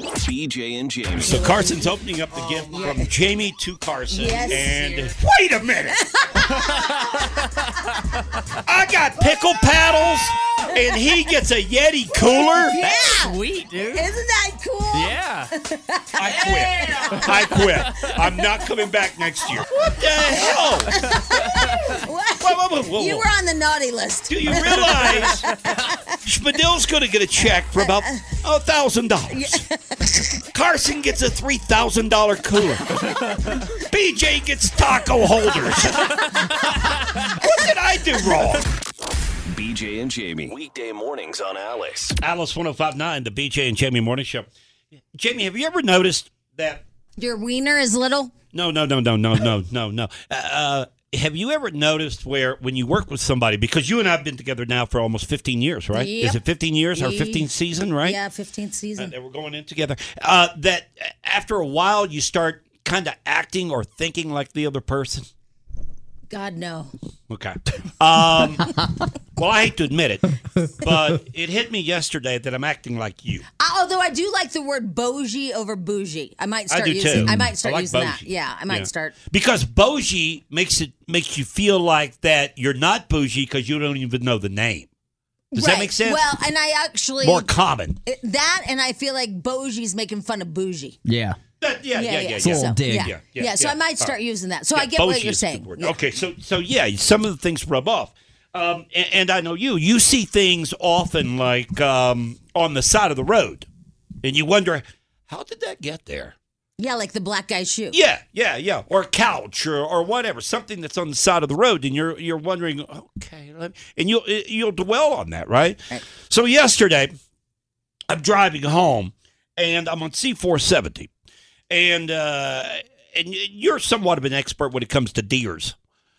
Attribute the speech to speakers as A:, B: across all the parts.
A: BJ and Jamie.
B: So Carson's opening up the gift from Jamie to Carson.
C: Yes.
B: And wait a minute. I got pickle paddles and he gets a Yeti cooler.
C: sweet, dude. Isn't that cool?
D: Yeah.
B: I quit. I quit. I'm not coming back next year. What the hell?
C: What?
B: Whoa, whoa, whoa, whoa,
C: You
B: whoa.
C: were on the naughty list.
B: Do you realize Spadill's going to get a check for about a thousand dollars? Carson gets a three thousand dollar cooler. BJ gets taco holders. what did I do wrong?
A: BJ and Jamie. Weekday mornings on Alice.
B: Alice 1059, the BJ and Jamie Morning Show. Jamie, have you ever noticed that?
C: Your wiener is little.
B: No, no, no, no, no, no, no, no. Uh, have you ever noticed where when you work with somebody, because you and I have been together now for almost 15 years, right? Is
C: Yep.
B: it 15 years? Our 15th season, right?
C: Yeah, 15th season.
B: that we're going in together. Uh, that after a while, you start kind of acting or thinking like the other person.
C: God no.
B: Okay. Um, well, I hate to admit it, but it hit me yesterday that I'm acting like you.
C: I- Although I do like the word bougie over bougie. I might
B: I
C: start
B: do
C: using.
B: too.
C: I might start
B: I like
C: using that.
B: bougie.
C: Yeah, I might
B: Yeah.
C: start.
B: Because bougie makes it makes you feel like that you're not bougie because you don't even know the name. Does that
C: Right.
B: make sense?
C: Well, and I actually
B: More common.
C: it- that, and I feel like bougie's making fun of bougie.
D: Yeah.
B: That- yeah, yeah, yeah, yeah.
C: So,
D: Little dig.
C: Yeah,
B: Yeah,
C: yeah,
B: yeah,
C: So
B: yeah.
C: I might start using that. So I
B: Yeah,
C: get what
B: bougie
C: you're
B: is a good
C: saying.
B: word.
C: Yeah.
B: Okay, so so yeah, some of the things rub off. Um, and, and I know you. You see things often like um, on the side of the road, and you wonder how did that get there.
C: Yeah, like the black guy's shoe.
B: Yeah, yeah, yeah. Or a couch or, or whatever, something that's on the side of the road, and you're you're wondering, okay, let me, and you'll you'll dwell on that, right? So yesterday, I'm driving home, and I'm on C470, and uh, and y- you're somewhat of an expert when it comes to deers,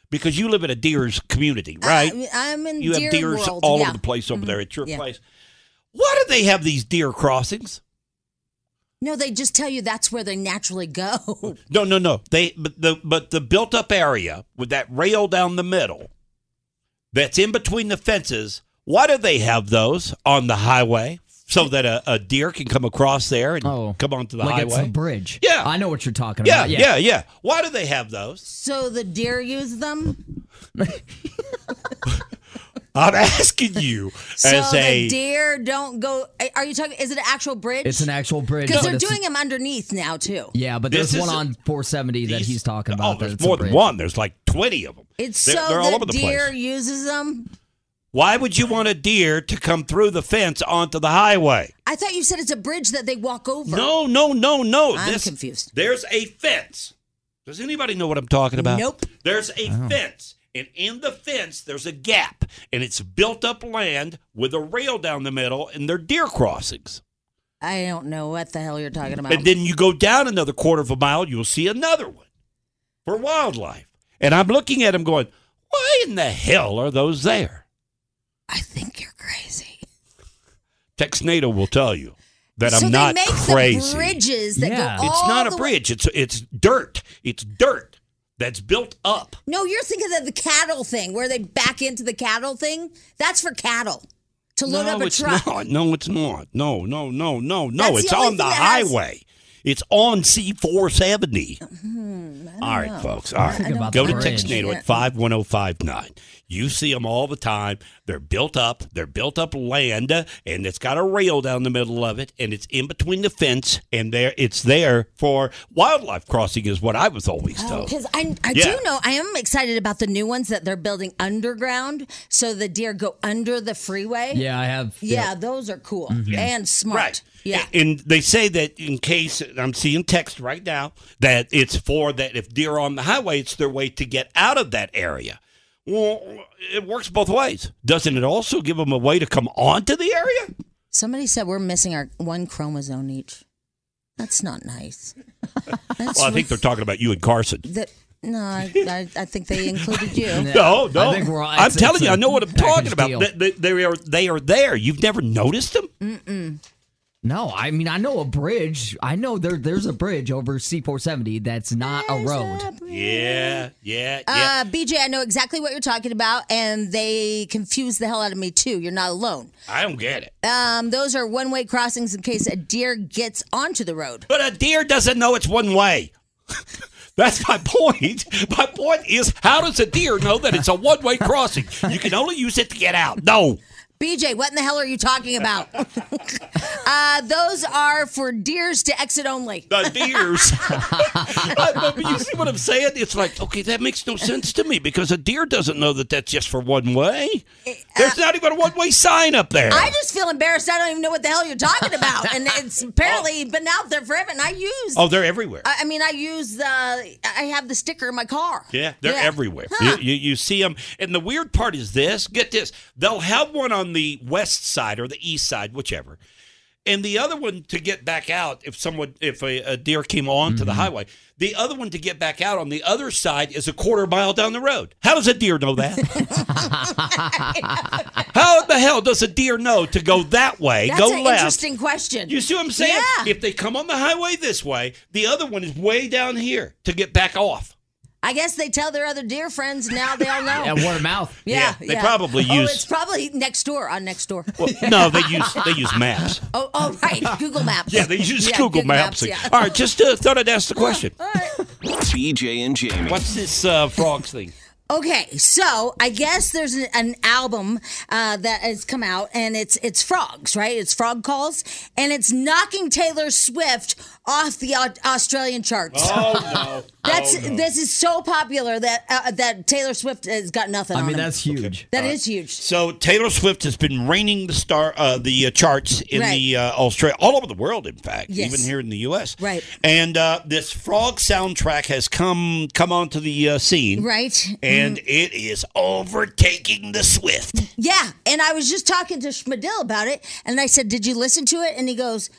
B: because you live in a deers community, right?
C: I, I'm Uh, in
B: you
C: deer
B: have deers
C: world.
B: all
C: yeah. Mm-hmm.
B: over the place over there at your
C: Yeah.
B: place. Why do they have these deer crossings?
C: No, they just tell you that's where they naturally go.
B: No, no, no. They but the but the built up area with that rail down the middle that's in between the fences. Why do they have those on the highway so that a, a deer can come across there and
D: Oh.
B: come onto the
D: like
B: highway?
D: it's a bridge.
B: Yeah.
D: I know what you're talking
B: yeah,
D: about.
B: yeah,
D: Yeah.
B: yeah, Why do they have those?
C: So the deer use them.
B: I'm asking you
C: So
B: as
C: the
B: a
C: deer don't go. Are you talking? Is it an actual bridge?
D: It's an actual bridge.
C: Because
D: but
C: they're
D: it's-
C: doing them underneath now too.
D: Yeah, but
B: This
D: there's
B: is
D: one
B: a-
D: on 470 that
B: these-
D: he's talking
B: Oh,
D: about. that
B: there's
D: it's a
B: more than
D: bridge.
B: one. There's like twenty of them.
C: It's
B: they're,
C: so
B: they're all
C: the
B: over the
C: deer
B: place.
C: uses them.
B: Why would you want a deer to come through the fence onto the highway?
C: I thought you said it's a bridge that they walk over.
B: No, no, no, no.
C: I'm confused.
B: There's a fence. Does anybody know what I'm talking about?
C: Nope.
B: There's a fence, and in the fence there's a gap, and it's built up land with a rail down the middle, and they're deer crossings.
C: I don't know what the hell you're talking about.
B: And then you go down another quarter of a mile, you'll see another one for wildlife. And I'm looking at them going, why in the hell are those there?
C: I think you're crazy.
B: Texnado will tell you that
C: so
B: I'm not
C: they make
B: crazy.
C: the bridges that
D: Yeah.
C: go all
B: it's not a
C: the way-
B: bridge. It's it's dirt. It's dirt that's built up.
C: No, you're thinking of the cattle thing where they back into the cattle thing. That's for cattle to load
B: no,
C: up a
B: it's
C: truck.
B: Not. No, it's not. No, no, no, no, no.
C: That's the
B: it's
C: only
B: on the
C: thing that has- Oh,
B: highway. It's on C four seventy. All right, folks. All
D: Think
B: right,
D: about
B: go
D: the
B: to
D: bridge.
B: Textnado at oh five one zero five nine. You see them all the time. They're built up. They're built up land, and it's got a rail down the middle of it, and it's in between the fence, and there it's there for wildlife crossing, is what I was always told.
C: Because I, I
B: Yeah.
C: do know I am excited about the new ones that they're building underground, so the deer go under the freeway.
D: Yeah, I have.
C: yeah, those are cool and smart.
B: Right.
C: Yeah,
B: A- And they say that in case I'm seeing text right now that it's for that if deer are on the highway, it's their way to get out of that area. Well, it works both ways. Doesn't it also give them a way to come onto the area?
C: somebody said we're missing our one chromosome each. That's not nice. That's
B: Well, I think they're talking about you and Carson.
C: that. No, I, I, I think they included you.
B: No, no.
D: I think we're all-
B: I'm
D: it's-
B: telling
D: it's
B: you,
D: a
B: I know what I'm talking
D: package
B: about.
D: deal.
B: They, they- they are they are there. You've never noticed them?
D: No, I mean I know a bridge. I know there there's a bridge over C470 that's not a road.
B: Yeah, yeah, yeah.
C: Uh, BJ, I know exactly what you're talking about, and they confuse the hell out of me too. You're not alone.
B: I don't get it.
C: Um, those are one-way crossings in case a deer gets onto the road.
B: But a deer doesn't know it's one way. That's my point. My point is, how does a deer know that it's a one way crossing? You can only use it to get out. No.
C: BJ, what in the hell are you talking about? uh, those are for deers to exit only.
B: The deers. I- but you see what I'm saying? It's like, okay, that makes no sense to me because a deer doesn't know that that's just for one way. There's not even a one way sign up there.
C: I just feel embarrassed. I don't even know what the hell you're talking about, and it's apparently been out there forever. And I use,
B: oh, they're everywhere.
C: I, I mean, I use, uh, I have the sticker in my car.
B: Yeah, they're
C: Yeah.
B: everywhere.
C: Huh.
B: You, you, you see them. And the weird part is this get this. They'll have one on the west side or the east side, whichever. And the other one to get back out if someone, if a, a deer came onto
D: Mm-hmm.
B: the highway. The other one to get back out on the other side is a quarter mile down the road. How does a deer know that? How in the hell does a deer know to go that way,
C: That's
B: go
C: an
B: left?
C: interesting question.
B: You see what I'm saying?
C: Yeah.
B: If they come on the highway this way, the other one is way down here to get back off.
C: I guess they tell their other deer friends now. They all know.
D: Yeah, word of mouth.
C: Yeah,
B: Yeah, they probably
C: Oh,
B: use-
C: it's probably next door on next door.
B: no, they use they use maps.
C: Oh, oh, right, Google Maps.
B: Yeah, they use Google, Maps.
C: yeah.
B: All right, just uh, thought I'd ask the question.
A: BJ and Jamie.
B: What's this uh, frogs thing?
C: Okay, so I guess there's an, an album uh, that has come out, and it's it's frogs, right? It's frog calls, and it's knocking Taylor Swift off the Au- Australian charts.
B: Oh no,
C: That's this is so popular that uh, that Taylor Swift has got nothing.
D: I
C: on
D: mean
C: him.
D: that's huge.
C: That is huge.
B: So Taylor Swift has been reigning the star, uh, the uh, charts in
C: Right.
B: the uh, Australia, all over the world, in fact,
C: Yes.
B: even here in the U.S.
C: Right.
B: And uh, this frog soundtrack has come come onto the uh, scene,
C: Right? Mm-hmm.
B: And it is overtaking the Swift.
C: Yeah. And I was just talking to Schmidl about it, and I said, Did you listen to it? And he goes,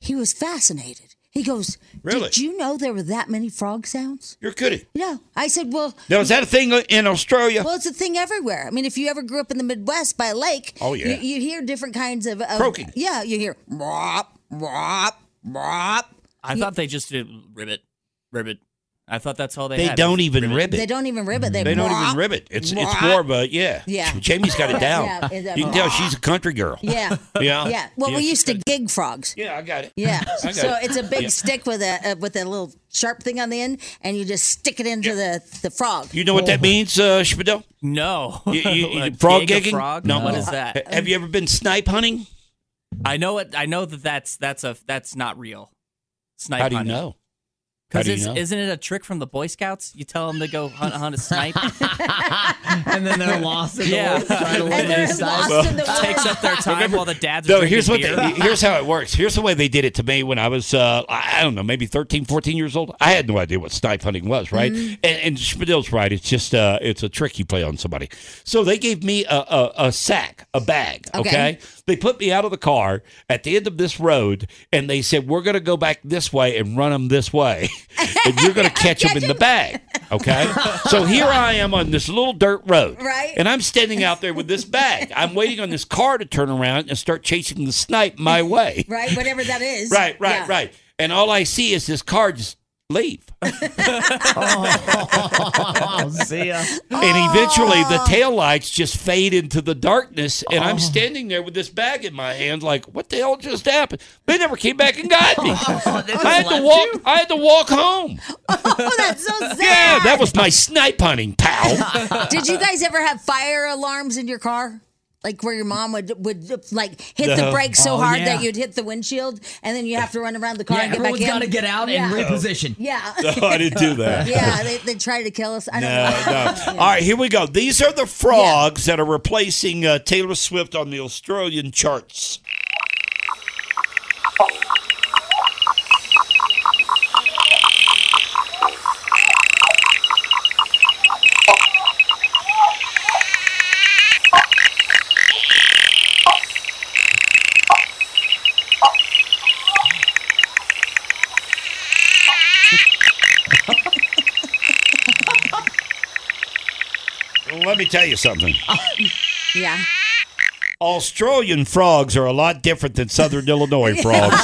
C: He was fascinated. He goes,
B: Really?
C: Did you know there were that many frog sounds?
B: You're Oh, kidding.
C: No. I said, Well,
B: Now is that a thing uh, in Australia?
C: well, it's a thing everywhere. I mean, if you ever grew up in the Midwest by a lake,
B: Oh, yeah.
C: you, you hear different kinds of, of
B: Croaking.
C: Yeah, you hear "Mwah, mwah, mwah."
E: I thought they just did ribbit, ribbit. I thought that's all they.
B: they
E: had
B: don't
E: was
B: even ribbit.
C: They don't even ribbit. They,
B: They don't
C: "Mwah."
B: even ribbit. It's it's
C: Mwah.
B: more of a yeah.
C: Yeah.
B: Jamie's got it down.
C: Yeah, it's a-
B: you can tell she's a country girl.
C: Yeah.
B: Yeah.
C: Yeah. Well, we
B: she's
C: used to
B: got it.
C: gig frogs.
B: Yeah, I got it.
C: Yeah.
B: I got
C: So
B: it.
C: it's a big
B: Yeah.
C: stick with a uh, with a little sharp thing on the end, and you just stick it into the the frog.
B: You know what that means, uh,
E: Oh.
B: Schmidl?
E: No.
B: You- you-
E: A
B: frog
E: gig of
B: gigging?
E: Frog?
B: No.
E: No. What is that?
B: Have you ever been snipe hunting?
E: I know it. I know that that's that's a that's not real. Snipe.
B: How do you know? How
E: Because
B: do you know?
E: isn't it a trick from the Boy Scouts? You tell them to go hunt, hunt a snipe.
D: And then they're lost in the
E: Yeah.
D: woods trying to
E: And
D: look at
C: they're
D: his
C: lost
D: side.
C: in the water.
E: takes up their time while the dads. Are
B: No,
E: drinking
B: here's what
E: beer.
B: they, here's how it works. Here's the way they did it to me when I was uh, I I don't know, maybe 13, 14 years old. I had no idea what snipe hunting was, right?
E: Mm-hmm.
B: And, and Schmidl's right. It's just uh, it's a trick you play on somebody. So they gave me a, a, a sack, a bag. Okay.
C: Okay.
B: They put me out of the car at the end of this road, and they said we're going to go back this way and run them this way, and you're going to catch them in the bag. Okay. so here I am on this little dirt road,
C: Right.
B: And I'm standing out there with this bag. I'm waiting on this car to turn around and start chasing the snipe my way.
C: Right, whatever that is.
B: Right, right,
C: Yeah.
B: right. And all I see is this car just leave.
D: Oh, see ya.
C: Oh.
B: And eventually the taillights just fade into the darkness. And
C: Oh.
B: I'm standing there with this bag in my hand, like, what the hell just happened? They never came back and got me. I had to walk I had to walk home.
C: Oh, that's so sad.
B: Yeah, that was my snipe hunting, pal.
C: Did you guys ever have fire alarms in your car? Like where your mom would would like hit the
B: No.
C: brakes so
D: Oh,
C: hard
D: yeah.
C: that you'd hit the windshield, and then you have to run around the car
D: Yeah,
C: and get back
D: everyone's
C: in.
D: got to get out
C: Yeah.
D: and reposition.
C: yeah,
B: I didn't do that.
C: yeah. They, they try to kill us. I don't
B: No,
C: know.
B: no. All right, here we go. These are the frogs that are replacing uh, Taylor Swift on the Australian charts. Let me tell you something.
C: Yeah,
B: Australian frogs are a lot different than Southern Illinois frogs.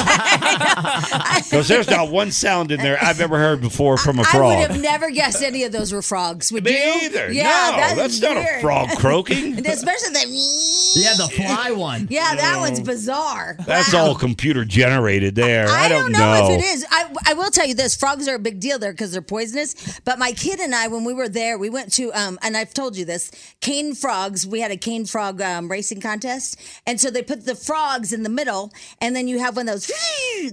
B: Because there's not one sound in there I've ever heard before from
C: I
B: a
C: would
B: frog.
C: have never guessed any of those were frogs. Would
B: Oh. Me
C: you?
B: either.
C: Yeah,
B: no,
C: that's,
B: that's not a
C: weird.
B: frog croaking.
C: And especially the.
D: Yeah, the fly one.
C: Yeah, that one's bizarre.
B: That's
C: Wow.
B: all computer generated there. I,
C: I don't know, if it is. I, I will tell you this: frogs are a big deal there because they're poisonous. But my kid and I, when we were there, we went to um, and I've told you this: cane frogs. We had a cane frog um, racing contest, and so they put the frogs in the middle, and then you have one of those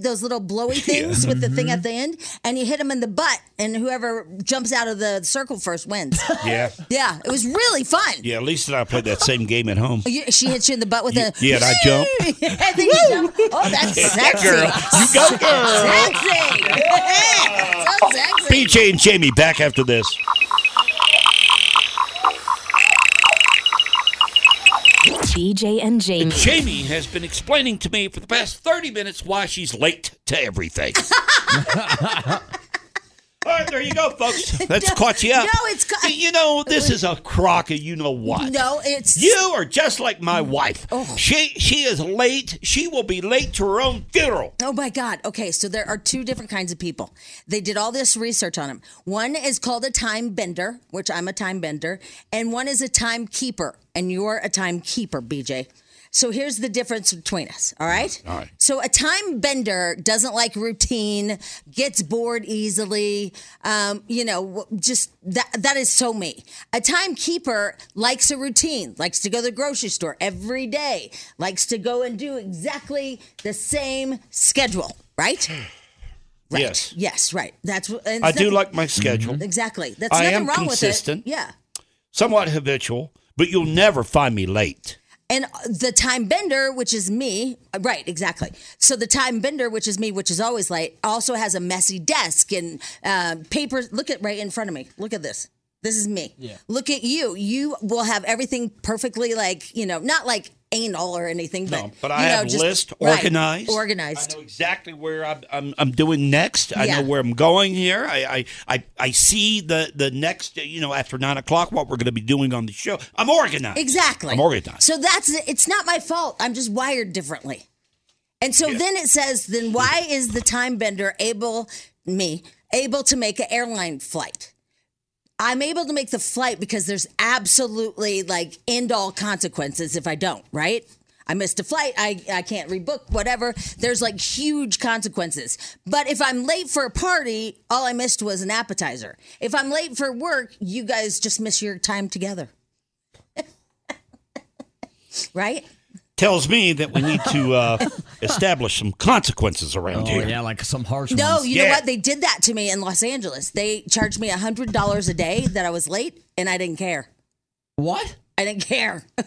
C: those little blowy things with the thing
B: Mm-hmm.
C: at the end, and you hit them in the butt, and whoever jumps out of the circle first wins.
B: Yeah.
C: yeah, it was really fun.
B: Yeah, at least I played that same game at home.
C: You- She hits you in the butt with a
B: yeah, and I jump.
C: and then you jump. Oh, that's sexy.
B: You go, girl.
C: Sexy. so sexy.
B: BJ and Jamie back after this.
F: BJ and Jamie.
B: Jamie has been explaining to me for the past 30 minutes why she's late to everything. All right, there you go, folks. That's caught you up.
C: no, it's ca-
B: Y- You know, this is a crock of you know what.
C: No, it's Oh.
B: You are just like my wife. She she is late. She will be late to her own funeral.
C: Oh my God. Okay, so there are two different kinds of people. They did all this research on them. One is called a time bender, which I'm a time bender, and one is a time keeper, and you're a time keeper, BJ. So here's the difference between us, all right? All right. So a time bender doesn't like routine, gets bored easily, um, you know, w- just that that is so me. A timekeeper likes a routine, likes to go to the grocery store every day, likes to go and do exactly the same schedule, right? Right.
B: Yes.
C: Yes, right. That's what and Mm-hmm.
B: Hmm. I
C: it's
B: do
C: nothing-
B: like my schedule.
C: Exactly. That's
B: I
C: nothing
B: am
C: wrong
B: consistent.
C: with it. Yeah.
B: Somewhat habitual, but you'll never find me late.
C: And the time bender, which is me, right, exactly. So the time bender, which is me, which is always late, also has a messy desk and um, papers. Look at right in front of me. Look at this. This is me. Yeah. Look at you. You will have everything perfectly, like you know, not like anal or anything, but
B: No, but I
C: you know,
B: have
C: just-
B: list
C: right,
B: organized.
C: organized.
B: I know exactly where I'm, I'm, I'm doing next. I
C: Yeah.
B: know where I'm going here. I, I, I, I see the, the next, you know, after nine o'clock, what we're going to be doing on the show. I'm organized.
C: Exactly.
B: I'm organized.
C: So that's it. It's not my fault. I'm just wired differently. And so then it says, then why is the time bender able, me, able to make an airline flight? I'm able to make the flight because there's absolutely like end all consequences if I don't, right? I missed a flight, I, I can't rebook, whatever. There's like huge consequences. But if I'm late for a party, all I missed was an appetizer. If I'm late for work, you guys just miss your time together. right?
B: Tells me that we need to uh, establish some consequences around
D: Oh,
B: here.
D: yeah, like some harsh
C: No,
D: ones.
C: you know
B: Yeah.
C: what? They did that to me in Los Angeles. They charged me $100 a day that I was late, and I didn't care.
D: What?
C: I didn't care.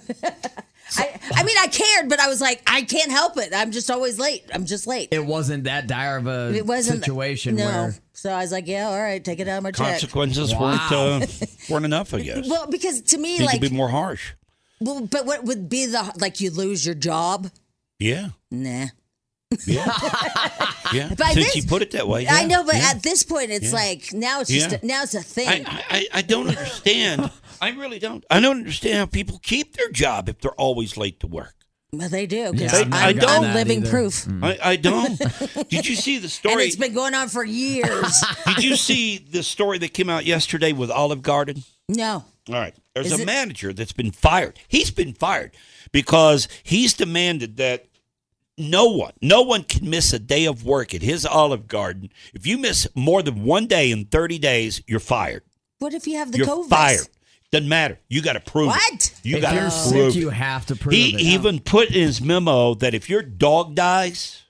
C: I, I mean, I cared, but I was like, I can't help it. I'm just always late. I'm just late. It,
D: It wasn't that dire of a
C: wasn't
D: situation
C: No.
D: where
C: So I was like, yeah, all right, take it out of my check.
B: Consequences
D: Wow.
B: weren't, uh, weren't enough, I guess.
C: Well, because to me,
B: need
C: like,
B: to be more harsh.
C: well, but what would be the like you lose your job?
B: Yeah.
C: Nah.
B: Yeah. yeah.
C: By
B: Since
C: this-
B: you put it that way.
C: I
B: yeah,
C: know, but
B: yeah.
C: at this point, it's like now it's just
B: Yeah.
C: a, now it's a thing.
B: I, I, I don't understand. I really don't. I don't understand how people keep their job if they're always late to work.
C: Well, they do. 'cause
D: Yeah, I've
C: I'm,
D: never
C: I'm
B: gotten
D: that
C: living
D: either.
C: proof.
B: Mm. I, I don't. Did you see the
C: And
B: story?
C: it's been going on for years.
B: Did you see the story that came out yesterday with Olive Garden?
C: no.
B: All right. There's
C: Is
B: a
C: it-
B: manager that's been fired. He's been fired because he's demanded that no one, no one can miss a day of work at his Olive Garden. If you miss more than one day in 30 days, you're fired.
C: What if you have the
B: you're
C: COVID?
B: fired. Doesn't matter. You got to prove
C: What?
B: it. You
D: if
B: got
D: you're
B: to prove
D: sick, you
B: it.
D: have to prove
B: He
D: it.
B: even put in his memo that if your dog dies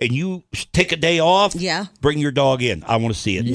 B: and you take a day off,
C: Yeah.
B: bring your dog in. I want to see it.
D: Yeah,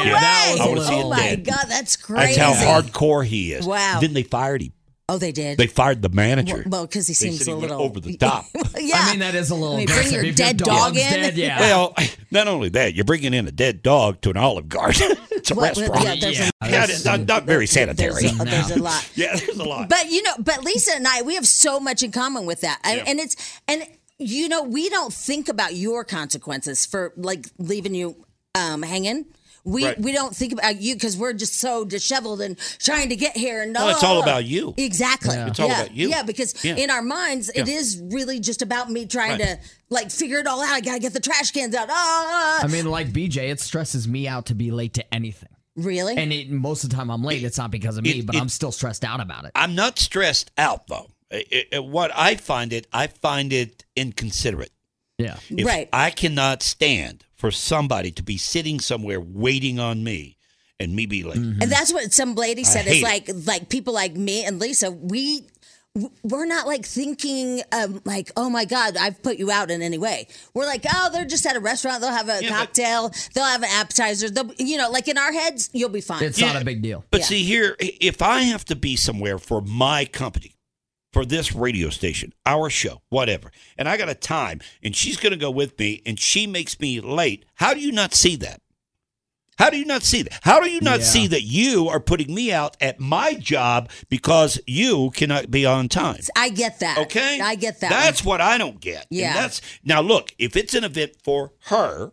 B: dead.
D: yeah,
C: No
D: that
C: way!
D: was
B: I want to see
C: oh
B: it
C: my
B: dead.
C: god, that's crazy.
B: That's how hardcore he is.
C: Wow.
B: Then they fired him.
C: Oh, they did.
B: They fired the manager.
C: Well, because he
B: They
C: seems
B: said
C: a
B: he went
C: little
B: over the top.
C: yeah.
D: I mean, that is a little.
C: I mean, bring
D: aggressive.
C: your
D: If your
C: dead
D: dog's
C: dog in.
D: Dead, yeah.
B: well, not only that, you're bringing in a dead dog to an Olive Garden. it's a
C: What- what-
B: restaurant.
C: yeah, there's
D: Yeah.
C: a,
B: Yeah, it's not, not very
C: there's,
B: sanitary.
C: a, there's a lot.
B: yeah, there's a lot.
C: But you know, but Lisa and I, we have so much in common with that, I, and it's and you know, we don't think about your consequences for like leaving you um, hanging. We
B: Right.
C: we don't think about you because we're just so disheveled and trying to get here. And
B: Well, it's
C: blah,
B: all
C: blah, blah.
B: about you.
C: Exactly.
B: It's all
C: yeah.
B: about you.
C: Yeah, because
B: Yeah.
C: in our minds, it
B: Yeah.
C: is really just about me trying
B: Right.
C: to like figure it all out. I gotta get the trash cans out. Ah,
D: I mean, like BJ, it stresses me out to be late to anything.
C: really?
D: And it, most of the time I'm late. It's not because of me,
B: It-
D: but
B: it-
D: I'm still stressed out about it.
B: I'm not stressed out, though. I- I- what I find it, I find it inconsiderate.
D: Yeah.
B: If
C: Right.
B: I cannot stand for somebody to be sitting somewhere waiting on me and me be like,
C: And that's what some lady said. It's
B: hate it.
C: like like people like me and Lisa, we we're not like thinking um, like, oh my God, I've put you out in any way. We're like, oh, they're just at a restaurant. They'll have a
B: Yeah, but-
C: cocktail. They'll have an appetizer. They'll, you know, like in our heads, you'll be fine.
D: It's
B: Yeah.
D: not a big deal.
B: But
C: Yeah.
B: see here, i- if I have to be somewhere for my company, for this radio station, our show, whatever, and I got a time, and she's going to go with me, and she makes me late. How do you not see that? How do you not see that? How do you not
D: Yeah.
B: see that you are putting me out at my job because you cannot be on time?
C: I get that.
B: Okay,
C: I get that.
B: That's
C: one.
B: what I don't get. And
C: Yeah.
B: that's now look. If it's an event for her,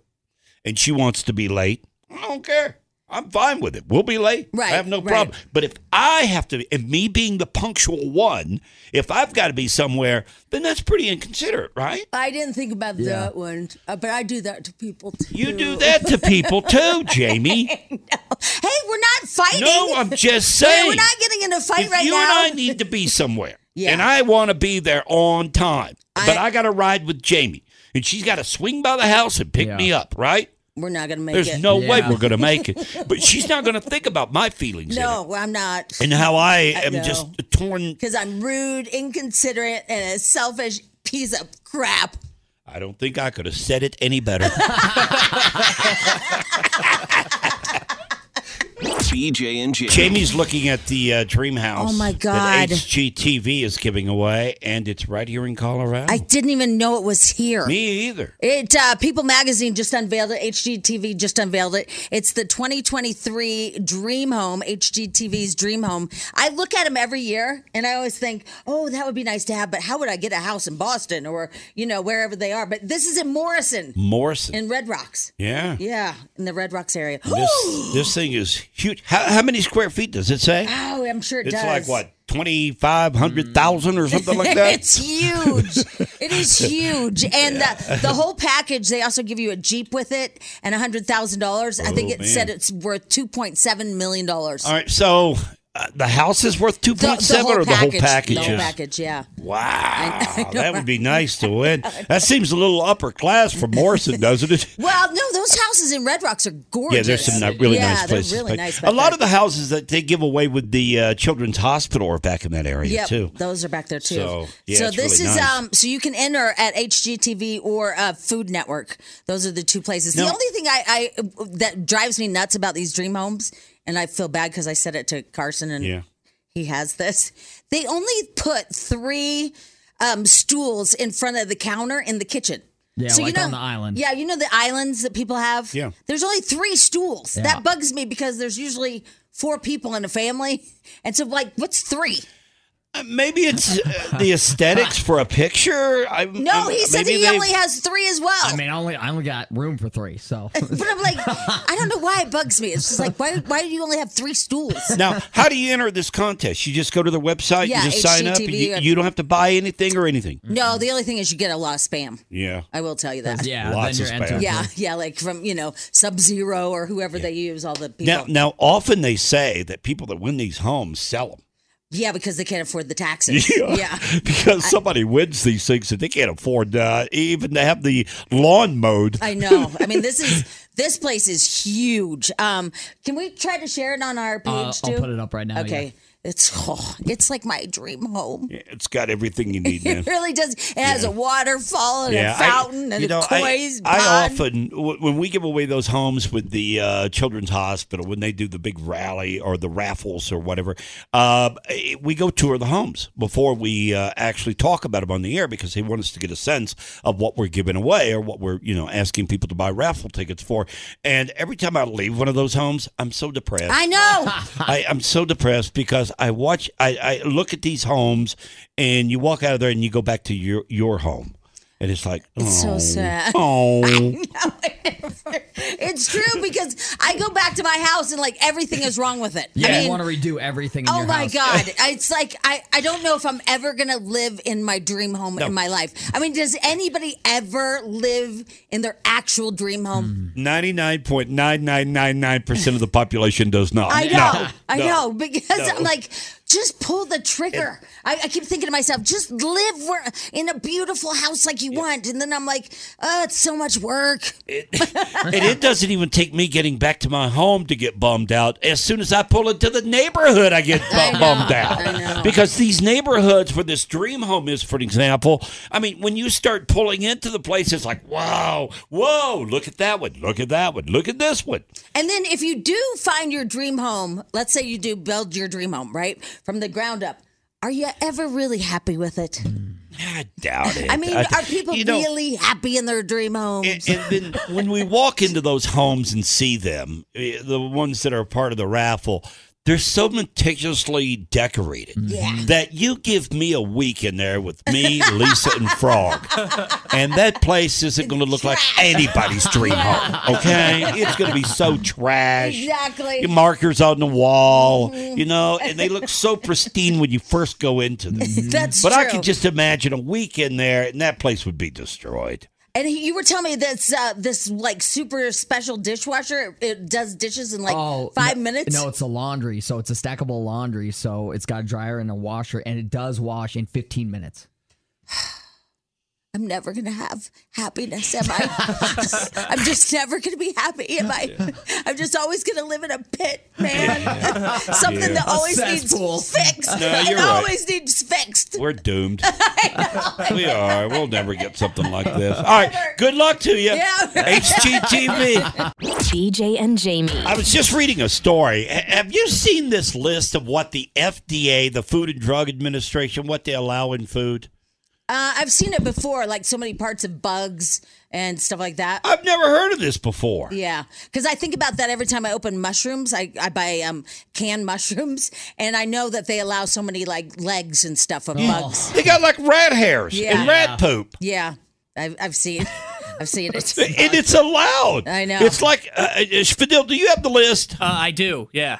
B: and she wants to be late, I don't care. I'm fine with it. We'll be late.
C: Right,
B: I have no
C: right.
B: problem. But if I have to, and me being the punctual one, if I've got to be somewhere, then that's pretty inconsiderate, right?
C: I didn't think about that one, uh, but I do that to people too.
B: You do that to people too, Jamie.
C: Hey, we're not fighting.
B: No, I'm just
C: Hey,
B: saying.
C: we're not getting in a fight
B: if
C: right
B: you
C: now.
B: and I need to be somewhere,
C: Yeah.
B: and I want to be there on time, but
C: I-
B: I got to ride with Jamie, and she's got to swing by the house and pick
D: Yeah.
B: me up, right?
C: we're not going to make
B: There's
C: it.
B: no way
D: Yeah.
B: we're going to make it. But she's not going to think about my feelings in
C: no, I'm not.
B: it and how I am
C: know.
B: just torn.
C: because I'm rude, inconsiderate, and a selfish piece of crap.
B: I don't think I could have said it any better.
A: BJ and Jamie.
B: Jamie's looking at the uh, Dream House.
C: Oh, my
B: That
C: God.
B: HGTV is giving away, and it's right here in Colorado.
C: I didn't even know it was here.
B: Me either.
C: It uh, People Magazine just unveiled it. HGTV just unveiled it. It's the 2023 Dream Home, HGTV's Dream Home. I look at them every year, and I always think, oh, that would be nice to have, but how would I get a house in Boston or you know wherever they are? But this is in Morrison,
B: Morrison.
C: in Red Rocks.
B: yeah.
C: Yeah, in the Red Rocks area.
B: This this thing is huge. How, how many square feet does it say?
C: Oh, I'm sure it
B: it's
C: does.
B: like what twenty five hundred thousand or something like that.
C: It's huge. it is huge, and the, the whole package. They also give you a jeep with it and hundred thousand dollars. I think
B: Oh,
C: it said
B: man.
C: it's worth two point seven million dollars.
B: All right, so uh, the house is worth two point seven, or the whole package?
C: The whole
B: is?
C: package. Yeah.
B: Wow,
C: I know,
B: that would
C: right?
B: be nice to win. That seems a little upper class for Morrison, doesn't it?
C: Well, no, those houses in Red Rocks are gorgeous.
B: Yeah, there's some not really
C: Yeah,
B: nice
C: they're
B: places.
C: really
B: but
C: nice
B: a
C: back
B: lot
C: there.
B: of the houses that they give away with the uh, Children's Hospital are back in that area
C: Yep,
B: too.
C: those are back there too.
B: So, yeah,
C: So
B: it's
C: this
B: really
C: is
B: nice.
C: um so you can enter at HGTV or uh, Food Network. Those are the two places.
B: Now-
C: the only thing I, I that drives me nuts about these dream homes, and I feel bad because I said it to Carson and
B: Yeah.
C: he has this. They only put three um, stools in front of the counter in the kitchen.
D: Yeah, like on the island.
C: Yeah, you know the islands that people have.
B: Yeah.
C: there's only three stools. That bugs me because there's usually four people in a family, and so like, what's three?
B: Uh, Maybe it's uh, the aesthetics for a picture. I,
C: No,
B: I-
C: he said
B: maybe
C: he
B: they-
C: only Oh. has three as well.
D: I mean, I only I only got room for three, so
C: but I'm like, I don't know why it bugs me. It's just like, why, why do you only have three stools?
B: Now, how do you enter this contest? You just go to their website,
C: Yeah,
B: you just sign up, and
C: HGTV
B: you,
C: or-
B: you don't have to buy anything or anything.
C: No, the only thing is you get a lot of spam.
B: Yeah.
C: I will tell you that.
D: yeah,
B: Lots
D: then
B: of
D: you're
B: spam.
D: entered.
C: Yeah, yeah, like from you know Sub Zero or whoever they use, all the people.
B: Now, now, often they say that people that win these homes sell them.
C: yeah, because they can't afford the taxes. yeah.
B: because somebody wins these things that they can't afford uh, even to have the lawn mowed.
C: I know. I mean, this is this place is huge. Um, can we try to share it on our page
D: Uh,
C: too?
D: I'll put it up right now. yeah.
C: Okay, it's oh, it's like my dream home.
B: It's got everything you need, man.
C: It really does. It has a waterfall and a
B: I-
C: fountain and
B: you know,
C: a koi
B: I,
C: pond.
B: I often w- when we give away those homes with the uh, children's hospital when they do the big rally or the raffles or whatever, uh, eh, we go tour the homes before we uh, actually talk about them on the air because they want us to get a sense of what we're giving away or what we're you know asking people to buy raffle tickets for. And every time I leave one of those homes, I'm so depressed.
C: I know.
B: I, I'm so depressed because I watch, I, I look at these homes, and you walk out of there and you go back to your your home, and it's like,
C: It's so
B: oh,
C: sad.
B: Oh,
C: it's true because I go back to my house and like everything is wrong with it.
D: Yeah,
C: I
D: I
C: mean,
D: want to redo everything. In
C: Oh
D: your
C: my
D: house.
C: God. It's like, I, I don't know if I'm ever going to live in my dream home in my life. I mean, does anybody ever live in their actual dream
B: Hmm.
C: home?
B: 99.9999% of the population does not.
C: I know.
B: Oh, No.
C: I
B: No.
C: know. Because I'm like, just pull the trigger. I, I keep thinking to myself, just live where, in a beautiful house like you want. And then I'm like, oh, it's so much work.
B: and it doesn't even take me getting back to my home to get bummed out. As soon as I pull into the neighborhood, I get bu- bummed out. Because these neighborhoods where this dream home is, for example, I mean, when you start pulling into the place, it's like, wow, whoa, look at that one, look at that one, look at this one.
C: And then if you do find your dream home, let's say you do build your dream home, right? From the ground up. Are you ever really happy with it?
B: I doubt it.
C: I mean,
B: d-
C: are people
B: you know,
C: really happy in their dream homes?
B: And, and then when we walk into those homes and see them, eh, the ones that are part of the raffle, they're so meticulously decorated that you give me a week in there with me, Lisa, and Frog, and that place isn't going to look like anybody's dream home. Okay, it's going to be so trash.
C: Exactly. Mm-hmm.
B: Your markers on the wall, you know, and they look so pristine when you first go into them.
C: That's
B: But
C: true.
B: I could just imagine a week in there, and that place would be destroyed.
C: and he- you were telling me this uh, this like super special dishwasher. It, it does dishes in like
D: Oh,
C: five
D: no-
C: minutes.
D: No, it's a laundry, so it's a stackable laundry, so it's got a dryer and a washer, and it does wash in 15 minutes.
C: I'm never gonna have happiness, am I? I'm just never gonna be happy, am I? I'm just always gonna live in a pit, man. Something that always needs
D: cesspool.
C: fixed.
B: No,
C: and
B: you're right.
C: always needs fixed.
B: We're doomed. we are. We'll never get something like this. All right. Good luck to you.
C: Yeah, right.
B: HGTV.
F: BJ and Jamie.
B: I was just reading a story. H- Have you seen this list of what the FDA, the Food and Drug Administration, what they allow in food?
C: Uh, I've seen it before, like so many parts of bugs and stuff like that.
B: I've never heard of this before.
C: Yeah, because I think about that every time I open mushrooms. I, I buy um, canned mushrooms, and I know that they allow so many like legs and stuff of bugs.
B: They got like rat hairs
C: Yeah.
B: and rat poop.
C: Yeah, I've, I've seen, I've seen it.
B: And it's allowed.
C: I know.
B: It's like, uh, uh, Fidel, do you have the list?
E: Uh, I do, yeah.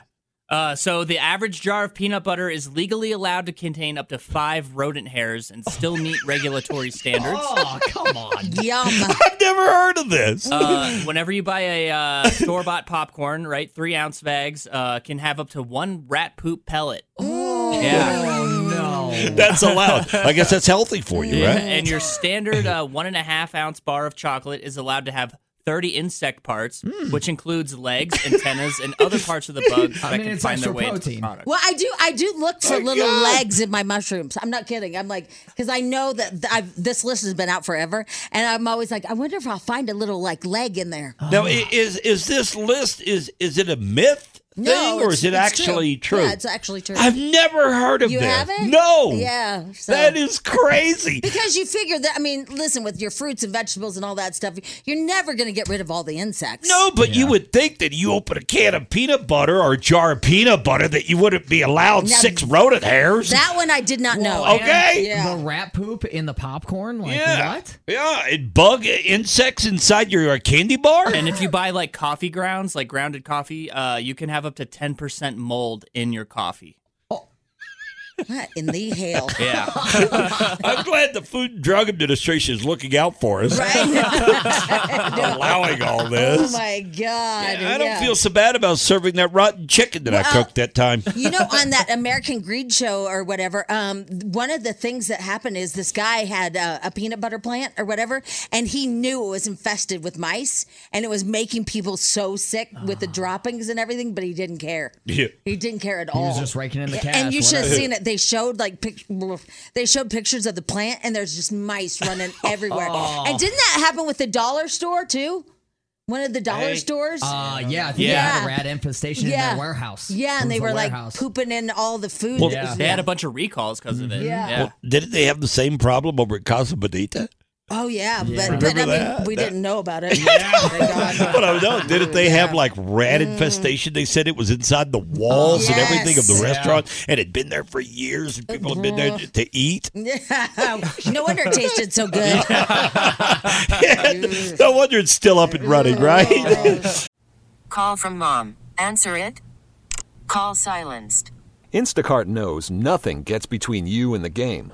E: Uh, so the average jar of peanut butter is legally allowed to contain up to five rodent hairs and still meet regulatory standards.
D: Oh, come on.
C: Yum.
B: I've never heard of this.
E: Uh, whenever you buy a uh, store bought popcorn, right, three ounce bags uh, can have up to one rat poop pellet.
D: Oh.
E: Yeah.
D: No.
B: that's allowed. I guess that's healthy for you, right?
E: And your standard uh, one and a half ounce bar of chocolate is allowed to have 30 insect parts, which includes legs, antennas, and other parts of the bug that
D: Hmm. I mean,
E: can
D: it's
E: find
D: extra
E: their way into the
D: protein.
E: product.
C: Well, I do. I do look for
B: My
C: little
B: God.
C: legs in my mushrooms. I'm not kidding. I'm like, because I know that th- I've, this list has been out forever, and I'm always like, I wonder if I'll find a little like leg in there.
B: Now, i- is is this list is is it a myth? thing,
C: No,
B: or
C: it's-
B: is it
C: it's
B: actually true?
C: Yeah, it's actually true.
B: I've never heard of
C: you
B: this.
C: haven't?
B: No.
C: Yeah. so-
B: That is crazy.
C: Because you figure that, I mean, listen, with your fruits and vegetables and all that stuff, you're never going to get rid of all the insects.
B: No, but you would think that you open a can of peanut butter or a jar of peanut butter that you wouldn't be allowed
C: Now,
B: six rodent hairs.
C: That one I did not know.
B: Whoa, okay.
C: Yeah.
D: The rat poop in the popcorn? Like,
B: yeah.
D: what?
B: Yeah. And bug insects inside your candy bar?
E: And if you buy like coffee grounds, like grounded coffee, uh, you can have up to ten percent mold in your coffee.
C: What in the hell?
E: Yeah.
B: I'm glad the Food and Drug Administration is looking out for us,
C: Right?
B: allowing all
C: oh
B: this.
C: my God.
B: I don't
C: yeah.
B: feel so bad about serving that rotten chicken that I
C: Well,
B: cooked that time.
C: You know, on that American Greed show or whatever, um, one of the things that happened is this guy had a, a peanut butter plant or whatever, and he knew it was infested with mice, and it was making people so sick with the droppings and everything, but he didn't care.
B: Yeah.
C: He didn't care at
D: He
C: all.
D: was just raking in the cash.
C: and you should have
D: whatever.
C: seen it. They showed like pic- they showed pictures of the plant, and there's just mice running everywhere.
D: Oh.
C: And didn't that happen with the dollar store too? One of the dollar
E: Hey.
C: stores.
D: Uh, yeah, I think
E: Yeah.
D: they had a rat infestation in
C: Yeah.
D: their warehouse.
C: yeah,
D: It
C: and
D: was
C: they
D: a
C: were like
D: warehouse.
C: pooping in all the food.
B: Well,
C: It was-
E: They had a bunch of recalls because of it.
C: Yeah.
B: Well, didn't they have the same problem over at Casa Bonita?
C: Oh yeah, but, but I
B: Remember
C: mean,
B: that?
C: we
B: That-
C: didn't know about it. Yeah.
B: but I know, didn't they have like rat infestation? They said it was inside the walls and everything of the
C: Yes.
B: restaurant and had been there for years and people had been there to- to eat.
C: no wonder it tasted so good.
B: no wonder it's still up and running, right?
G: Call from mom. Answer it. Call silenced.
H: Instacart knows nothing gets between you and the game.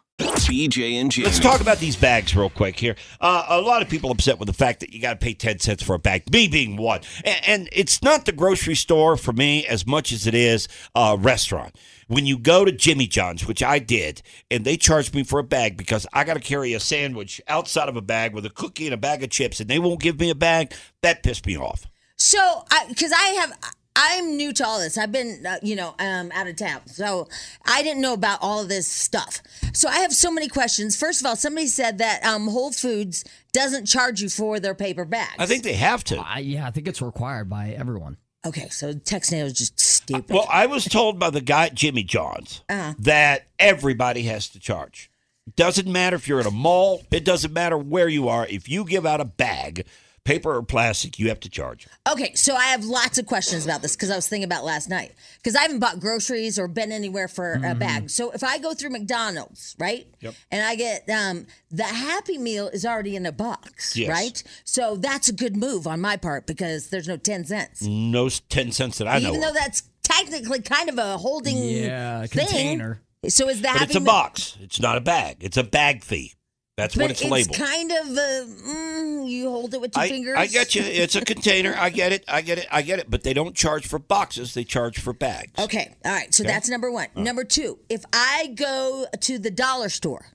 A: BJ and Jamie.
B: Let's talk about these bags real quick here. Uh, a lot of people upset with the fact that you got to pay 10 cents for a bag, me being one. And, and it's not the grocery store for me as much as it is a restaurant. When you go to Jimmy John's, which I did, and they charged me for a bag because I got to carry a sandwich outside of a bag with a cookie and a bag of chips, and they won't give me a bag, that pissed me off.
C: So, because I, have, I'm new to all this. I've been, uh, you know, um, out of town, so I didn't know about all of this stuff. So I have so many questions. First of all, somebody said that um, Whole Foods doesn't charge you for their paper bags.
B: I think they have to.
D: I, yeah, I think it's required by everyone.
C: Okay, so Texano is just stupid. Uh-huh.
B: Well, I was told by the guy at Jimmy John's that everybody has to charge. Doesn't matter if you're at a mall, it doesn't matter where you are. If you give out a bag, paper or plastic, you have to charge.
C: Okay, so I have lots of questions about this because I was thinking about last night because I haven't bought groceries or been anywhere for a
B: Mhm.
C: bag. So if I go through McDonald's, right,
B: Yep.
C: and I get um, the Happy Meal is already in a box,
B: Yes.
C: right? So that's a good move on my part because there's no ten cents,
B: No s- 10 cents that I know.
C: even though
B: of.
C: that's technically kind of a holding
B: Yeah,
C: thing.
B: container.
C: So is the
B: but
C: Happy
B: it's a
C: Meal-
B: box. It's not a bag. It's a bag fee. That's
C: but
B: what it's, labeled.
C: kind of a, mm, you hold it with your
B: I,
C: fingers.
B: I get you. It's a container. I get it. I get it. I get it. But they don't charge for boxes. They charge for bags.
C: Okay. All right. So
B: Okay.
C: that's number one.
B: All right.
C: Number two, if I go to the dollar store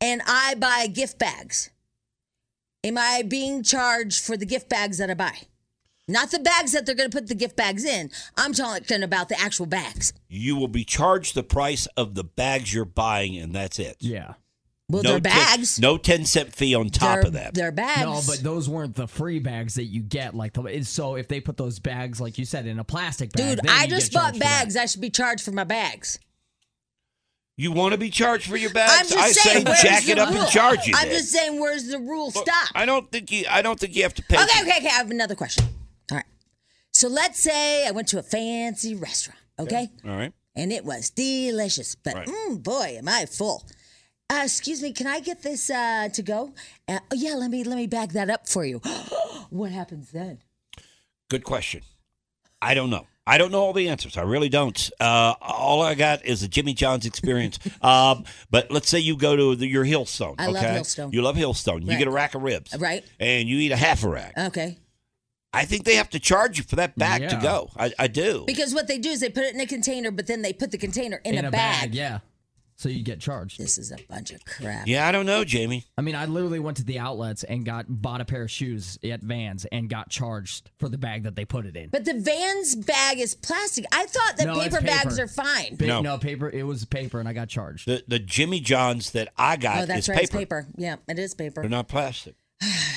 C: and I buy gift bags, am I being charged for the gift bags that I buy? Not the bags that they're going to put the gift bags in. I'm talking about the actual bags.
B: You will be charged the price of the bags you're buying, and that's it. Yeah.
C: Well, they're bags.
B: no ten cent fee on top
D: They're-
B: of that.
C: They're bags.
D: No, but those weren't the free bags that you get. Like, the- it's- so if they put those bags, like you said, in a plastic bag,
C: Dude,
D: then
C: I
D: you get
C: just bought
D: charged for that.
C: bags. I should be charged for my bags.
B: You want to be charged for your bags?
C: I'm just
B: I say
C: saying, where's
B: jack
C: the
B: it up
C: rule?
B: and charge you.
C: I'm
B: then.
C: just saying, where's the rule? Stop.
B: I don't think you. I don't think you have to pay.
C: Okay, okay, okay. I have another question. All right. So let's say I went to a fancy restaurant, okay?
B: All right.
C: And it was delicious, but
B: Right.
C: mm, boy, am I full. Uh, excuse me, can I get this uh, to go? Uh, oh, yeah, let me let me bag that up for you. what happens then?
B: Good question. I don't know. I don't know all the answers. I really don't. Uh, all I got is a Jimmy John's experience. um, but let's say you go to the, your Hillstone.
C: I
B: okay?
C: love Hillstone.
B: You love Hillstone. You
C: Right.
B: get a rack of ribs.
C: Right.
B: And you eat a half a rack.
C: Okay.
B: I think they have to charge you for that bag to
D: Yeah.
B: go. I, I do.
C: Because what they do is they put it in a container, but then they put the container in, a, bag.
D: yeah. So you get charged.
C: This is a bunch of crap.
B: Yeah, I don't know, Jamie.
D: I mean, I literally went to the outlets and got bought a pair of shoes at Vans and got charged for the bag that they put it in.
C: But the van's bag is plastic. I thought that
D: No, it's
C: paper, bags
D: paper.
C: are fine.
D: Ba-
B: No.
D: no. paper. It was paper, and I got charged.
B: The, the Jimmy John's that I got
C: oh, that's
B: is
C: right.
B: paper.
C: It's paper. Yeah, it is paper.
B: They're not plastic.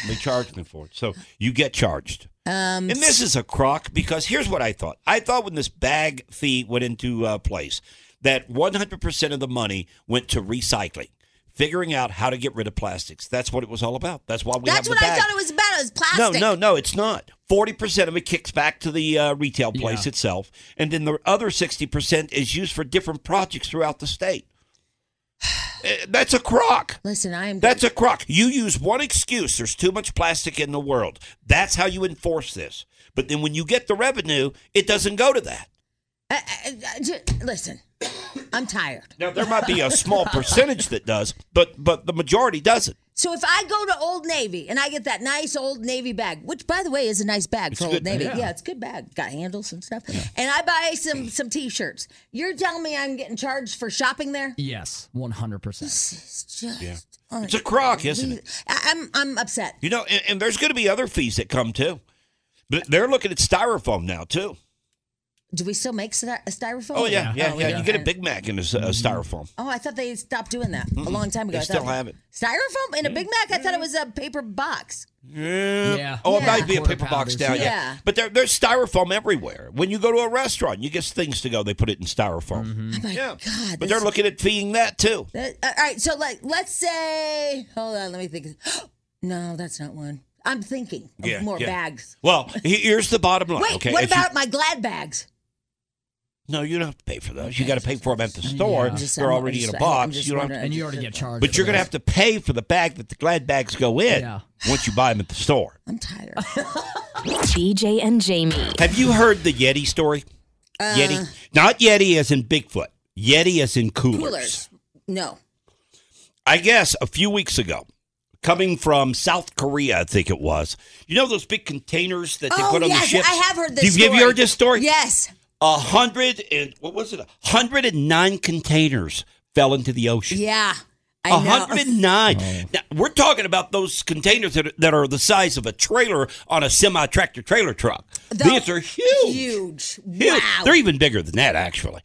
B: they charge me for it. So you get charged.
C: Um,
B: And this is a crock because here's what I thought. I thought when this bag fee went into uh, place that 100% of the money went to recycling, figuring out how to get rid of plastics. That's what it was all about. That's why we
C: That's
B: have the
C: what I
B: bag.
C: thought it was about. It was plastic.
B: No, no, no, it's not. 40% of it kicks back to the uh, retail place itself, and then the other 60% is used for different projects throughout the state. Eh, That's a crock.
C: Listen, I am.
B: That's a crock. You use one excuse. There's too much plastic in the world. That's how you enforce this. But then when you get the revenue, it doesn't go to that.
C: I- I- I- j- uh, listen, I'm tired.
B: Now there might be a small percentage that does, but but the majority doesn't.
C: So if I go to Old Navy and I get that nice Old Navy bag, which by the way is a nice bag
B: It's
C: for
B: a
C: Old
B: good
C: Navy,
B: bag.
C: yeah. it's a good bag, got handles and stuff. And I buy some some t-shirts. You're telling me I'm getting charged for shopping there?
D: Yes, one hundred percent.
C: It's just
B: Yeah. It's a crock, isn't it?
C: I, I'm I'm upset.
B: You know, and, and there's going to be other fees that come too. But they're looking at styrofoam now too.
C: Do we still make styro- styrofoam?
B: Oh yeah, yeah,
C: Oh,
B: yeah.
C: we
B: You
C: do.
B: get a Big Mac in a, s- a styrofoam.
C: Oh, I thought they stopped doing that a long time ago. I
B: Mm-hmm. They
C: thought-
B: still have it.
C: Styrofoam in a Big
B: Mm-hmm.
C: Mac? I thought it was a paper box.
B: Yeah.
D: Yeah.
B: Oh, it
C: Yeah.
B: might be a
D: Quarter
B: paper box
D: pounders.
B: now. Yeah.
C: Yeah.
B: But there, there's styrofoam everywhere. When you go to a restaurant, you get things to go. They put it in styrofoam.
C: Oh my
B: Yeah.
C: God.
B: But
C: this
B: they're looking at feeing that too.
C: That, uh, all right, so like, let's say, hold on, let me think. No, that's not one. I'm thinking of
B: Yeah,
C: more
B: yeah.
C: bags.
B: Well, he- here's the bottom line.
C: Wait,
B: okay,
C: what
B: If you-
C: about my Glad bags?
B: no, you don't have to pay for those. You got to pay for them at the store.
C: I'm just-
B: They're
C: I'm- I'm
B: already
C: just-
B: in a
C: I'm- I'm
B: box.
C: just
B: You don't have to,
C: wondering.
D: And you already get charged.
B: but you're going to have to pay for the bag that the Glad bags go in
D: Yeah.
B: once you buy them at the store.
C: I'm tired.
I: BJ and Jamie.
B: Have you heard the Yeti story?
C: Uh,
B: Yeti, not Yeti as in Bigfoot. Yeti as in coolers.
C: Coolers. No.
B: I guess a few weeks ago, coming from South Korea, I think it was. You know those big containers that they
C: oh,
B: put on the
C: yes,
B: ships.
C: I have heard this
B: You've,
C: story.
B: have you heard this story?
C: Yes.
B: A hundred and what was it? A hundred and nine containers fell into the ocean.
C: Yeah. I
B: A
C: know.
B: hundred and nine. Now, we're talking about those containers that are, that are the size of a trailer on a semi tractor trailer truck.
C: The-
B: These are huge.
C: Huge.
B: Huge.
C: Wow.
B: They're even bigger than that, actually.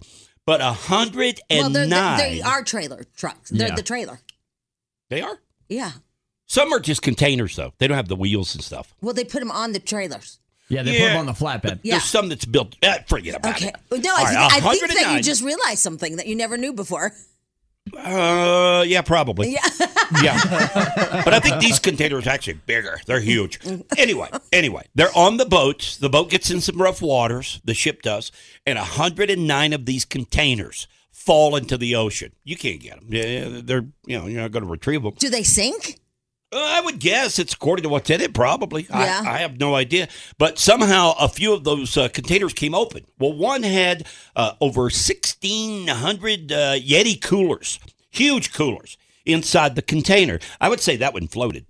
B: But a hundred and
C: well, they're,
B: nine.
C: they they are trailer trucks. They're
B: Yeah.
C: the trailer.
B: They are.
C: Yeah.
B: Some are just containers, though. They don't have the wheels and stuff.
C: Well, they put them on the trailers.
D: Yeah, they put
B: Yeah.
D: them on the flatbed.
C: Yeah.
B: There's some that's built. Uh, forget about
C: Okay.
B: it.
C: No,
B: All
C: I,
B: right,
C: think, I think that
B: 109.
C: you just realized something that you never knew before.
B: Uh, yeah, probably. Yeah. But I think these containers are actually bigger. They're huge. Anyway, anyway, they're on the boats. The boat gets in some rough waters, the ship does, and 109 of these containers fall into the ocean. You can't get them. Yeah, they're, you know, you're not going to retrieve them.
C: Do they sink?
B: I would guess it's according to what's in it, probably.
C: Yeah.
B: I, I have no idea. But somehow a few of those uh, containers came open. Well, one had uh, over 1,600 uh, Yeti coolers, huge coolers, inside the container. I would say that one floated,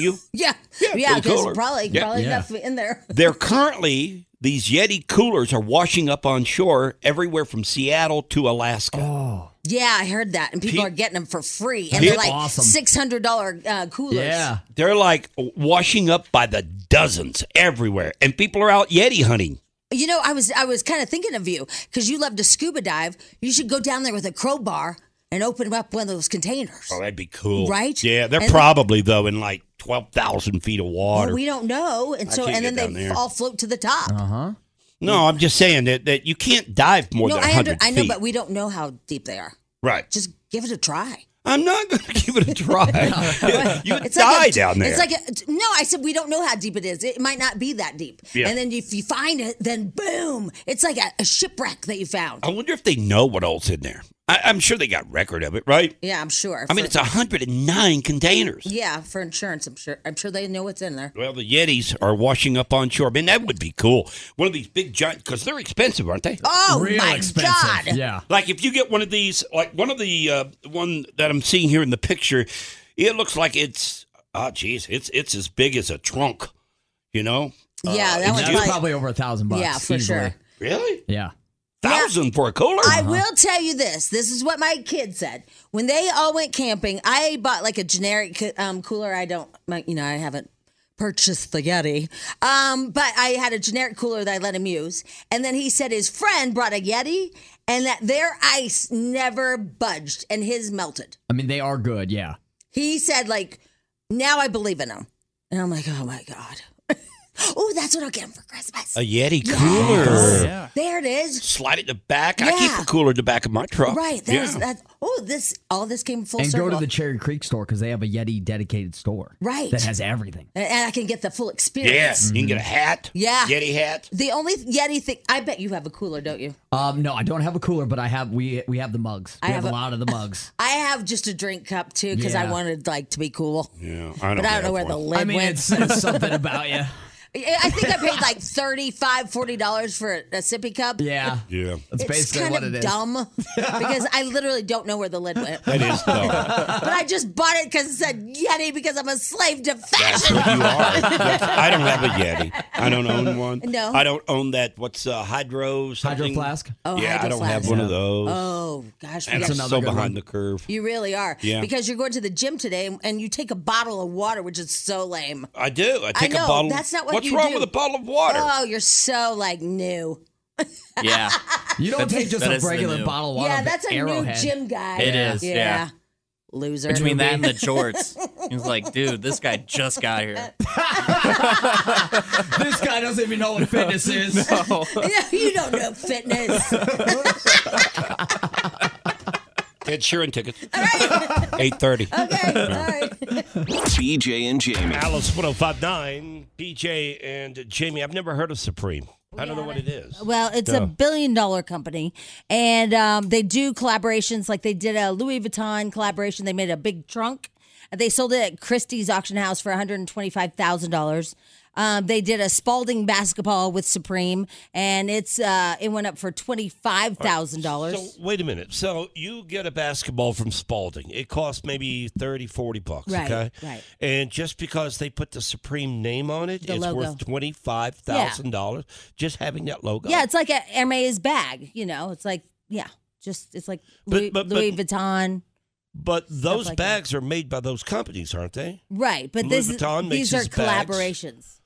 B: you?
C: Yeah, yeah,
B: really
C: because
B: cooler.
C: probably
B: Yeah.
C: probably
B: Yeah.
C: enough in there.
B: They're currently, these Yeti coolers are washing up on shore everywhere from Seattle to Alaska. Oh.
C: Yeah, I heard that, and people
B: Pe-
C: are getting them for free, and
B: Pe-
C: they're like
B: Awesome.
C: six hundred dollar uh, coolers.
B: They're like uh, washing up by the dozens everywhere. And people are out Yeti hunting.
C: You know, I was I was kind of thinking of you because you love to scuba dive. You should go down there with a crowbar and open up one of those containers.
B: Oh, that'd be cool.
C: Right?
B: Yeah, they're
C: And-
B: probably though in like twelve thousand feet of water.
C: Well, we don't know, and
B: I
C: so
B: can't
C: and
B: get
C: then
B: down
C: they
B: there.
C: f- all float to the top.
B: huh. No, I'm just saying that, that you can't dive more
C: no,
B: than
C: I, under,
B: hundred feet.
C: I know, but we don't know how deep they are.
B: right.
C: Just give it a try.
B: I'm not going to give it a try. you would die
C: like a-
B: down there.
C: It's like a, no, I said we don't know how deep it is. It might not be that deep.
B: Yeah.
C: And then if you find it, then boom, it's like a, a shipwreck that you found.
B: I wonder if they know what all's in there. I, I'm sure they got record of it, right?
C: Yeah, I'm sure.
B: I mean,
C: For-
B: it's 109 containers.
C: yeah for insurance. I'm sure. I'm sure they know what's in there.
B: Well, the Yetis are washing up on shore. Man, that would be cool. One of these big giant, because they're expensive, aren't they?
C: Oh my god!
B: Like if you get one of these, like one of the uh, one that I'm seeing here in the picture, it looks like it's oh geez, it's it's as big as a trunk, you know?
C: Yeah, that one's
D: That's
C: probably-
D: probably over a thousand bucks.
C: Yeah, for
D: easily.
C: sure.
B: Really?
D: Yeah. Uh-huh.
B: Thousand for a cooler?
C: I will tell you this. This is what my kid said when they all went camping. I bought like a generic co- um, cooler. I don't, my, you know, I haven't purchased the Yeti, um, but I had a generic cooler that I let him use. And then he said his friend brought a Yeti, and that their ice never budged, and his melted.
D: I mean, they are good. Yeah.
C: He said like, now I believe in him, and I'm like, oh my god. oh, that's what I'll get him for Christmas.
B: A Yeti cooler. Yeah.
C: There it is.
B: Slide it in the back. I keep
C: Yeah.
B: a cooler in the back of my truck.
C: Right. That was that. Oh, this all this came full
D: and
C: circle.
D: go to the Cherry Creek store because they have a Yeti dedicated store.
C: Right.
D: That has everything.
C: and, and I can get the full experience.
B: Yes. You can get a hat.
C: Yeah.
B: Yeti hat.
C: The only Yeti thing, I bet you have a cooler, don't you?
D: Um, no, I don't have a cooler, but I have we we have the mugs.
C: I
D: we have,
C: have
D: a
C: a-
D: lot of the mugs.
C: I have just a drink cup too because I
D: Yeah.
C: wanted like to be cool.
B: Yeah.
C: but I don't know where the lid
D: I mean, it
C: went.
D: says something about you.
C: I I think I paid like $35, $40 for a, a sippy cup.
D: Yeah.
B: Yeah.
D: That's
C: It's
D: basically
C: kind
D: what
C: of
D: it is.
C: dumb because I literally don't know where the lid went.
B: That is dumb.
C: But I just bought it because it said Yeti because I'm a slave to
B: That's
C: fashion.
B: what you are. That's- I don't have a Yeti. I don't own one.
C: No.
B: I don't own that. What's uh, hydro? Something?
D: Hydro flask.
C: Oh,
B: yeah, I
C: hydro
B: don't have
C: flask.
B: one of those.
C: Oh, gosh. we
B: and
C: got-
B: I'm so behind the curve.
C: You really are.
B: Yeah.
C: Because you're going to the gym today and- and you take a bottle of water, which is so lame.
B: I do. I take
C: know,
B: a bottle.
C: That's not what
B: What's
C: you
B: wrong
C: do.
B: with a bottle of water?
C: Oh, you're so like new.
E: Yeah.
D: You don't
E: That-
D: take just
E: that
D: a
E: is the
D: regular
E: new-
D: bottle of water.
C: yeah,
D: of
C: that's a
D: Arrowhead.
C: new gym guy.
E: It is, yeah.
C: Loser.
E: Between that and the jorts, he was like, dude, this guy just got here.
D: this guy doesn't even know what fitness is.
C: you don't know fitness.
B: Ed Sheeran tickets. Eight thirty.
C: Okay, all right.
A: BJ and Jamie.
B: Alice 1059, PJ and Jamie. I've never heard of Supreme. I don't know what it is.
C: Well, it's a
B: Yeah.
C: billion dollar company, and um, they do collaborations like they did a Louis Vuitton collaboration. They made a big trunk. They sold it at Christie's auction house for $125,000. Um, they did a Spalding basketball with Supreme, and it's uh, it went up for $25,000.
B: So wait a minute. So you get a basketball from Spalding. It costs maybe 30, 40 bucks.
C: Right,
B: okay.
C: right.
B: And just because they put the Supreme name on it,
C: The
B: it's
C: logo.
B: worth twenty five thousand dollars just having that logo.
C: Yeah, it's like a Hermes bag. You know, it's like yeah, just it's like
B: But-
C: Louis,
B: but- but-
C: Louis Vuitton.
B: But those
C: like that.
B: bags are made by those companies, aren't they?
C: Right, but
B: Louis
C: this is-
B: Vuitton makes
C: these are
B: his bags.
C: collaborations.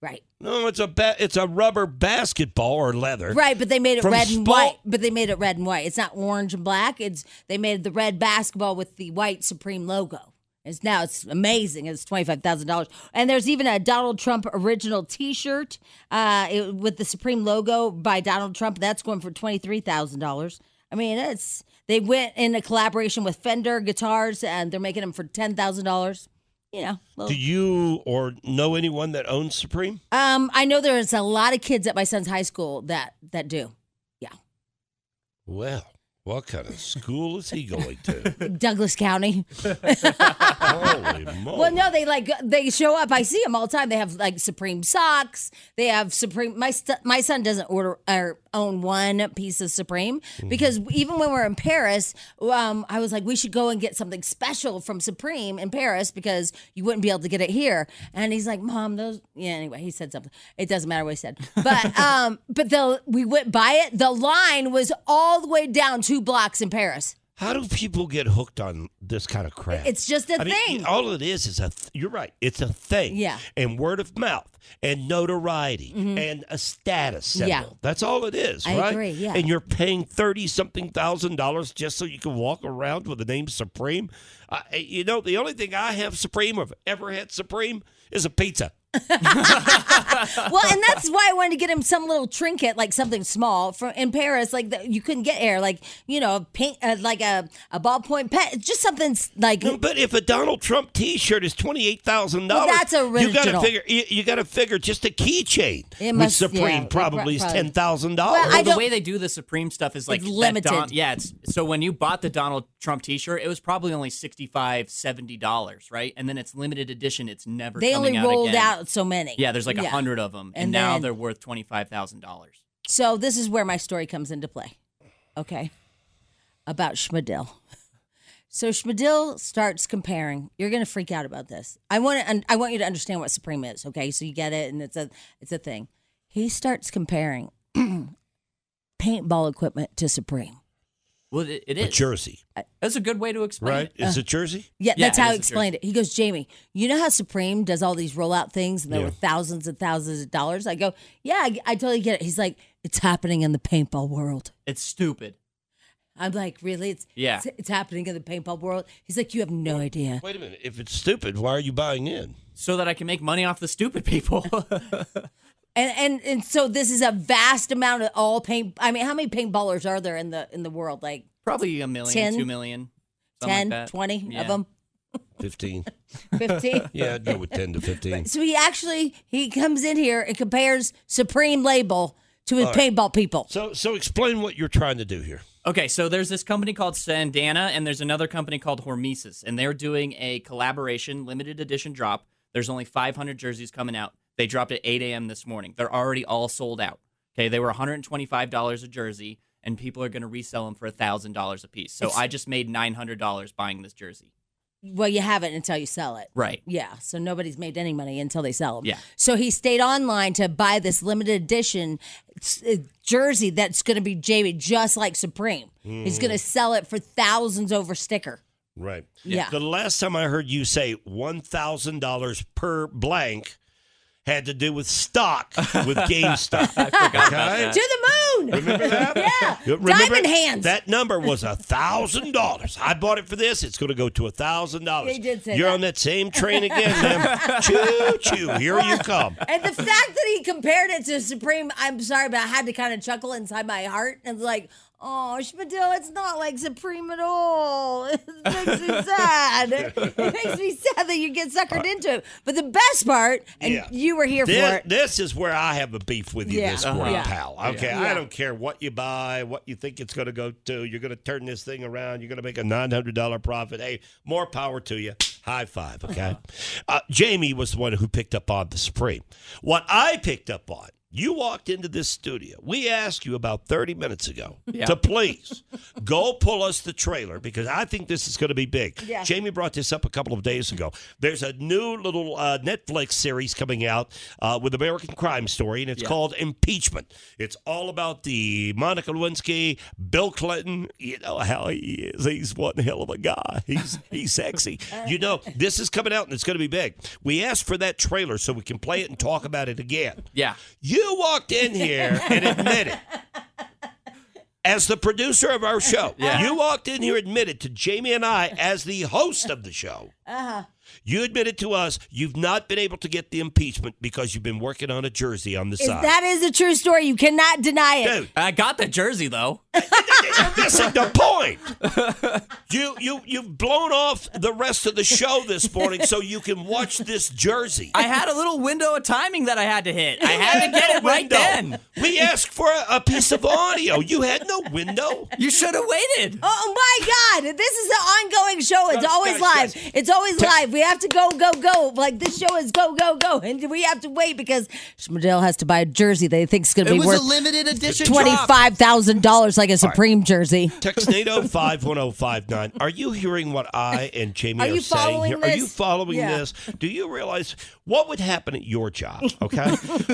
C: Right.
B: No, it's a ba- it's a rubber basketball or leather.
C: Right, but they made it
B: From
C: red and
B: Spal-
C: white. But they made it red and white. It's not orange and black. It's they made the red basketball with the white Supreme logo. It's now it's amazing. It's twenty five thousand dollars, and there's even a Donald Trump original T shirt uh, it- with the Supreme logo by Donald Trump. That's going for twenty three thousand dollars. I mean, it's they went in a collaboration with Fender guitars, and they're making them for ten thousand dollars. You know, little-
B: Do you or know anyone that owns Supreme?
C: um, I know there's a lot of kids at my son's high school that that do.
B: Well, what kind of school is he going to?
C: Douglas County.
B: Holy moly.
C: Well, no, they like they show up. I see them all the time. They have like Supreme socks. They have Supreme. My st- my son doesn't order or own one piece of Supreme
B: Mm-hmm.
C: because even when we we're in Paris, um, I was like, we should go and get something special from Supreme in Paris because you wouldn't be able to get it here. And he's like, Mom, those. Yeah, anyway, he said something. It doesn't matter what he said, but um, but the we went by it. The line was all the way down two blocks in Paris.
B: How do people get hooked on this kind of crap?
C: It's just a
B: I mean,
C: thing.
B: all it is is a. Th- you're right. It's a thing.
C: Yeah. Mm-hmm.
B: And word of mouth, and notoriety, and a status symbol.
C: Yeah.
B: That's all it is,
C: I
B: right?
C: agree, yeah.
B: And you're paying thirty something thousand dollars just so you can walk around with the name Supreme. I I- you know, the only thing I have Supreme or have ever had Supreme is a pizza.
C: well, and that's why I wanted to get him some little trinket, like something small from in Paris, like that you couldn't get here, like you know, a paint, uh, like a a ballpoint pen, just something s- like.
B: But if a Donald Trump T-shirt is twenty eight thousand
C: Well,
B: dollars,
C: that's
B: You got to
C: original.
B: figure. You, you got to figure just a keychain
C: It
B: with
C: must-
B: Supreme
C: yeah, it pro-
B: probably is
C: probably-
B: ten thousand
C: Well,
B: dollars.
C: I
E: the
C: don't-
E: way they do the Supreme stuff is like
C: It's
E: that
C: limited.
E: Don- yeah, it's so when you bought the Donald Trump T-shirt, it was probably only 65 dollars, right? And then it's limited edition; it's never
C: They
E: coming
C: only
E: out
C: rolled
E: again.
C: out so many.
E: Yeah, there's like a
C: Yeah.
E: hundred of them, and,
C: And
E: now
C: then-
E: they're worth twenty five thousand dollars.
C: So this is where my story comes into play. Okay. About Schmidl. So Schmidl starts comparing. You're going to freak out about this. I want to I want you to understand what Supreme is, okay? So you get it and it's a it's a thing. He starts comparing paintball equipment to Supreme.
E: Well, it, it
B: a
E: is.
B: jersey,
E: That's a good way to explain.
B: right?
E: it.
B: Is it jersey?
C: Yeah,
E: Yeah,
C: that's
E: it
C: how
E: is
C: he
E: a
C: explained it. He goes, Jamie, you know how Supreme does all these rollout things and there
B: Yeah.
C: were thousands and thousands of dollars? I go, yeah, I, I totally get it. He's like, it's happening in the paintball world.
E: It's stupid.
C: I'm like, really? It's
E: Yeah.
C: It's, it's happening in the paintball world. He's like, you have no idea.
B: Wait a minute. If it's stupid, why are you buying in?
E: So that I can make money off the stupid people.
C: And and and so this is a vast amount of all paint. I mean, how many paintballers are there in the in the world? Like
E: Probably a million,
C: 10,
E: two million, something like
C: 10,
E: that.
C: 20
E: Yeah.
C: of them,
B: Fifteen.
C: 15.
B: Yeah, I'd go with ten to fifteen.
C: So he actually he comes in here and compares Supreme label to his
B: All right.
C: paintball people.
B: So, so explain what you're trying to do here.
E: Okay, so there's this company called Sandana, and there's another company called Hormesis, and they're doing a collaboration limited edition drop. There's only 500 jerseys coming out. They dropped at 8 a.m. this morning. They're already all sold out. Okay, they were $125 a jersey, and people are going to resell them for $1,000 a piece. So
C: It's-
E: I just made $900 buying this jersey.
C: Well, you have it until you sell it.
E: Right.
C: Yeah, so nobody's made any money until they sell them.
E: Yeah.
C: So he stayed online to buy this limited edition uh, jersey that's going to be Jamie just like Supreme. He's going to sell it for thousands over sticker.
B: Right.
C: Yeah.
B: The last time I heard you say one thousand dollars per blank had to do with stock with GameStop. I forgot
C: To the moon.
B: Remember that?
C: Yeah.
B: You remember
C: Diamond
B: it?
C: hands.
B: That number was a thousand dollars. I bought it for this. It's going to go to a thousand dollars.
C: They did say
B: You're
C: that.
B: on that same train again, ma'am. choo choo. Here you come.
C: and the fact that he compared it to Supreme, I'm sorry, but I had to kind of chuckle inside my heart and was like, oh, Schmidl, it's not like Supreme at all. It makes me sad. it makes me sad that you get suckered into it. But the best part, and
B: Yeah.
C: you were here for
B: This,
C: it.
B: this is where I have a beef with you
C: Yeah.
B: this
C: Uh-huh.
B: morning,
C: Yeah.
B: pal. Okay,
C: Yeah.
B: I don't care what you buy, what you think it's going to go to. You're going to turn this thing around. You're going to make a nine hundred dollar profit. Hey, more power to you. High five. Okay,
C: Uh-huh.
B: uh, Jamie was the one who picked up on the Supreme. What I picked up on. You walked into this studio. We asked you about 30 minutes ago
E: Yeah.
B: to please go pull us the trailer because I think this is going to be big.
C: Yeah.
B: Jamie brought this up a couple of days ago. There's a new little uh, Netflix series coming out uh, with American Crime Story, and it's
E: Yeah.
B: called Impeachment. It's all about the Monica Lewinsky, Bill Clinton. You know how he is. He's one hell of a guy. He's he's sexy. You know this is coming out, and it's going to be big. We asked for that trailer so we can play it and talk about it again.
E: Yeah.
B: You walked in here and admitted. As the producer of our show,
E: Yeah.
B: you walked in here admitted to Jamie and I as the host of the show
C: Uh-huh.
B: You admitted to us you've not been able to get the impeachment because you've been working on a jersey on the
C: Is-
B: side.
C: that is a true story. You cannot deny it.
E: I got the jersey though.
B: This is the point. You you you've blown off the rest of the show this morning so you can watch this jersey.
E: I had a little window of timing that I had to hit. I had to get it right
B: Window.
E: then.
B: We asked for a, a piece of audio. You had no window.
E: You should have waited.
C: Oh my God! This is an ongoing show. It's
B: Guys,
C: always
B: guys,
C: live.
B: guys.
C: It's always live. We have to go, go, go. Like this show is go, go, go, and we have to wait because Schmidl has to buy a jersey they think is going to
D: It
C: be
D: was
C: worth
D: a limited edition drop.
C: twenty five thousand dollars, like a Supreme jersey.
B: Texnado 51059. Are you hearing what I and Jamie
C: Are
B: are,
C: you
B: saying
C: following
B: here? Are you
C: this?
B: following
C: Yeah.
B: this? Do you realize what would happen at your job? Okay.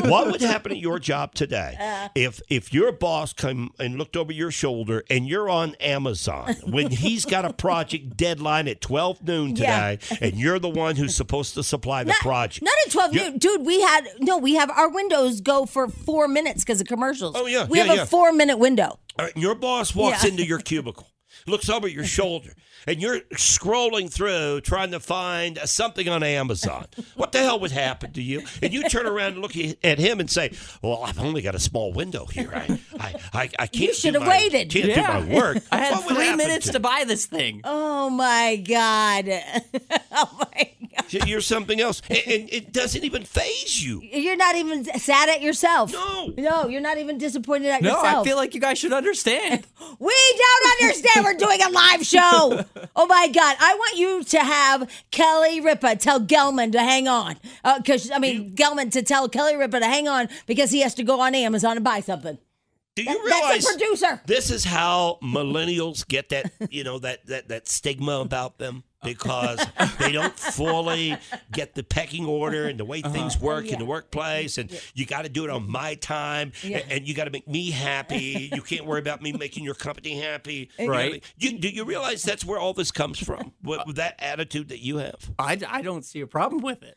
B: what would happen at your job today
C: Uh.
B: if if your boss come and looked over your shoulder and you're on Amazon when he's got a project deadline at 12 noon
C: Yeah.
B: today and you're the one who's supposed to supply the project?
C: Not at twelve
B: Yeah.
C: noon, dude. We had no. We have our windows go for four minutes because of commercials.
B: Oh, yeah,
C: we
B: yeah,
C: have
B: yeah.
C: a four minute window.
B: All right, your boss walks
C: Yeah.
B: into your cubicle, looks over your shoulder, and you're scrolling through trying to find something on Amazon. What the hell would happen to you? And you turn around and look at him and say, "Well, I've only got a small window here. I, I, I, I can't.
C: You should
B: do
C: have
B: my-
C: waited.
B: Can't
E: Yeah.
B: do my work.
E: I had
B: What would
E: three
B: happen
E: minutes to
B: you?
E: buy this thing.
C: Oh my God!
B: You're something else, and, and it doesn't even phase you.
C: You're not even sad at yourself.
B: No.
C: no, you're not even disappointed at
E: No,
C: yourself.
E: I feel like you guys should understand.
C: We don't understand. We're doing a live show. Oh my God. I want you to have Kelly Ripa tell Gelman to hang on. Because, I mean, Gelman to tell Kelly Ripa to hang on because he has to go on Amazon and buy something.
B: Do you
C: That-
B: realize
C: that's a producer.
B: This is how millennials get that, you know, that that that stigma about them because they don't fully get the pecking order and the way
E: Uh-huh.
B: things work in the workplace and you got to do it on my time
C: Yeah.
B: and, and you got to make me happy. You can't worry about me making your company happy. You know what I
E: Right. Uh,
B: mean? You, do you realize that's where all this comes from? What, with that attitude that you have.
E: I, I don't see a problem with it.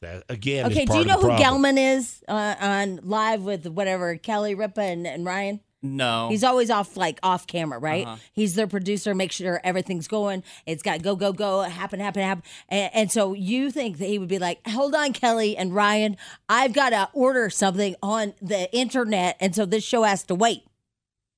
B: That, again, is
C: Okay, do
B: part
C: you
B: of
C: know
B: the
C: who
B: problem.
C: Gelman is uh, on live with whatever Kelly Ripa and, and Ryan?
E: No.
C: He's always off, like off camera, right?
B: Uh-huh.
C: He's their producer, make sure everything's going. It's got go, go, go, happen, happen, happen. And, and so you think that he would be like, hold on, Kelly and Ryan, I've got to order something on the internet. And so this show has to wait.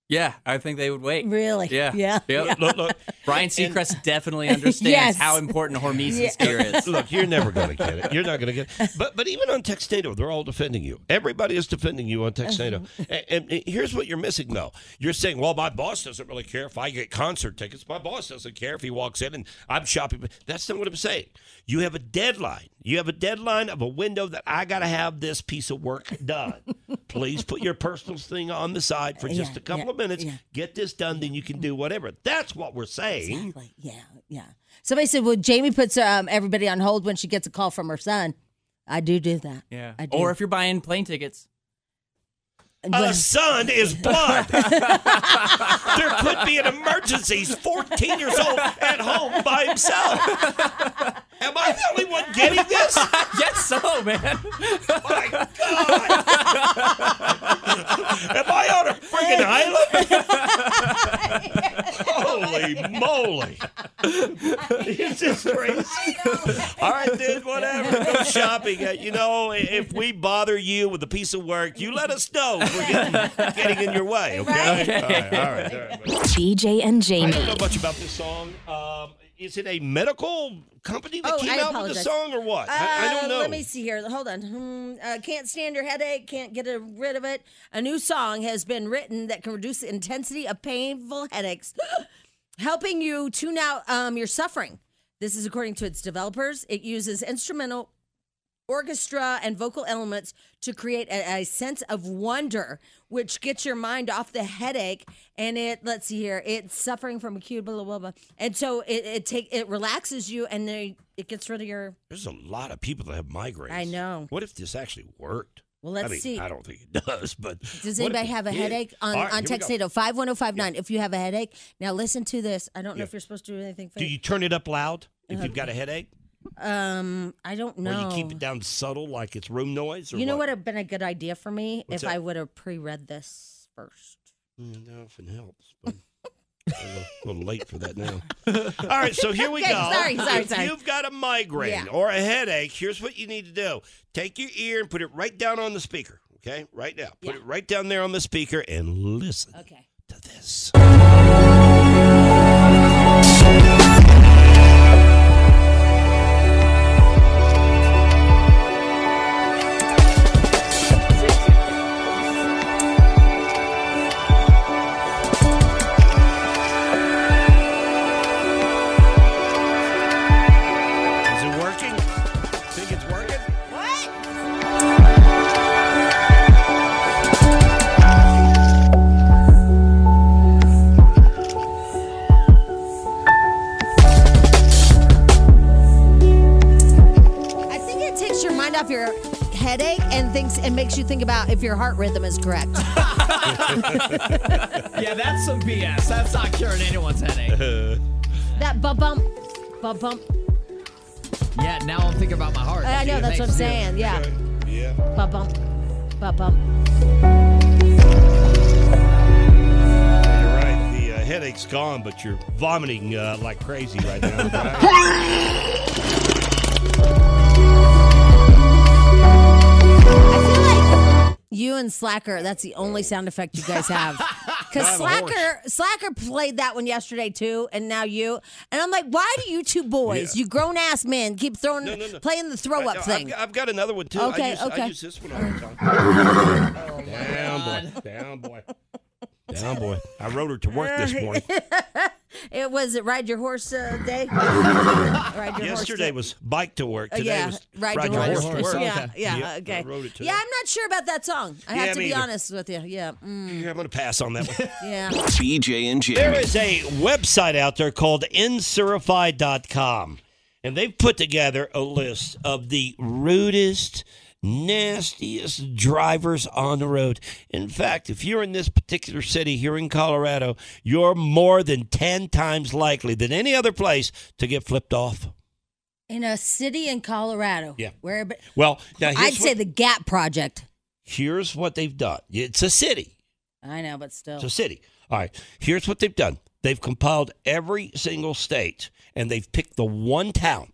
E: yeah, I think they would wait.
C: Really?
E: Yeah.
C: Yeah.
E: Yep.
B: Look, look,
E: Brian Seacrest definitely understands
C: Yes.
E: how important Hormesis gear is.
B: Look, you're never going to get it. You're not going to get it. But but even on Textnado, they're all defending you. Everybody is defending you on Textnado.
C: Uh-huh.
B: And, and here's what you're missing though. You're saying, "Well, my boss doesn't really care if I get concert tickets. My boss doesn't care if he walks in and I'm shopping." That's not what I'm saying. You have a deadline. You have a deadline of a window that I got to have this piece of work done. Please put your personal thing on the side for just
C: Yeah,
B: a couple
C: yeah,
B: of minutes.
C: yeah.
B: Get this done, then you can do whatever. That's what we're saying.
C: Exactly. Yeah. Yeah. Somebody said, well, Jamie puts um, everybody on hold when she gets a call from her son. I do do that.
E: Yeah.
C: I do.
E: Or if you're buying plane tickets.
B: A son is blood. there could be an emergency. He's 14 years old at home by himself. Am I the only one getting this?
E: yes, so, man.
B: My God. Am I on a friggin' island? Holy moly. It's just crazy. All right, dude, whatever. Go shopping. Uh, you know, i- if we bother you with a piece of work, you let us know if we're getting, getting in your way, okay? All right, all right, all right.
I: BJ and
B: I don't know
I: Jamie.
B: much about this song. Um, is it a medical company that
C: Oh,
B: came
C: I
B: out with the
C: apologize.
B: song or what? I, I
C: Uh,
B: don't know.
C: Let me see here. Hold on. Hmm, uh, can't stand your headache. Can't get rid of it. A new song has been written that can reduce the intensity of painful headaches, helping you tune out um, your suffering. This is according to its developers. It uses instrumental, orchestra, and vocal elements to create a, a sense of wonder, which gets your mind off the headache. And it, let's see here, it's suffering from acute blah blah blah. blah. And so it it take it relaxes you, and then it gets rid of your
B: There's a lot of people that have migraines.
C: I know.
B: What if this actually worked?
C: Well, let's
B: I mean,
C: see.
B: I don't think it does, but
C: Does
B: what if
C: anybody
B: it
C: have a
B: did?
C: headache on, oh
B: All right,
C: on
B: here we go.
C: Textado 51059? If you have a headache, now listen to this. I don't know if you're supposed to do anything for
B: Do you turn it up loud if
C: Uh-huh.
B: you've got a headache,
C: Um, I don't know.
B: or you keep it down subtle like it's room noise? Or
C: You know what
B: what?
C: would have been a good idea for me
B: What's
C: if
B: that?
C: I would have pre read this first.
B: Mm, That often helps. But I don't know. A little late for that now. All right, so here we
C: Okay,
B: go.
C: sorry, sorry,
B: if
C: sorry.
B: you've got a migraine
C: Yeah.
B: or a headache, here's what you need to do. Take your ear and put it right down on the speaker, okay? Right now. Put it right down there on the speaker and listen.
C: Okay.
B: To this. Is it working? Think it's working?
C: I think it takes your mind off your headache and thinks and makes you think about if your heart rhythm is correct.
D: yeah, that's some BS. That's not curing anyone's headache.
C: that bump bump, bump bump.
D: yeah, now I'm thinking about my heart.
C: I know that's what I'm saying. Yeah,
B: Yeah.
C: bump bump, bump bump.
B: You're right. The uh, headache's gone, but you're vomiting uh, like crazy right now.
C: You and Slacker, that's the only sound effect you guys have.
B: I
C: Because
B: have a horse.
C: Slacker, Slacker played that one yesterday too, and now you. And I'm like, why do you two boys, you grown ass men, keep throwing, playing the throw up
B: No,
C: thing?
B: I've, I've got another one too. I
C: Okay,
B: use, I
C: okay.
B: use this one all the time. down, boy. Down, boy. Down, boy. I rode her to work this morning.
C: it was it ride your horse uh, day. ride your
B: Yesterday was bike to work.
C: Uh,
B: Today
C: yeah,
B: was
C: ride your
B: horse,
C: horse.
B: to work.
C: Yeah, yeah, okay.
B: I rode it to
C: Yeah, I'm not sure about that song. I
B: Yeah,
C: have to
B: me
C: be
B: either.
C: honest with you. Yeah. Mm,
B: I'm going to pass on that one.
C: yeah.
A: BJ and Jamie.
B: There is a website out there called Insurify.com, and they've put together a list of the rudest, nastiest drivers on the road. In fact, if you're in this particular city here in Colorado, you're more than 10 times likely than any other place to get flipped off.
C: In a city in Colorado.
B: Yeah.
C: Where? But
B: Well, now here's,
C: I'd
B: what,
C: say the Gap Project.
B: here's what they've done it's a city.
C: I know, but still.
B: It's a city. All right. Here's what they've done. They've compiled every single state and they've picked the one town.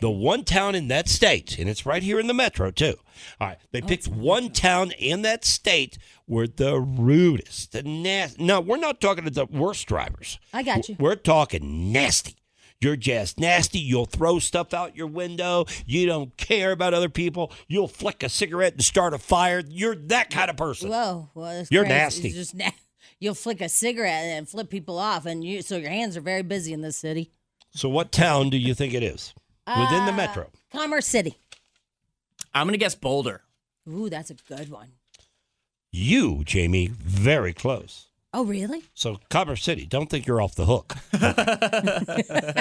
B: The one town in that state, and it's right here in the metro too. All right,
C: Oh,
B: they picked one town in that state where the rudest, the nasty. No, we're not talking to the worst drivers.
C: I got you.
B: We're talking nasty. You're just nasty. You'll throw stuff out your window. You don't care about other people. You'll flick a cigarette and start a fire. You're that kind of person.
C: Whoa. Well, it's
B: You're
C: crazy.
B: nasty.
C: It's just na- You'll flick a cigarette and flip people off, and you so your hands are very busy in this city.
B: So, what town do you think it is within the
C: Uh,
B: metro?
C: Commerce City.
E: I'm gonna guess Boulder.
C: Ooh, that's a good one.
B: You, Jamie, very close.
C: Oh, really?
B: So, Commerce City. Don't think you're off the hook.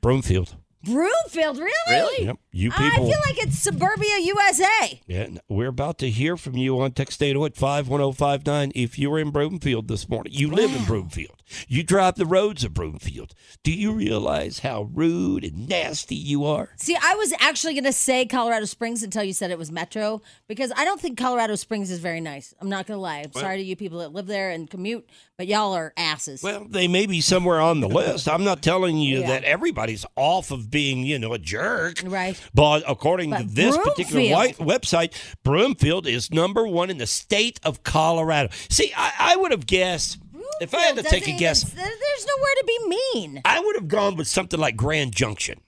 B: Broomfield.
C: Broomfield, really?
B: Yep. You
C: I
B: people.
C: feel like it's suburbia USA.
B: yeah, n- we're about to hear from you on Textato at 51059 if you were in Broomfield this morning. You live in Broomfield. You drive the roads of Broomfield. Do you realize how rude and nasty you are?
C: See, I was actually going to say Colorado Springs until you said it was Metro because I don't think Colorado Springs is very nice. I'm not going to lie. I'm sorry to you people that live there and commute, but y'all are asses.
B: Well, they may be somewhere on the list. I'm not telling you
C: Yeah.
B: that everybody's off of being, you know, a jerk.
C: right.
B: But according to
C: But
B: this particular white
C: Broomfield.
B: website, Broomfield is number one in the state of Colorado. See, I, I would have guessed if I had to
C: Broomfield
B: take
C: doesn't
B: a guess,
C: even- there- there's nowhere to be mean.
B: I would have gone with something like Grand Junction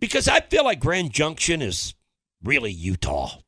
B: because I feel like Grand Junction is really Utah.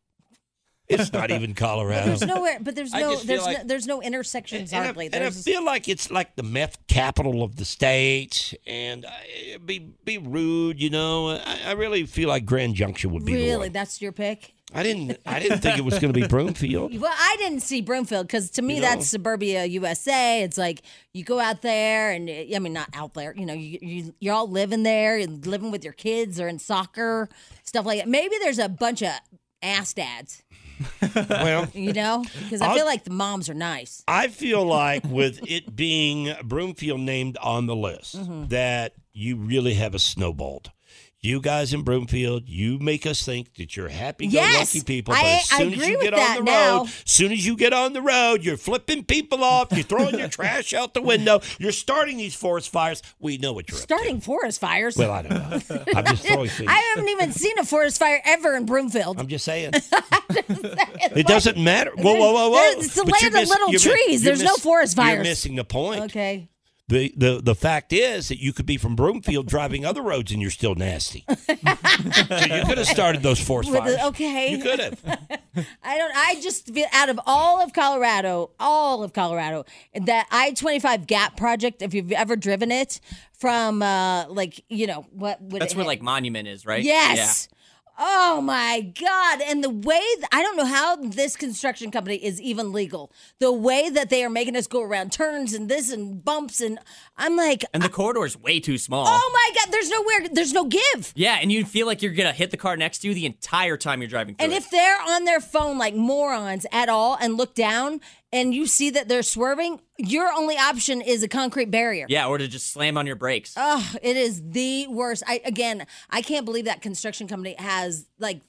B: It's not even Colorado.
C: There's nowhere, but there's
B: I
C: no
B: just feel
C: there's no,
B: like-
C: there's no intersections
B: and, I-
C: hardly.
B: and I,
C: There's
B: feel like it's like the meth capital of the state, and I, be be rude, you know. I, I really feel like Grand Junction would be the
C: really
B: one.
C: that's your pick.
B: I didn't. I didn't think it was going to be Broomfield.
C: Well, I didn't see Broomfield because to me
B: You know.
C: that's suburbia USA. It's like you go out there, and I mean not out there. You know, you you you're all living there and living with your kids or in soccer stuff like that. Maybe there's a bunch of ass dads.
B: Well,
C: You know, because I
B: I'll-
C: feel like the moms are nice.
B: I feel like with it
C: Mm-hmm.
B: being Broomfield named on the list, that you really have a snowballed. You guys in Broomfield, you make us think that you're happy-go-lucky
C: Yes,
B: people.
C: I-
B: But as
C: I
B: soon as
C: agree
B: you
C: with
B: get
C: that
B: on the
C: now.
B: road, soon as you get on the road, you're flipping people off. You're throwing your trash out the window. You're starting these forest fires. We know what you're up
C: Starting forest fires.
B: to. Well, I don't know. I'm just throwing things.
C: I haven't even seen a forest fire ever in Broomfield.
B: I'm just saying. It doesn't matter. Whoa,
C: There-
B: whoa, whoa, whoa!
C: there- it's the
B: But
C: land
B: you
C: of little
B: you
C: trees.
B: you
C: There's no forest
B: You're
C: fires.
B: missing the point.
C: Okay.
B: The, the the fact is that you could be from Broomfield driving other roads and you're still nasty. so you could have started those forest
C: With
B: fires.
C: the- okay.
B: You could have.
C: I don't. I just feel out of all of Colorado, all of Colorado, that I twenty five Gap project. If you've ever driven it from, uh like you know what would
E: That's
C: it
E: where
C: hit?
E: like Monument is, right?
C: Yes. Oh my God. And the way, th- I don't know how this construction company is even legal. The way that they are making us go around turns and this and bumps. And I'm like,
E: Yeah. And the corridor's way too small.
C: Uh, oh my God, there's nowhere, there's no give.
E: Yeah, and you feel like you're gonna hit the car next to you the entire time you're driving. Through
C: And
E: it.
C: if they're on their phone like morons at all and look down and you see that they're swerving, your only option is a concrete barrier.
E: yeah, or to just slam on your brakes.
C: Oh, it is the worst. I again, I can't believe that construction company has like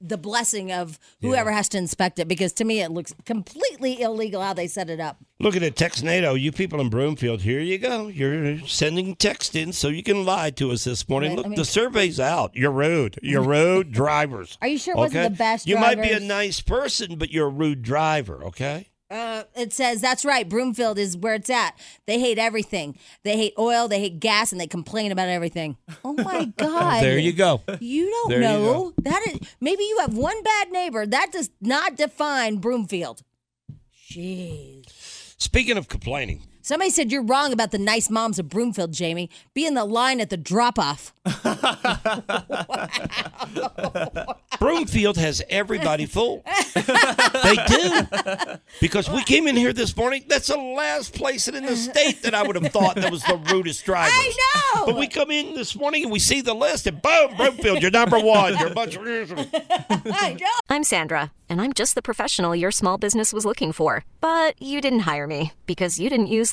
C: the blessing of whoever has to inspect it because to me it looks completely illegal how they set it up.
B: Look at the Texnado. You people in Broomfield, here you go. You're sending text in so you can lie to us this morning.
C: Wait,
B: Look,
C: let me-
B: the survey's out. You're rude. You're rude drivers.
C: Are you sure it wasn't the best
B: You might be a
C: drivers?
B: nice person, but you're a rude driver. Okay.
C: Uh, it says that's right. Broomfield is where it's at. They hate everything. They hate oil. They hate gas, and they complain about everything. Oh my god!
B: There you go.
C: You don't
B: There you
C: know that is maybe you have one bad neighbor. That does not define Broomfield. Jeez.
B: Speaking of complaining,
C: Somebody said you're wrong about the nice moms of Broomfield, Jamie. Be in the line at the drop off.
B: Broomfield has everybody fooled. they do. Because we came in here this morning. That's the last place in the state that I would have thought that was the rudest driver.
C: I know.
B: But we come in this morning and we see the list, and boom, Broomfield, you're number one. You're a bunch of.
I: I'm Sandra, and I'm just the professional your small business was looking for. But you didn't hire me because you didn't use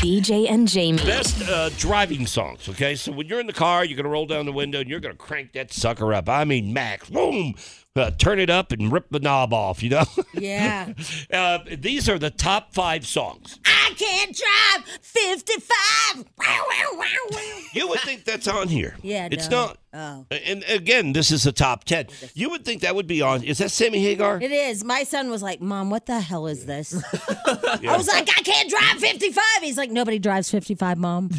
I: BJ and Jamie.
B: Best uh, driving songs, okay? So when you're in the car, you're going to roll down the window and you're going to crank that sucker up. I mean, max, boom, uh, turn it up and rip the knob off, you know?
C: Yeah.
B: uh, these are the top five songs.
C: I can't drive 55. Wow, wow, wow, wow.
B: You would think that's on here.
C: Yeah, Oh.
B: it's
C: no.
B: not. And again, this is the top ten. You would think that would be on. Is that Sammy Hagar?
C: It is. My son was like, Mom, what the hell is this?
B: Yeah.
C: I was like, I can't drive 55. He's like, Nobody drives 55, Mom.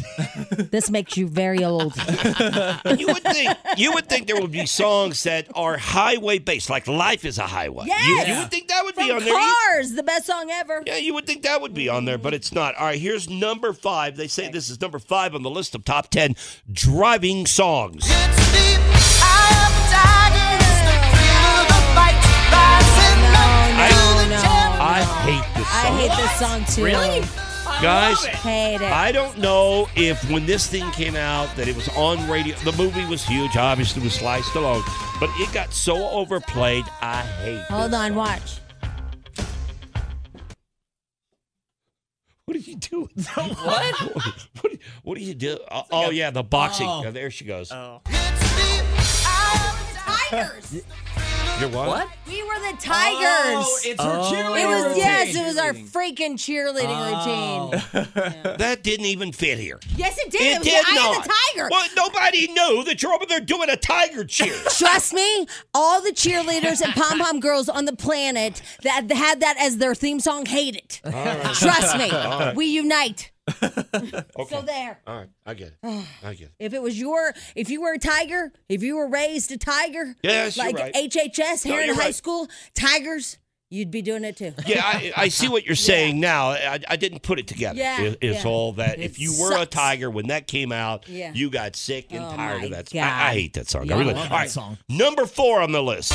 C: this makes you very old.
B: you would think you would think there would be songs that are highway based, like "Life Is a Highway." You-
C: Yes.
B: You, would think that would be
C: From
B: on there. You-
C: Cars, the best song ever.
B: Yeah, you would think that would be on there, but it's not. All right, here's number five. They say this is number five on the list of top ten driving songs. I, I hate this
C: I
B: song.
C: hate this song too.
B: Really? Guys,
C: hate it.
B: I don't know if when this thing came out that it was on radio. The movie was huge, obviously, with Sly Stallone, but it got so overplayed. I hate.
C: Hold on, watch.
B: you doing? what? what? do you- What do you do? Oh, oh, yeah, the boxing.
J: Oh.
B: Oh, there she goes. Oh.
C: Tigers.
B: You're what?
C: We were the Tigers.
B: Oh, it's her Oh. cheerleading
C: It was
B: routine. Oh.
C: yes, it was our freaking cheerleading routine.
B: That didn't even fit here.
C: Yes, it did.
B: It
C: It, was
B: did
C: the eye
B: not.
C: of the tiger.
B: Well, nobody knew that you're over there doing a tiger cheer.
C: Trust me, all the cheerleaders and pom pom girls on the planet that had that as their theme song hate it.
B: right.
C: Trust me,
B: All right.
C: we unite.
B: Okay.
C: So there.
B: All right, I get it. I get it.
C: If it was your, if you were a tiger, if you were raised a tiger,
B: Yes, you're
C: like
B: right.
C: HHS,
B: No,
C: Heron
B: you're
C: High
B: right.
C: School, tigers, you'd be doing it too.
B: Yeah, I, I see what you're saying now. I, I didn't put it together.
C: Yeah,
B: It- it's
C: yeah.
B: all that.
C: It
B: if you were a
C: sucks.
B: tiger when that came out,
C: Yeah.
B: you got sick and
C: Oh
B: tired
C: my
B: of that.
C: God.
B: I, I hate that song.
C: Yeah,
B: I
C: I
B: really.
C: love
B: all
C: that
B: right,
C: song.
B: number four on the list.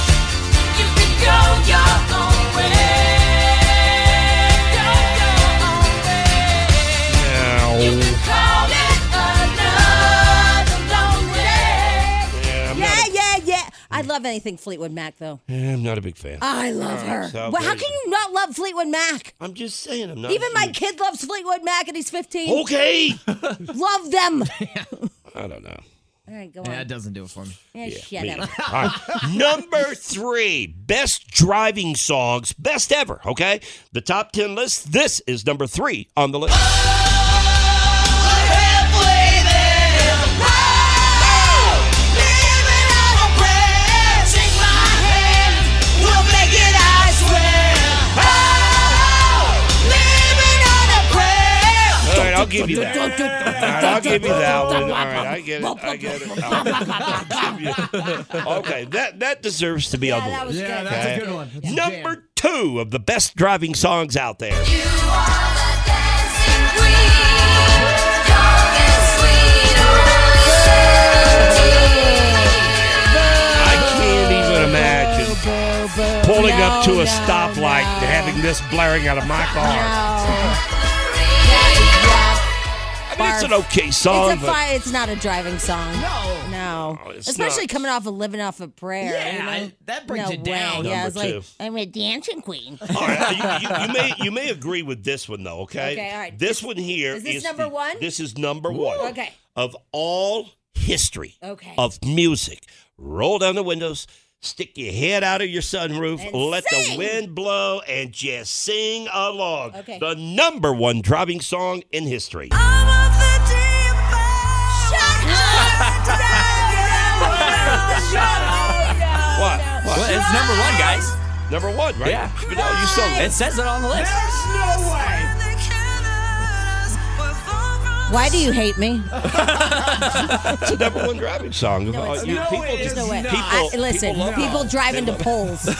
B: Now, yeah, I'm,
C: Yeah,
B: not
C: yeah, yeah. I love anything Fleetwood Mac though.
B: a- I'm not a big fan.
C: I love her.
B: So
C: well, how
B: there's-
C: can you not love Fleetwood Mac?
B: I'm just saying, I'm not. a
C: Even my
B: huge-
C: kid loves Fleetwood Mac and he's 15.
B: Okay.
C: Love them. All
B: I don't know.
C: right, go on.
D: Yeah, it doesn't do it for me.
C: Yeah, shut
B: me
C: up.
B: either. All right. Number three, best driving songs, best ever. Okay, the top ten list. This is number three on the list. All right, I'll give you that. All right, I'll give you that one. All right, I get it. I get it. All right, I'll give you- Okay, that that deserves to be on the
C: that was
B: list.
C: good. Yeah,
D: that's a
B: okay?
D: good one. It's a
B: Number two of the best driving songs out there. I can't even imagine pulling up to a stoplight and having this blaring out of my car. I mean, it's an okay song,
C: It's a
B: but
C: fi- It's not a driving song. No, no.
B: it's
C: Especially
B: not.
C: coming off of living off of prayer.
D: Yeah,
C: you know?
D: that brings
C: no
D: it down.
C: Way. Yeah,
B: Number
C: I was
B: two.
C: like, I'm a dancing queen.
B: all right, you, you- you may you may agree with this one though. Okay.
C: Okay, all right.
B: This one here
C: Is this
B: the-
C: number one?
B: This is number one.
C: Okay.
B: Of all history
C: Okay.
B: of music, roll down the windows. Stick your head out of your sunroof, let the
C: sing.
B: wind blow, and just sing along.
C: Okay. Oh,
B: The number one driving song in history. What? What?
J: Well, it's number one, guys.
B: Number one, right?
J: Yeah.
B: But no, you still
J: It says it on the list.
C: Why do you hate me?
D: Oh,
B: It's the number one driving song.
C: No, it's
B: You-
C: not.
B: people just
C: no way.
B: people-
C: I, listen,
B: people
C: people,
B: love it.
C: drive
B: They
C: into
B: love it.
C: poles.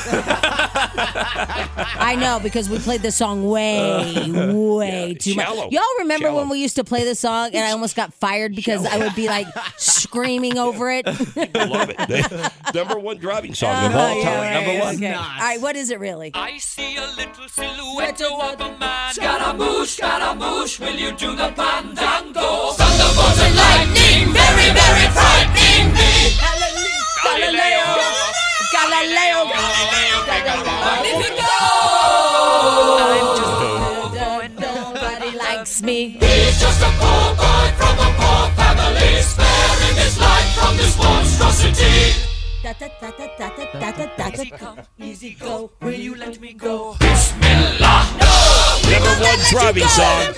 C: I know because we played this song way, way too
B: Uh, shallow.
C: much. Y'all remember
B: Shallow.
C: when we used to play this song and I almost got fired because I would be like screaming over it?
B: People love it. They- number one driving song of all time. number one.
C: Oh, Okay. All right, what is it really?
J: I see a little silhouette of a man. Scaramouche, Scaramouche, will you do the pandango? Thunderbolts and lightning, very, very frightening me. Galileo, Galileo, Galileo, Magnifico. I'm just a poor boy and nobody
C: likes me.
J: He's just a poor boy from a poor family, sparing his life from this monstrosity.
C: Da, da, da, da, da, da, da, da, da, da. Easy go, will you let me go?
B: Number one driving song.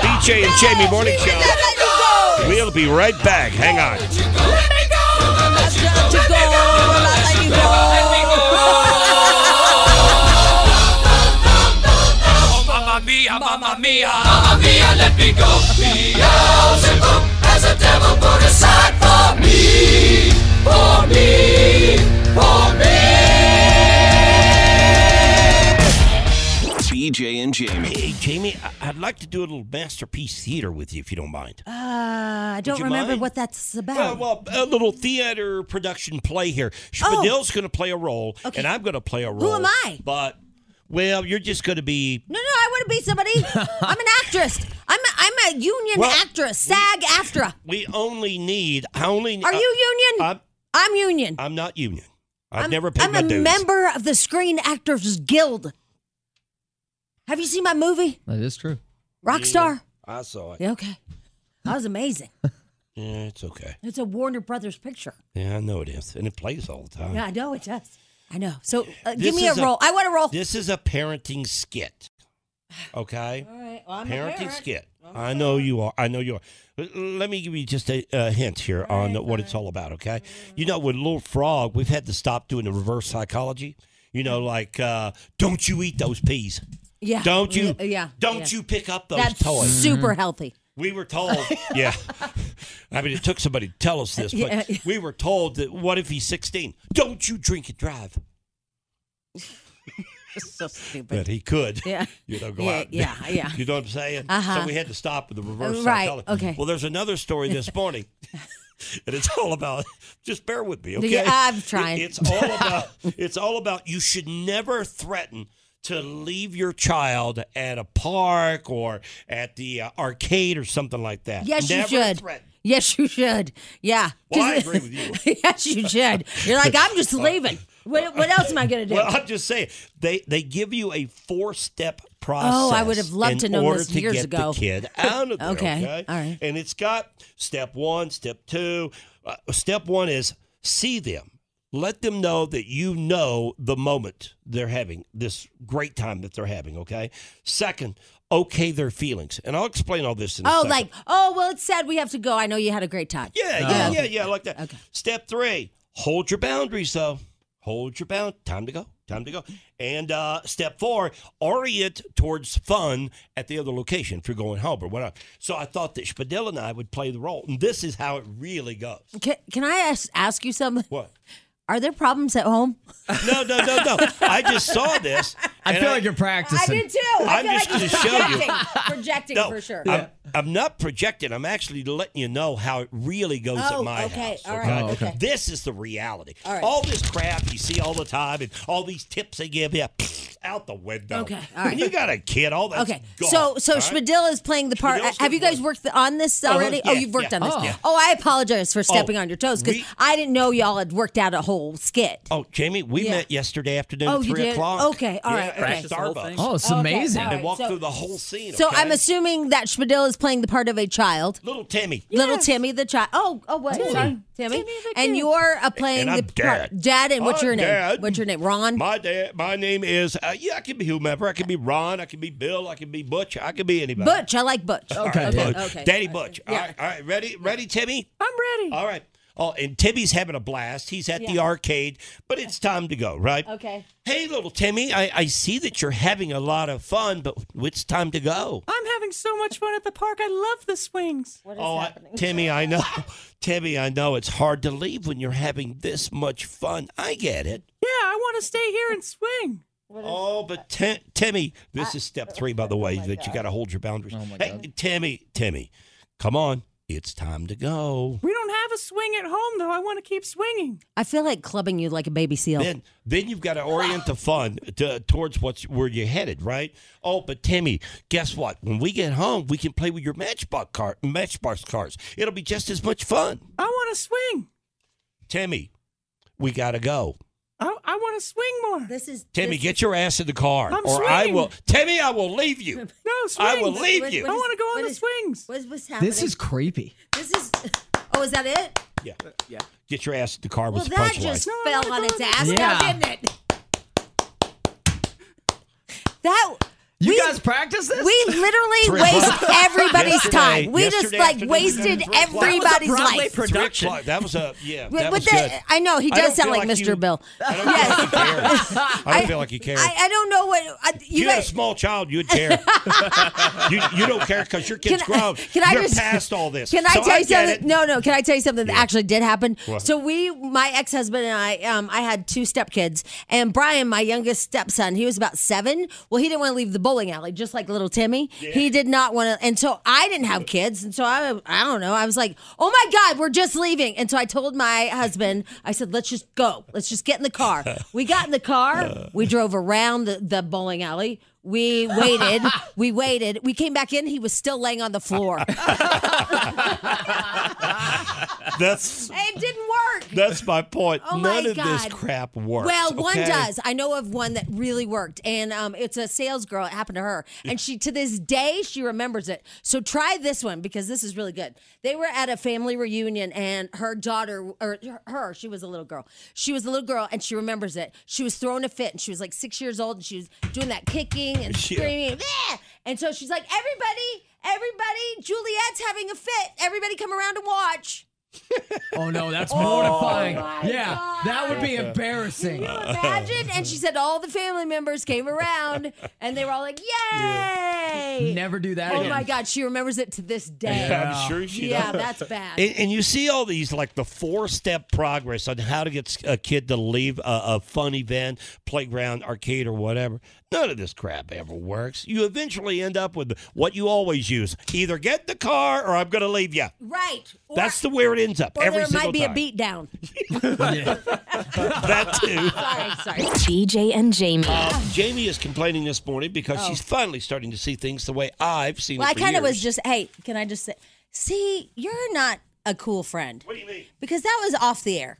B: DJ and Jamie Morning Show. We'll be right back. Hang on.
J: Oh, Mamma mia, mamma mia, mamma mia, let me go. Beelzebub has a devil put aside for me, for me, for
A: BJ and Jamie.
B: Hey, Jamie, I- I'd like to do a little masterpiece theater with you if you don't mind.
C: Uh, I
B: Would
C: don't
B: you
C: remember
B: mind?
C: what that's
B: Uh,
C: about.
B: well, a little theater production play here. Spadel's going to play a role, and I'm going to play a role.
C: Oh. am I?
B: But, well, you're just going to be
C: No, no, I want to be somebody. I'm an actress. I'm a, I'm a union
B: Well,
C: actress. SAG AFTRA.
B: We only need. I only.
C: Are you union?
B: I'm,
C: I'm union.
B: I'm not union. I've
C: I'm,
B: never paid
C: I'm
B: my
C: a
B: dues.
C: member of the Screen Actors Guild. Have you seen my movie?
D: That is true.
C: rock star.
B: I saw it.
C: Yeah, okay. That was amazing.
B: Yeah, it's okay.
C: It's a Warner Brothers picture.
B: Yeah, I know it is, and it plays all the time.
C: Yeah, I know it does. I know. So uh,
B: Oh. This
C: give me a
B: is
C: roll. I want a roll.
B: This is a parenting skit. Okay.
C: All right. Well, I'm a
B: parenting
C: parent.
B: skit. I know you are. I know you are. L- Let me give you just a, a hint here on what it's all about. Okay.
C: Mm-hmm.
B: You know, with Little Frog, we've had to stop doing the reverse psychology. You know, like uh, don't you eat those peas?
C: Yeah.
B: Don't you?
C: Yeah, yeah,
B: Don't
C: yeah.
B: you pick up those
C: That's
B: toys?
C: super healthy.
B: We were told, yeah. I mean, it took somebody to tell us this,
C: Yeah,
B: but we were told that what if he's 16? Don't you drink and drive.
C: so stupid.
B: But he could.
C: Yeah.
B: You know, go
C: Yeah,
B: out. and-
C: yeah, yeah.
B: you know what I'm saying?
C: Uh-huh.
B: So we had to stop with the reverse
C: Uh, right,
B: psychology.
C: okay.
B: Well, there's another story this morning. And it's all about just bear with me, okay?
C: Yeah, I'm trying.
B: It's all about it's all about you should never threaten to leave your child at a park or at the uh, arcade or something like that.
C: Yes,
B: Never
C: you should. Yes, you should. Yeah.
B: Well, I agree with you.
C: yes, you should. You're like, I'm just leaving. What, what else am I going to do?
B: Well, I'm just saying they they give you a four step process.
C: Oh, I would have loved
B: in
C: to know
B: order
C: this
B: to
C: years
B: get
C: ago.
B: The kid out of there.
C: Okay,
B: okay.
C: all right.
B: And it's got step one, step two. Uh, step one is see them. Let them know that you know the moment they're having this great time that they're having. Okay. Second, okay their feelings, and I'll explain all this in a
C: oh,
B: second.
C: like, oh, well, it's sad we have to go. I know you had a great time.
D: Oh.
B: Yeah, yeah, yeah, yeah, like that. Step three, hold your boundaries though. Hold your bound. Time to go. Time to go. And uh, step four, orient towards fun at the other location if you're going home or whatever. So I thought that Spadil and I would play the role, and this is how it really goes.
C: Can, can I ask, ask you something?
B: What?
C: Are there problems at home?
B: No, no, no, no. I just saw this.
D: I
B: and
D: feel like you're practicing.
C: I did too. I
B: I'm
C: feel
B: just
C: like he's
B: gonna show you.
C: projecting, projecting
B: No,
C: for sure.
B: I'm, I'm not projecting. I'm actually letting you know how it really goes
C: Oh,
B: at my
C: okay.
B: house.
C: All right. Oh, okay.
B: This is the reality.
C: All
B: All,
C: right.
B: this crap you see all the time and all these tips they give you, pfft, out the window.
C: Okay, all right.
B: When you got a kid, all that's
C: Okay,
B: gone,
C: so so
B: all right?
C: Schmidl is playing the part.
B: Schmidl's
C: have you guys worked on this
B: Uh-huh,
C: already? oh,
B: yeah,
C: you've worked
B: yeah,
C: on this.
B: yeah.
C: Oh, I apologize for stepping
B: Oh,
C: on your toes because
B: we-
C: I didn't know y'all had worked out a whole skit.
B: Oh, Jamie, we
C: Yeah.
B: met yesterday afternoon
C: Oh,
B: at
C: you
B: 3
C: did?
B: o'clock.
C: Okay, all
B: yeah,
C: right, okay.
B: At
C: Practice the whole
B: Starbucks.
C: thing? Oh, it's Okay, amazing. all right,
B: And walked
C: so-
B: through the whole scene.
C: So
B: okay?
C: I'm assuming that Schmidl is playing the part of a child,
B: Little Timmy.
C: little Timmy the child. Oh, oh, what?
B: Timmy.
C: Sorry, Timmy. and you're uh, playing
B: And I'm
C: the part,
B: dad.
C: dad. And what's
B: I'm
C: your name?
B: dad.
C: What's your name? Ron.
B: My dad, my name is uh, yeah. I can be whomever. I can be Ron. I can be Bill. I can be Butch. I can be anybody.
C: Butch. I like Butch.
B: All right,
C: okay,
B: Butch.
C: okay.
B: Daddy Butch. All right, all right. Ready, ready, Timmy. I'm ready. All right. Oh, and Timmy's having a blast. He's at the
C: Yeah.
B: arcade, but it's time to go, right?
C: Okay.
B: Hey, little Timmy, I, I see that you're having a lot of fun, but it's time to go.
J: I'm having so much fun at the park. I love the swings. What is
B: Oh, I, Timmy, I know. Timmy, I know it's hard to leave when you're having this much fun. I get it.
J: Yeah, I want to stay here and swing.
B: Oh, but Tim, Timmy, this is step three, by the
C: Oh
B: way, that you got to hold your boundaries.
D: Oh
B: hey, Timmy, Timmy, come on. It's time to go.
J: We don't have a swing at home, though. I want to keep swinging.
C: I feel like clubbing you like a baby seal.
B: Then, then you've got to orient the fun to, towards what's where you're headed, right? Oh, but Timmy, guess what? When we get home, we can play with your matchbox car, matchbox cars. It'll be just as much fun.
J: I want to swing.
B: Timmy, we got to go.
J: I, I want to swing more.
C: This is
B: Timmy, get your ass in the car,
J: I'm
B: or I
J: swinging.
B: will. Timmy, I will leave you.
J: no swings.
B: I will leave you.
J: I want to go on the swings.
C: What's, what's happening?
D: This is creepy.
C: This is. Oh, is that it?
B: Yeah, yeah. Get your ass in the car
C: Well,
B: was the
C: that
B: punchline.
C: just fell on its ass, now,
D: Yeah.
C: didn't it? That
D: You guys practice this?
C: we literally
D: Three
C: waste
D: o'clock.
C: everybody's
D: Yesterday-
C: time. We just
D: yesterday
C: like
D: afternoon we did
C: wasted
D: it at three o'clock. That was
C: everybody's
D: a Broadway
C: life.
B: Three o'clock. That was a yeah.
C: But-
B: that
C: but
B: was
C: that-
B: good.
C: I know, he does
B: don't
C: sound
B: feel
C: like Mr.
B: you-
C: Bill.
B: I don't feel like you care. I don't
C: I-
B: feel like you care.
C: I, I don't know what I,
B: if
C: you
B: you had a
C: guys.
B: small child, you'd care. you, you don't care because your kid's
C: Can I-
B: grown.
C: can I
B: You're
C: just-
B: past all this.
C: Can I
B: So
C: tell you
B: get
C: something?
B: it.
C: No, no. Can I tell you something that actually did happen?
B: What?
C: So we, my ex-husband and I, um, I had two stepkids, and Brian, my youngest stepson, he was about seven. Well, he didn't want to leave the bowling alley, just like little Timmy. He did not want to, and so I didn't have kids, and so I, I don't know. I was like, oh my god, we're just leaving, and so I told my husband, I said, let's just go, let's just get in the car. we got in the car, we drove around the, the bowling alley. We waited. we waited. We came back in. He was still laying on the floor.
B: That's
C: it didn't work.
B: that's my point.
C: Oh my
B: None of this
C: God.
B: crap works.
C: Well, one
B: okay?
C: does. I know of one that really worked, and um, it's a sales girl. It happened to her, and she to this day she remembers it. So try this one because this is really good. They were at a family reunion, and her daughter or her, she was a little girl. She was a little girl, and she remembers it. She was throwing a fit, and she was like six years old, and she was doing that kicking and
J: Yeah.
C: screaming. "Ah!" And so she's like, "Everybody, everybody, Juliet's having a fit. Everybody, come around and watch."
D: Oh no, that's
J: Oh,
D: mortifying.
J: my
D: yeah, that would be
J: God.
D: embarrassing.
C: imagine? And she said all the family members came around and they were all like, Yay!
D: Never do that
C: Oh
D: again.
C: my God, she remembers it to this day.
B: Yeah, I'm sure she
C: Yeah,
B: does.
C: that's bad.
B: And, and you see all these like the four-step progress on how to get s- a kid to leave a, a fun event, playground, arcade, or whatever. None of this crap ever works. You eventually end up with what you always use: either get in the car or I'm going to leave you.
C: right. Or,
B: That's the where it ends up
C: or
B: every
C: there
B: single
C: might be
B: time.
C: a beat down.
B: that too.
C: Sorry, sorry.
I: BJ and Jamie.
B: Um, Jamie is complaining this morning because she's finally starting to see things the way I've seen
C: Oh. Well,
B: it
C: I
B: for
C: kind of was
B: years.
C: just, hey, can I just say, see, you're not a cool friend. What do you mean? Because that was off the air.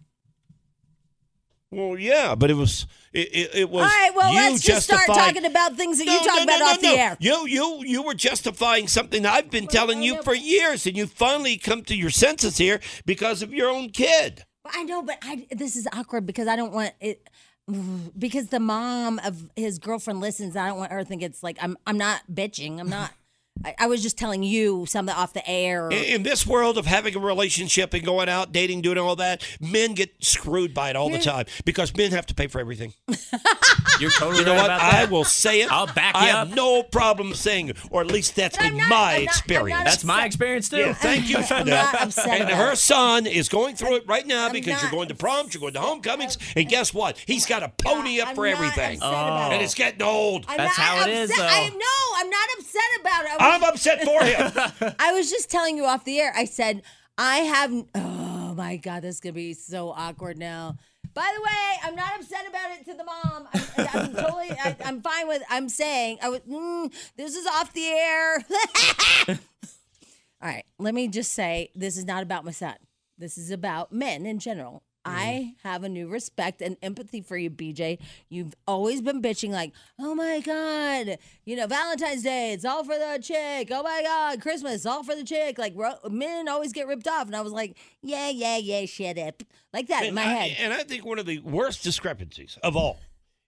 B: Well, yeah, but it was it, it, it was.
C: All right, well,
B: you
C: let's just start
B: justifying-
C: talking about things that
B: No,
C: you talk
B: no,
C: about
B: no, no,
C: off
B: no.
C: the air.
B: You you you were justifying something that I've been telling you for years, and you finally come to your senses here because of your own kid.
C: But I know, but I this is awkward because I don't want it because the mom of his girlfriend listens. I don't want her to think it's like I'm I'm not bitching. I'm not. I, I was just telling you something off the air.
B: In, in this world of having a relationship and going out dating, doing all that, men get screwed by it all the
C: Here's-
B: time because men have to pay for everything.
E: You're totally
B: You know
E: right
B: what?
E: about
B: I
E: that.
B: will say it. I'll back
E: you
B: have no problem saying, it, or at least that's been my experience.
E: That's my experience too.
B: Yeah, thank you for
E: I'm
B: that.
E: not upset
B: and
E: about
B: her
E: it.
B: son is going through it right now because
E: not
B: you're going to proms, you're going to homecomings, and guess what? He's got a pony up for everything.
E: about
B: and
E: it.
B: it's getting old.
C: I'm not upset- I no, I'm not upset about it. I
B: I'm upset for him.
C: was, I was just telling you off the air. I said I have. Oh my god, this is gonna be so awkward now. By the way, I'm not upset about it to the mom. I'm, I'm totally. I, I'm fine with. I'm saying I was. Mm, this is off the air. All right, let me just say this is not about my son. This is about men in general. I have a new respect and empathy for you, BJ. You've always been bitching, like, oh my God, you know, Valentine's Day, it's all for the chick. Oh my God, Christmas, it's all for the chick. Like, ro- men always get ripped off. And I was like, yeah, yeah, yeah, shut up. Like that in my
B: and I,
C: head.
B: and I think one of the worst discrepancies of all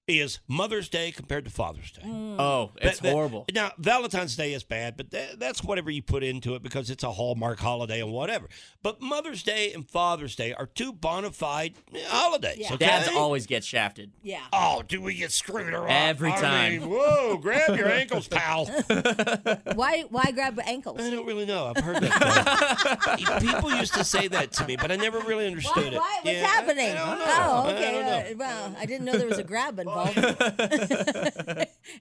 B: is Mother's Day compared to Father's Day.
C: Mm.
E: Oh, it's
B: That- that-
E: horrible.
B: Now, Valentine's Day is bad, but tha- that's whatever you put into it because it's a Hallmark holiday and whatever. But Mother's Day and Father's Day are two bona fide holidays.
E: Yeah.
B: okay?
E: Dads always get shafted.
C: Yeah.
B: Oh, do we get screwed or what?
E: Every
B: I
E: time.
B: mean, whoa, grab your ankles, pal.
C: why, why grab ankles?
B: I don't really know. I've heard that. People used to say that to me, but I never really understood it.
C: Why? What's
B: Yeah, I- I
C: happening?
B: don't know.
C: Oh,
B: I
C: okay.
B: don't know.
C: uh, well, I didn't know there was a grab involved.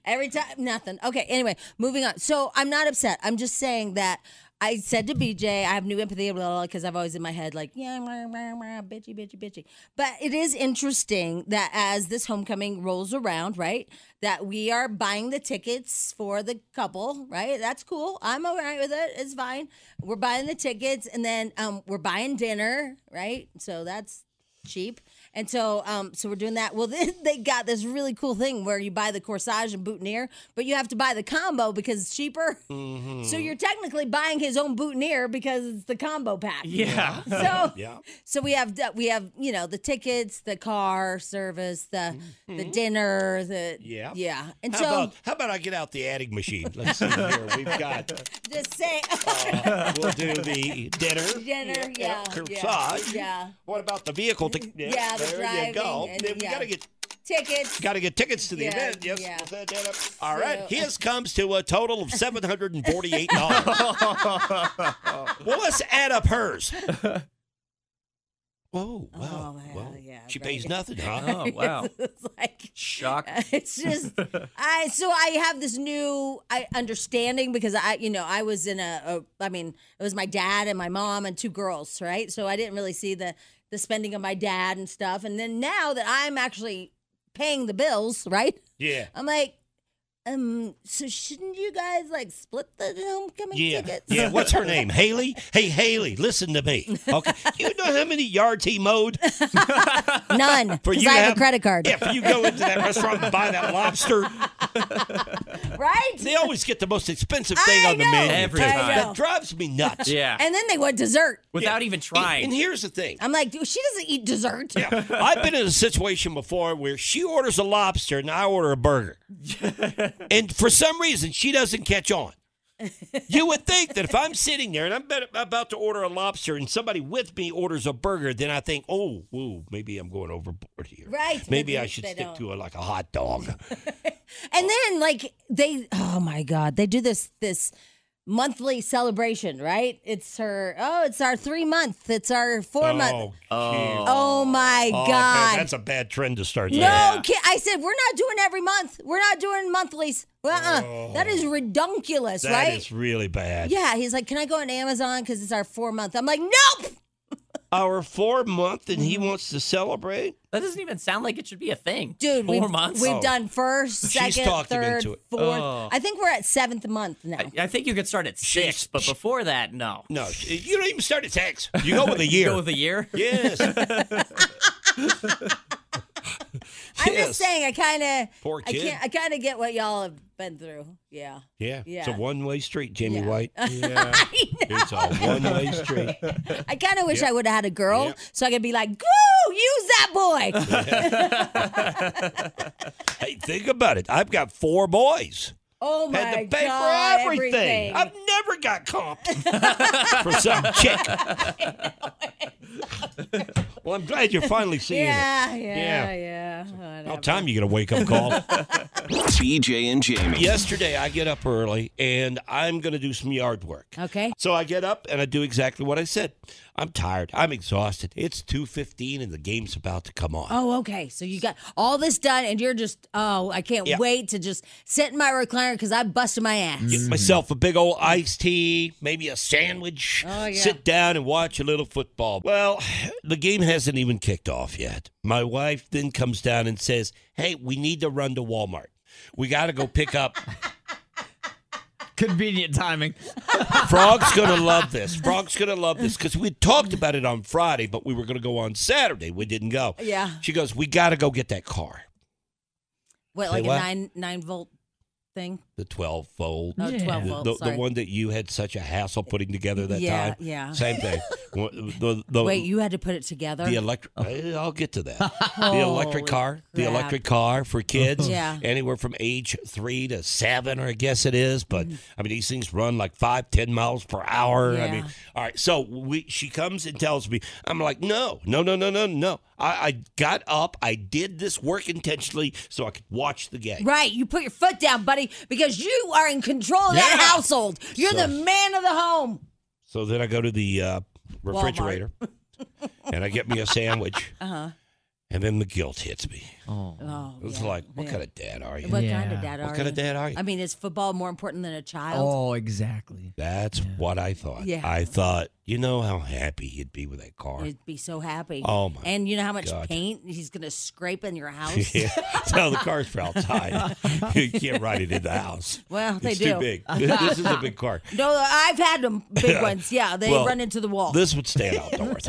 C: Every time, nothing. Okay. Anyway, moving on. So I'm not upset. I'm just saying that I said to BJ, I have new empathy because I've always in my head like, yeah, rah, rah, rah, bitchy, bitchy, bitchy. But it is interesting that as this homecoming rolls around, right, that we are buying the tickets for the couple, right? That's cool. I'm all right with it. It's fine. We're buying the tickets, and then um, we're buying dinner, right? So that's cheap. And so, um, so we're doing that. Well, then they got this really cool thing where you buy the corsage and boutonniere, but you have to buy the combo because it's cheaper.
J: Mm-hmm.
C: So you're technically buying his own boutonniere because it's the combo pack.
J: Yeah.
C: So
J: Yeah.
C: So we have the- we have you know the tickets, the car service, the the dinner, the
B: Mm-hmm. Yeah.
C: yeah. And
B: how
C: so
B: about, how about I get out the adding machine? Let's see here. We've got
C: just say
B: we'll do the dinner.
C: dinner, yeah, yeah,
B: Corsage.
C: yeah.
B: What about the vehicle? To,
C: Yeah, the
B: there you
C: driving
B: go.
C: and-
B: Then we
C: yeah.
B: gotta get
C: tickets.
B: gotta get tickets to the
C: Yeah,
B: event. Yes.
C: yeah.
B: we'll set that up. All right.
C: So-
B: His comes to a total of seven hundred and forty-eight dollars. well, let's add up hers. Whoa!
C: Oh,
B: Wow. well, she pays nothing, huh?
C: it's like
E: Shock.
C: It's just I so I have this new I understanding because I you know I was in a, a I mean it was my dad and my mom and two girls right so I didn't really see the the spending of my dad and stuff and then now that I'm actually paying the bills right
B: Yeah.
C: I'm like uh, um, so shouldn't you guys like split the homecoming
B: Yeah,
C: tickets?
B: yeah. What's her name? Haley. Hey, Haley, listen to me. Okay, you know how many yards he mowed?
C: None.
B: For
C: Because
B: you
C: I have,
B: have-
C: a credit card.
B: Yeah, for you go into that restaurant and buy that lobster.
C: right?
B: They always get the most expensive thing
C: I
B: on the
C: know.
B: menu.
E: Every
B: That-
E: time.
B: That drives me nuts.
E: Yeah.
C: And then they want dessert.
E: Without even trying.
B: And here's the thing.
C: I'm like, dude, she doesn't eat dessert.
B: I've been in a situation before where she orders a lobster and I order a burger. and for some reason, she doesn't catch on. You would think that if I'm sitting there and I'm bet- about to order a lobster and somebody with me orders a burger, then I think, oh, woo, maybe I'm going overboard here.
C: Right.
B: Maybe
C: but
B: I
C: they-
B: should
C: they
B: stick
C: don't.
B: to a, like a hot dog.
C: And then like they oh my god, they do this this monthly celebration, right? It's her oh, it's our 3 month, it's our 4 month.
B: gee.
C: Oh my
B: Oh, man,
C: god.
B: Oh, that's a bad trend to start.
C: no,
B: there.
C: kid. I said we're not doing every month. We're not doing monthlies. Uh-uh. That is redunculous,
B: Oh. That
C: right?
B: is really bad.
C: yeah, he's like, "Can I go on Amazon cuz it's our 4 month?" I'm like, "Nope."
B: Our four month and he wants to celebrate?
E: That doesn't even sound like it should be a thing.
C: Dude,
E: 4
C: we've,
E: months.
B: Oh.
C: we've done first,
E: She's
C: second,
E: talked him
C: third,
E: into it.
C: fourth.
E: Oh.
C: I think we're at 7th month now.
E: I think you could start at six, but before that, no.
B: No, you don't even start at six. You go with a year.
E: go with a year.
B: Yes.
C: I'm just saying, I kind of
B: Poor
C: I
B: kid.
C: can't. I kind of get what y'all have been through. Yeah.
B: Yeah. It's
C: Yeah.
B: a one way street, Jimmy White.
C: I know.
B: It's a one way street.
C: I kind of wish
B: Yep.
C: I would have had a girl
B: Yep.
C: so I could be like, "Goo, use that boy."
B: Hey, think about it. I've got four boys.
C: oh my
B: Had to pay
C: god!
B: for
C: everything.
B: everything. I've never got comped for some chick. well, I'm glad you're finally seeing
C: yeah,
B: it.
C: yeah, yeah, yeah.
B: About time you get a wake up call.
A: BJ and Jamie.
B: Yesterday, I get up early and I'm going to do some yard work.
C: Okay.
B: So I get up and I do exactly what I said. I'm tired. I'm exhausted. It's 2:15 and the game's about to come on.
C: Oh, okay. So you got all this done, and you're just oh, I can't
B: Yeah.
C: wait to just sit in my recliner because I busted my ass.
B: Get myself a big old iced tea, maybe a sandwich.
C: Oh, yeah.
B: Sit down and watch a little football. Well, the game hasn't even kicked off yet. My wife then comes down and says, "Hey, we need to run to Walmart. We got to go pick up
D: Convenient timing.
B: Frog's gonna love this. Frog's gonna love this because we talked about it on Friday, but we were gonna go on Saturday. We didn't go.
C: Yeah.
B: She goes, "We gotta go get that car,
C: What,
B: Say
C: like
B: what?
C: a nine nine volt thing?
B: the twelve volt,
C: Oh, 12 volt,
B: the, the
C: sorry.
B: one that you had such a hassle putting together that
C: Yeah,
B: time.
C: yeah.
B: same thing. Wha- the, the,
C: wait, you had to put it together.
B: the electric. eh, I'll get to that. the
C: Holy
B: electric car, the
C: crap.
B: electric car for kids,
C: Yeah.
B: anywhere from age three to seven, or I guess it is. But
C: Mm.
B: I mean, these things run like five, ten miles per hour. I mean,
C: Yeah.
B: all right. So we, she comes and tells me, I'm like, no, no, no, no, no, no. I, I got up, I did this work intentionally so I could watch the game.
C: Right, you put your foot down, buddy, because you are in control of that
B: Yeah.
C: household. You're the
B: So-
C: man of the home.
B: So then I go to the uh, refrigerator and I get me a sandwich,
C: Uh huh.
B: and then the guilt hits me.
D: Oh,
C: Oh,
B: it's
C: yeah,
B: like, what
C: yeah.
B: kind of dad are you?
C: What kind of dad are
B: What kind
C: you?
B: of dad are you?
C: I mean, is football more important than a child?
D: Oh, exactly.
B: That's what I thought.
C: Yeah.
B: I thought, you know how happy you'd be with that car.
C: You'd be so happy.
B: Oh, my
C: And you know how much
B: God.
C: paint he's gonna scrape in your house?
B: Yeah. So the car's for outside. you can't ride it in the house.
C: Well, they
B: it's
C: do.
B: too big. this is a big car.
C: No, I've had them big ones. Yeah, they
B: Well,
C: run into the wall.
B: This would stand outdoors,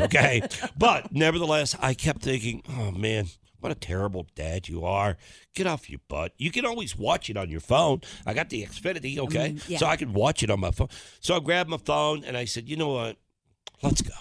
B: okay? But nevertheless, I kept thinking, oh man, what a terrible dad you are. Get off your butt. You can always watch it on your phone. I got the Xfinity, okay?
C: Mm, yeah.
B: So I could watch it on my phone. So I grabbed my phone and I said, you know what? Let's go.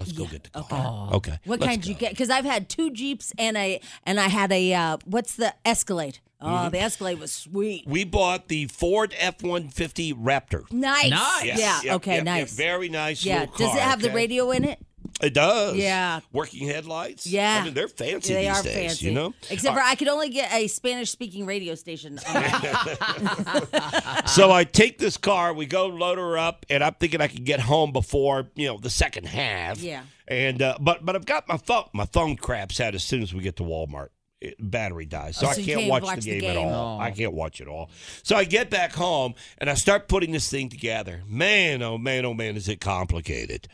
B: Let's go get the car. Okay.
C: what
B: let's
C: kind did you get? Because I've had two jeeps and a and I had a uh, what's the Escalade? Oh,
B: Mm-hmm.
C: the Escalade was sweet.
B: We bought the Ford F one fifty Raptor.
C: Nice.
B: Yes,
C: Yeah.
B: yep,
C: okay.
B: yep, yep,
C: nice.
B: very nice.
C: Yeah.
B: little
C: Does it
B: car,
C: have the
B: okay?
C: radio in it?
B: It does.
C: Yeah.
B: Working headlights.
C: Yeah.
B: I mean, they're fancy
C: they
B: these
C: are
B: days.
C: fancy.
B: You know.
C: Except for I could only get a Spanish speaking radio station. on that.
B: So I take this car, we go load her up, and I'm thinking I can get home before you know the second half.
C: Yeah.
B: And uh, but but I've got my phone. My phone craps out as soon as we get to Walmart. It, battery dies, so
C: Oh,
B: I
C: so you
B: can't,
C: can't
B: watch,
C: watch
B: the
C: the
B: game, at
C: game.
B: all.
C: Oh.
B: I can't watch it all. So I get back home and I start putting this thing together. Man, oh man, oh man, is it complicated?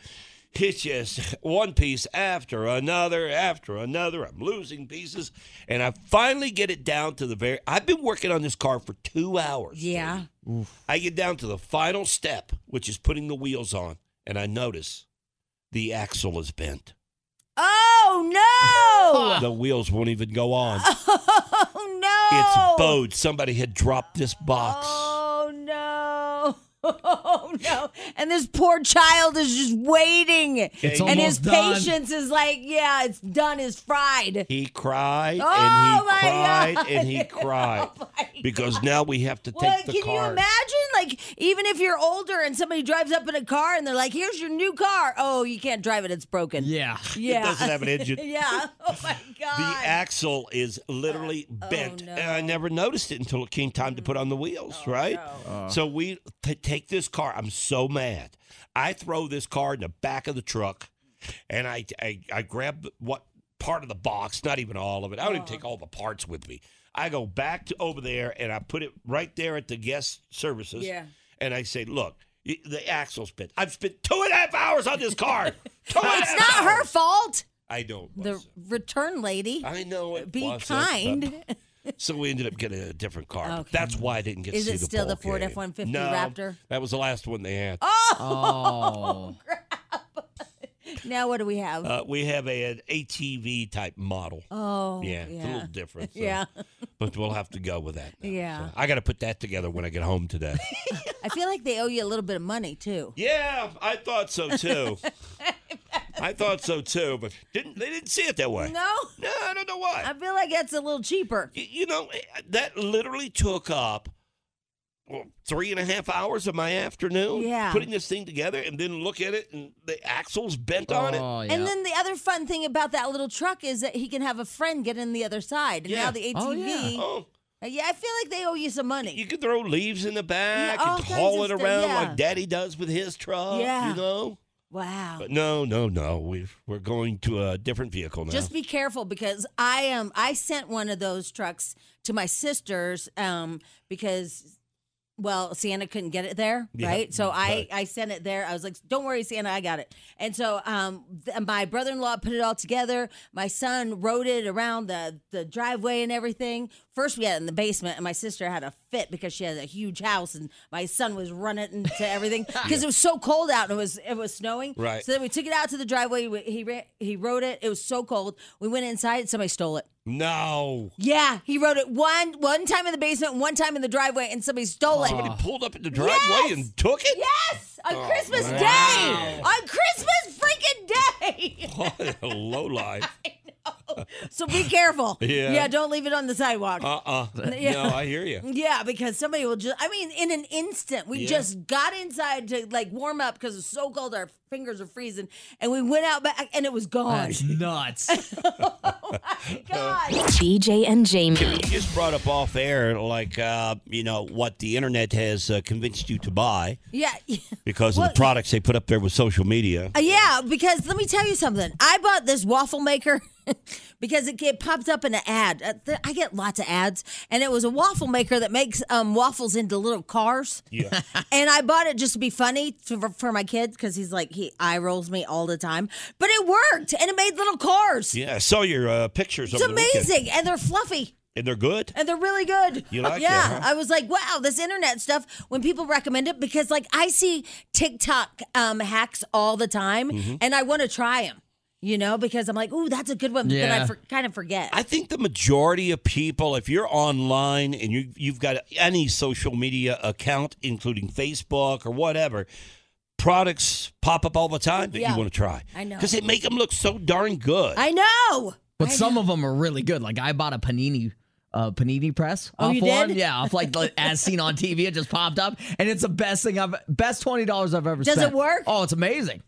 B: It's just one piece after another after another. I'm losing pieces, and I finally get it down to the very. I've been working on this car for two hours.
C: Yeah.
B: I get down to the final step, which is putting the wheels on, and I notice the axle is bent.
C: Oh
B: The wheels won't even go on.
C: Oh no!
B: It's bowed. Somebody had dropped this box.
C: Oh no! Oh no! And this poor child is just waiting,
B: It's
C: and his
B: almost done.
C: patience is like, yeah, it's done. It's fried.
B: He cried
C: Oh,
B: and
C: my
B: he cried
C: God. Oh,
B: and he cried because now we have to take
C: Well,
B: the
C: can
B: car.
C: you imagine? Like, even if you're older and somebody drives up in a car and they're like, "Here's your new car." Oh, you can't drive it; it's broken.
D: Yeah,
C: yeah.
B: doesn't have an engine.
C: yeah. Oh my
B: The
C: god.
B: axle is literally bent. And I never noticed it until it came time to put on the wheels, right?
K: Uh.
B: So we t- take this car. I'm so mad. I throw this car in the back of the truck and I, I, I grab what part of the box, not even all of it. I don't even take all the parts with me. I go back to over there and I put it right there at the guest services.
J: Yeah.
B: And I say, look, y- the axle's bent. I've spent two and a half hours on this car. two and a
C: it's
B: half
C: not
B: hours.
C: her fault.
B: I don't.
C: The return lady.
B: I know it.
C: Be
B: wasn't,
C: kind.
B: but- So we ended up getting a different car. But
C: Okay.
B: That's why I didn't get to
C: Is
B: see
C: it still the
B: ball
C: Ford
B: game.
C: F-150
B: no,
C: Raptor?
B: That was the last one they had.
C: Oh. Now what do we have?
B: Uh, we have a, an ATV type model.
C: oh.
B: yeah, it's a little different. so-
C: Yeah.
B: But we'll have to go with that.
C: Yeah.
B: I got to put that together when I get home today.
C: I feel like they owe you a little bit of money too.
B: yeah, I thought so too. I thought so too, but didn't they didn't see it that way?
C: No?
B: No, I don't know why.
C: I feel like that's a little cheaper.
B: You know, eh, that literally took up well, three and a half hours of my afternoon
C: Yeah.
B: putting this thing together and then look at it and the axle's bent on it.
C: And then the other fun thing about that little truck is that he can have a friend get in the other side. And now the ATV.
B: Oh, yeah. Oh.
C: Uh, yeah, I feel like they owe you some money.
B: you can throw leaves in the back
C: Yeah, all
B: and
C: kinds
B: haul
C: of
B: it
C: stuff,
B: around
C: yeah.
B: like daddy does with his truck.
C: yeah.
B: You know?
C: Wow.
B: But no, no, no. we we're going to a different vehicle now.
C: Just be careful because I am. I sent one of those trucks to my sister's um, because, well, Santa couldn't get it there,
L: Yeah,
C: right? So
L: right.
C: I I sent it there. I was like, "Don't worry, Santa, I got it." And so um, th- my brother in law put it all together. My son rode it around the the driveway and everything. First, we had it in the basement, and my sister had a fit because she has a huge house, and my son was running into everything because it was so cold out and it was it was snowing.
L: Right.
C: So then we took it out to the driveway. We- He ra- he rode it. It was so cold. We went inside. Somebody stole it.
B: no.
C: Yeah, he rode it one one time in the basement, and one time in the driveway, and somebody stole it.
B: Somebody pulled up in the driveway
C: Yes!
B: and took it?
C: Yes, on
B: Oh,
C: Christmas
B: wow.
C: Day. On Christmas freaking day.
B: What a low life.
C: so be careful.
B: Yeah.
C: Yeah. Don't leave it on the sidewalk.
B: Uh uh
C: Yeah.
B: No, I hear you.
C: Yeah, because somebody will just, I mean, in an instant, we
B: Yeah.
C: just got inside to like warm up because it's so cold, our fingers are freezing, and we went out back and it was gone.
D: That's nuts.
I: BJ and Jamie.
B: You just brought up off air, like, uh, you know, what the internet has uh, convinced you to buy
C: Yeah.
B: because
C: Well,
B: of the products they put up there with social media.
C: Uh, yeah, because let me tell you something. I bought this waffle maker because it, it popped up in an ad. Uh, th- I get lots of ads, and it was a waffle maker that makes um, waffles into little cars.
J: Yeah.
C: and I bought it just to be funny to, for, for my kid because he's like he eye rolls me all the time. But it worked, and it made little cars.
B: Yeah, I saw your uh, pictures
C: It's
B: over the weekend.
C: amazing, and they're fluffy.
B: And they're good?
C: And they're really good.
B: You like
C: yeah.
B: that, huh?
C: I was like, wow, this internet stuff when people recommend it because like I see TikTok um, hacks all the time,
B: Mhm.
C: and I want to try them. You know, because I'm like, ooh, that's a good one, but then I
B: Yeah.
C: for- kind of forget.
B: I think the majority of people, if you're online and you, you've got any social media account, including Facebook or whatever, products pop up all the time that
D: Yeah.
B: you want to try.
D: I know.
B: Because they make them look so darn good.
C: Oh, I know.
D: But some of them are really good. Like I bought a panini. Uh, panini press
C: Oh,
D: off
C: you
D: one,
C: did?
D: yeah, off like as seen on TV, it just popped up, and it's the best thing I've best twenty dollars I've ever
C: Does it
D: spent.
C: work?
D: Oh, it's amazing.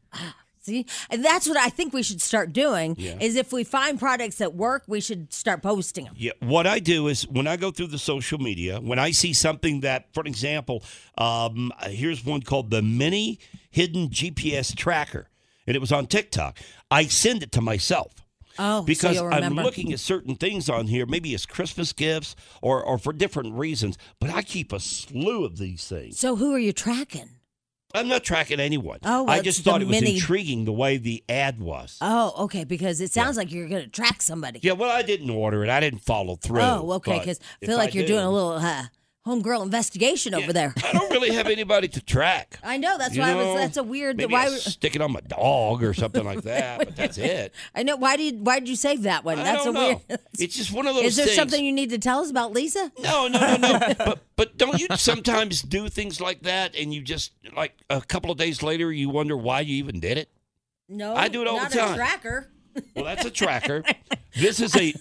C: See, and that's what I think we should start doing
B: Yeah.
C: is if we find products that work, we should start posting them.
B: Yeah, what I do is when I go through the social media, when I see something that, for example, um, here's one called the Mini Hidden GPS Tracker, and it was on TikTok. I send it to myself.
C: Oh, so
B: because
C: you'll
B: I'm
C: remember.
B: looking at certain things on here, maybe as Christmas gifts or, or for different reasons, but I keep a slew of these things.
C: So who are you tracking?
B: I'm not tracking anyone.
C: Oh, well,
B: I
C: it's
B: just
C: the
B: thought it was
C: mini-
B: intriguing the way the ad was.
C: Oh, okay. Because it sounds like you're going to track somebody.
B: Yeah, well, I didn't order it. I didn't follow through.
C: oh, okay.
B: but
C: Because I
B: if
C: feel like you're
B: did,
C: doing a little uh, homegirl investigation over there.
B: I don't really have anybody to track.
C: I know. Oh, That's
B: You
C: why I
B: know,
C: was. That's a weird.
B: Maybe
C: why?
B: I stick it on my dog or something like that. But that's it.
C: I know. Why did Why did you save that one?
B: I
C: that's
B: don't
C: a
B: know.
C: weird.
B: It's just one of those
C: Is there
B: things.
C: something you need to tell us about Lisa?
B: No, no, no, no. but but don't you sometimes do things like that, and you just like a couple of days later, you wonder why you even did it.
C: No,
B: I do it all the
C: not
B: time.
C: A tracker.
B: Well, that's a tracker. this is a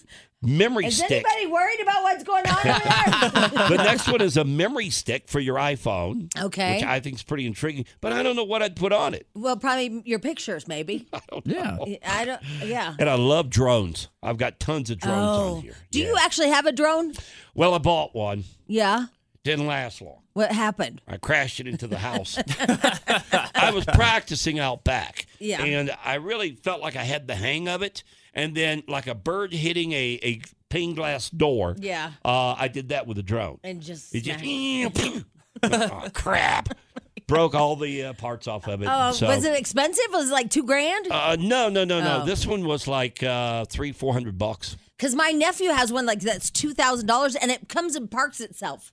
B: memory
C: Is
B: stick.
C: anybody worried about what's going on over there?
B: the next one is a memory stick for your iPhone.
C: Okay.
B: Which I think is pretty intriguing, but I don't know what I'd put on it.
C: well, probably your pictures, maybe. I
B: don't know. Yeah.
C: I don't. Yeah.
B: And I love drones. I've got tons of drones on here.
C: Oh. Do you actually have a drone?
B: Well, I bought one.
C: Yeah.
B: Didn't last long.
C: What happened?
B: I crashed it into the house. I was practicing out back.
C: Yeah.
B: And I really felt like I had the hang of it. And then, like a bird hitting a, a pane glass door,
C: Yeah.
B: uh, I did that with a drone.
C: And just.
B: It just-
C: smacked.
B: oh, crap. Broke all the uh, parts off of it.
C: Oh,
B: so-
C: was it expensive? Was it like two grand?
B: Uh, no, no, no, no.
C: Oh.
B: This one was like uh, three, four hundred bucks.
C: Because my nephew has one like that's two thousand dollars, and it comes and parks itself.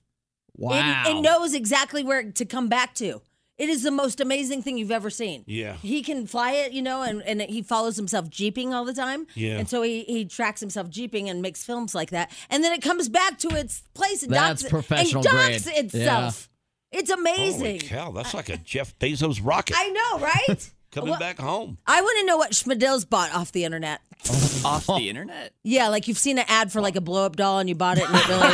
C: It, it knows exactly where to come back to. It is the most amazing thing you've ever seen.
B: Yeah.
C: He can fly it, you know, and, and he follows himself jeeping all the time.
B: Yeah.
C: And so he, he tracks himself jeeping and makes films like that. And then it comes back to its place and
B: That's
C: docks,
B: professional
C: and docks
B: grade.
C: itself. It's
B: Holy
C: amazing.
B: cow! That's like a Jeff Bezos rocket
C: I know, right?
B: coming
C: Well,
B: back home.
C: I want to know what Schmidl's bought off the internet.
B: Oh.
E: off the internet.
C: Yeah, like you've seen an ad for like a blow up doll and you bought it and it really.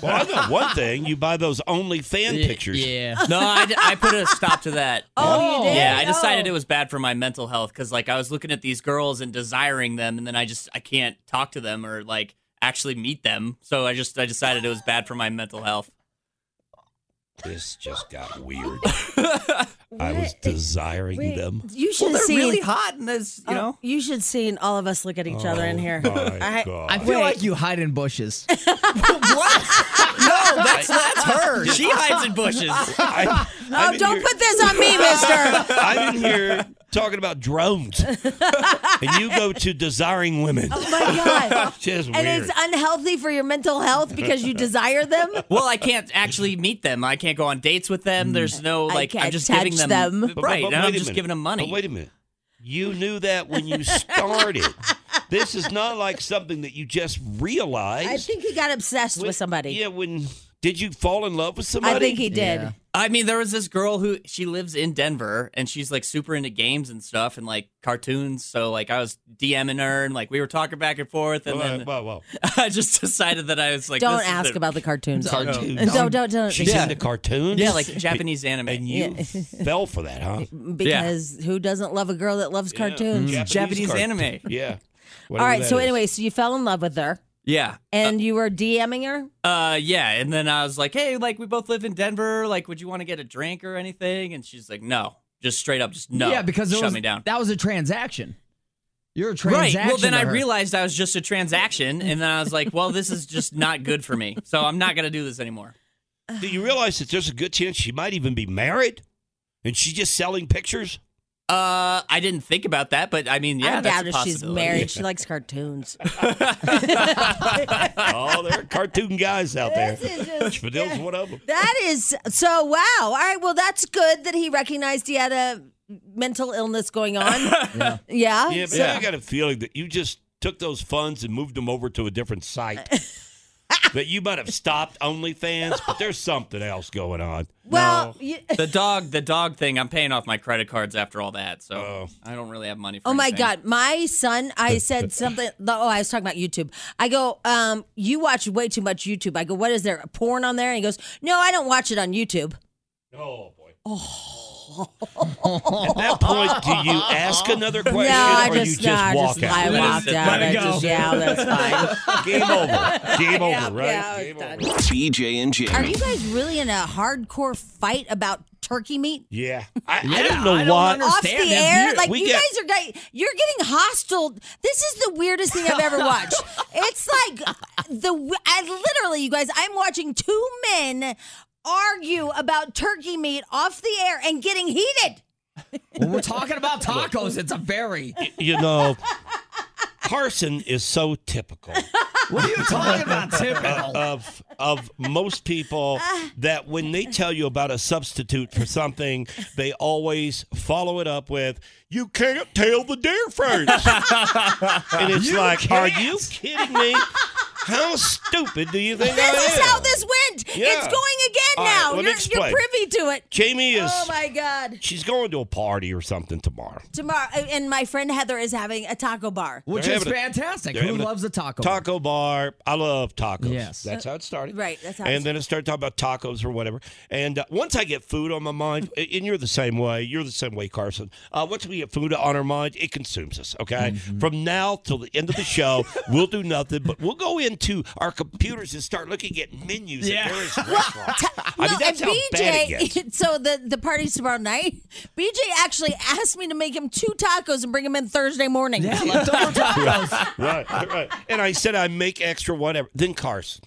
B: Well, I know one thing. You buy those OnlyFan fan pictures.
E: Yeah. No, I, d- I put a stop to that.
C: Oh, you did?
E: Yeah, I
C: Oh.
E: decided it was bad for my mental health because, like, I was looking at these girls and desiring them, and then I just I can't talk to them or like actually meet them. So I just I decided it was bad for my mental health.
B: This just got weird. I was desiring
C: Wait,
B: them.
C: You should
E: they're
C: have seen
E: really hot in this, you
C: know. You should seen all of us look at each other
E: Oh
D: Oh,
C: in here. I,
D: I feel like you hide in bushes.
E: No, that's that's her. She hides in bushes.
C: oh, don't put this on me, mister.
B: I'm in here talking about drones, and you go to desiring women.
C: Oh my god.
B: Just weird.
C: And it's unhealthy for your mental health because you desire them.
E: Well, I can't actually meet them. I can't go on dates with them. There's no
C: I
E: like. I'm
C: can't
E: just
C: touch
E: giving them,
C: them. But-
B: But- but-
E: right.
B: Mm. but
E: and I'm
B: wait a
E: just
B: minute.
E: giving them money.
B: But wait a minute. You knew that when you started. this is not like something that you just realized.
C: I think he got obsessed with somebody.
B: Yeah, when did you fall in love with somebody?
E: I mean, there was this girl who she lives in Denver and she's like super into games and stuff and like cartoons. So like I was DMing her and like we were talking back and forth and
B: Whoa,
E: then
B: whoa, whoa.
E: I just decided that I was like
C: don't
E: this is
C: ask
E: the-
C: about the cartoons.
E: Cartoons.
C: No, don't don't. don't.
B: She's into cartoons.
E: Yeah, like Japanese anime.
B: And you fell for that, huh?
C: because who doesn't love a girl that loves cartoons?
E: Mm. Japanese anime.
B: Yeah.
C: All right. So anyway, so you fell in love with her
E: Yeah.
C: and you were DMing her.
E: Uh yeah, and then I was like, "Hey, like we both live in Denver, like would you want to get a drink or anything?" And she's like, "No." Just straight up just no.
D: Yeah, because it
E: shut
D: was,
E: me down.
D: That was a transaction. You're a
E: Right.
D: transaction.
E: Well, then
D: to
E: I
D: her.
E: realized I was just a transaction, and then I was like, "Well, this is just not good for me, so I'm not gonna do this anymore."
B: Do you realize that there's a good chance she might even be married, and she's just selling pictures?
E: Uh, I didn't think about that, but I mean, yeah,
C: I
E: that's
C: doubt
E: a
C: if she's
E: possibility.
C: married. She likes cartoons.
B: oh, there are cartoon guys out there. Spadel's one of them.
C: That is so wow. All right, well that's good that he recognized he had a mental illness going on. yeah. Yeah.
B: Yeah, but
C: so-
B: I got a feeling that you just took those funds and moved them over to a different site. that you might have stopped OnlyFans, but there's something else going on.
C: Well, you-
E: the dog, the dog thing. I'm paying off my credit cards after all that, so
B: Oh.
E: I don't really have money. for
C: Oh my
E: anything.
C: God. My son, I said something. Oh, I was talking about YouTube. I go, um, you watch way too much YouTube. I go, what is there? Porn on there? And he goes, no, I don't watch it on YouTube.
B: Oh boy. At that point, do you ask another question
C: I
B: or you
C: just-
B: just
C: no, I
B: walk
C: just-
B: out?
C: I Let it walked sit. out. Let it I go. just- yeah, that's
B: fine. Game over. Game over, right? Game
A: BJ and Jamie.
C: Are you guys really in a hardcore fight about turkey meat?
B: Yeah. I,
A: Yeah,
B: I don't know
A: I don't
B: why.
C: Off the
A: understand. That's
C: air,
A: weird.
C: like
B: We
C: you
B: get-
C: guys are getting, you're getting hostile. This is the weirdest thing I've ever watched. it's like the I literally, you guys, I'm watching two men argue about turkey meat off the air and getting heated.
D: When we're talking about tacos, it's a very.
B: You know, Carson is so typical.
D: What are you talking about, typical?
B: Of of most people that when they tell you about a substitute for something, they always follow it up with "You can't tell the difference," and it's
J: You
B: like,
J: can't.
B: are you kidding me? How stupid do you think I am?
C: This is how this went.
B: Yeah.
C: It's going again
B: All right,
C: now.
B: let me
C: you're,
B: explain.
C: you're privy to it.
B: Jamie is-
C: Oh my god.
B: She's going to a party or something tomorrow.
C: Tomorrow, uh, and my friend Heather is having a taco bar.
D: Which
B: They're
D: is
B: having
D: fantastic.
B: they're
D: Who
B: having
D: loves a taco bar?
B: Taco bar. I love tacos.
D: Yes.
B: That's how it started.
C: Right. That's how.
B: and then I started talking about tacos or whatever. And uh, once I get food on my mind, a- and you're the same way, you're the same way, Carson. Uh, once we get food on our mind, it consumes us. Okay,
D: Mm-hmm.
B: from now till the end of the show, we'll do nothing, but we'll go into our computers and start looking at menus
J: Yeah.
B: at various restaurants. I mean,
C: no,
B: that's
C: and
B: how bad it
C: BJ.
B: gets.
C: so the the party's tomorrow night. BJ actually asked me to make him two tacos and bring him in Thursday morning. Yeah,
D: leftover
B: right, right, right. And I said I make extra whatever. Then Carson.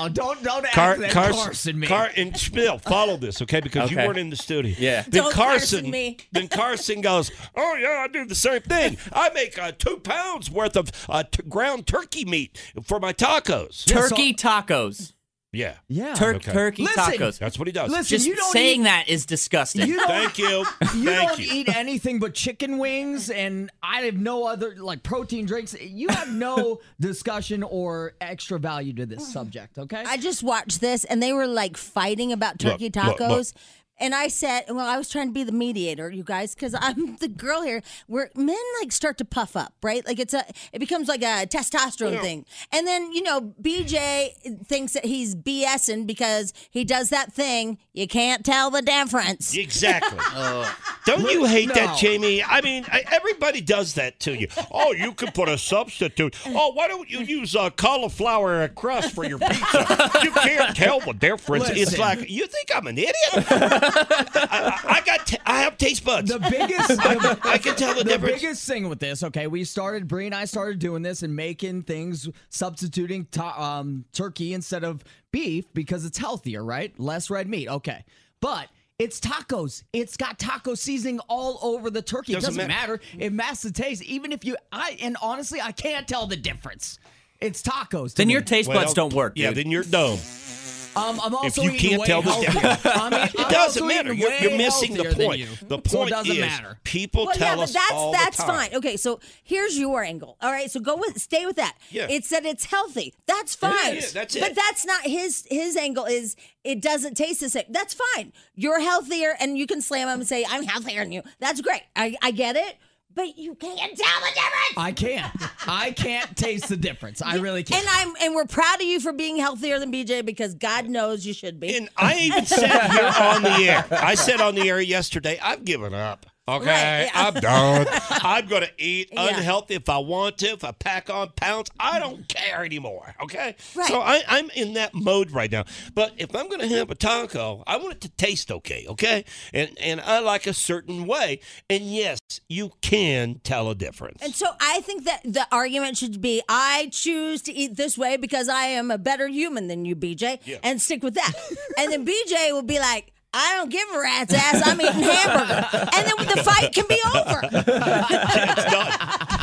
D: Oh, don't don't
B: Car-
D: act that
B: Carson,
D: Carson me.
B: Car- and Spill, follow this, okay? Because you
E: Okay.
B: weren't in the studio. Yeah. Then
D: Don't
B: Carson,
D: Carson me.
B: then Carson goes, "Oh yeah, I do the same thing. I make uh, two pounds worth of uh, t- ground turkey meat for my tacos.
E: Turkey tacos.
B: Yeah.
D: Yeah.
E: Tur- Turkey tacos.
B: That's what he does.
D: listen,
E: Just
D: you don't
E: saying
D: eat-
E: that is disgusting.
D: You don't- Thank
B: you.
D: You don't eat anything but chicken wings, and I have no other like protein drinks. You have no discussion or extra value to this subject. Okay.
C: I just watched this and they were like fighting about
D: Look,
C: turkey
D: look,
C: tacos.
D: look.
C: And I said, well, I was trying to be the mediator, you guys, because I'm the girl here where men like start to puff up, right? Like it's a, it becomes like a testosterone
K: Yeah.
C: thing. And then, you know, BJ thinks that he's BSing because he does that thing. You can't tell the difference.
B: Exactly.
D: Uh,
B: Don't you hate
C: No.
B: that, Jamie? I mean, I, everybody does that to you. Oh, you can put a substitute. Oh, why don't you use uh, cauliflower crust for your pizza? You can't tell the difference. It's
J: Listen.
B: like you think I'm an idiot. I, I- I got, t- I have taste buds.
D: The biggest,
B: I, I can tell the, difference.
D: biggest thing with this, okay, we started. Bree and I started doing this and making things substituting ta- um, turkey instead of beef because it's healthier, right? Less red meat. Okay, but it's tacos. It's got taco seasoning all over the turkey.
B: Doesn't
D: it doesn't
B: matter.
D: matter. It masks the taste. Even if you, I and honestly, I can't tell the difference. It's tacos. to
E: Then
D: me.
E: your taste buds don't work.
B: Yeah,
E: dude.
B: then you're dumb.
D: Um, I'm
B: If
D: also
B: you
D: eating
B: can't
D: way
B: tell the
D: healthier.
B: difference,
D: I mean,
B: it
D: I'm
B: doesn't
D: also
B: matter.
D: eating
B: You're, you're
D: way
B: missing the
D: healthier than
B: point.
D: you.
B: The
D: So
B: point
D: it doesn't
B: is,
D: matter.
B: people
C: well,
B: tell
C: yeah,
B: us
C: but that's
B: all
C: that's
B: the time.
C: fine. Okay, so here's your angle. All right, so go with stay with that.
B: Yeah.
C: It said it's healthy. That's
B: Yeah,
C: fine.
B: yeah, that's
C: But
B: it.
C: that's not his his angle is it doesn't taste the same. That's fine. You're healthier and you can slam him and say, I'm healthier than you. That's great. I, I get it. But you can't tell the difference.
D: I can't. I can't taste the difference. I really can't.
C: And I'm and we're proud of you for being healthier than BJ because God knows you should be. And
B: I even said here on the air. I said on the air yesterday, I've given up. Okay, I'm done. I'm going to eat
J: Yeah.
B: unhealthy if I want to. If I pack on pounds, I don't care anymore. Okay,
J: Right.
B: so I, I'm in that mode right now. But if I'm going to have a taco, I want it to taste okay. Okay, and and I like a certain way. And yes, you can tell a difference.
C: And so I think that the argument should be I choose to eat this way because I am a better human than you, BJ,
J: Yeah.
C: and stick with that. and then BJ will be like, I don't give a rat's ass. I'm eating hamburger. And then the fight can be over,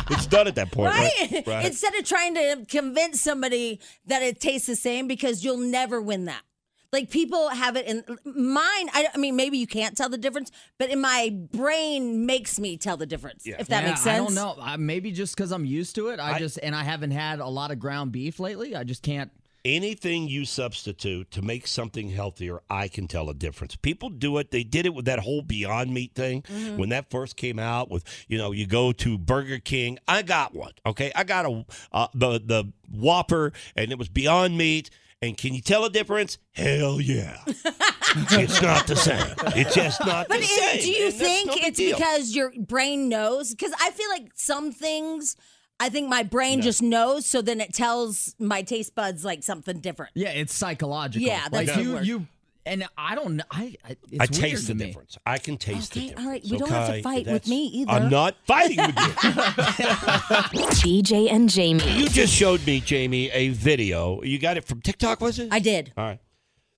B: It's done at that point,
C: right?
B: right? Right.
C: Instead of trying to convince somebody that it tastes the same because you'll never win that. Like people have it in mine. I, I mean, maybe you can't tell the difference, but in my brain makes me tell the difference, if that
D: Yeah,
C: makes sense.
D: I don't know. I, maybe just because I'm used to it. I, just and I haven't had a lot of ground beef lately. I just can't.
B: Anything you substitute to make something healthier, I can tell a difference. People do it. They did it with that whole Beyond Meat thing
C: Mm-hmm.
J: Mhm.
B: when that first came out. With you know, you go to Burger King. I got one. Okay, I got a uh, the the Whopper, and it was Beyond Meat. And can you tell a difference? Hell yeah! it's not the same. It's just not
C: But
B: the
C: is-
B: same.
C: do you
B: and that's
C: think
B: no big
C: it's
B: deal.
C: because your brain knows? Because I feel like some things, I think my brain just knows, so then it tells my taste buds like something different.
D: Yeah, it's psychological.
C: Yeah,
D: like
C: that's the
D: you
C: word.
D: you and I don't. kn- I I- it's
B: I
D: weird
B: taste
D: to
B: the
D: me.
B: difference. I can taste the
C: Okay,
B: difference.
C: all right. We don't have
B: okay?
C: to fight with
B: That's-
C: me either.
B: I'm not fighting with you.
I: BJ and Jamie.
B: You just showed me, Jamie, a video. You got it from TikTok, was it?
C: I did.
B: All right.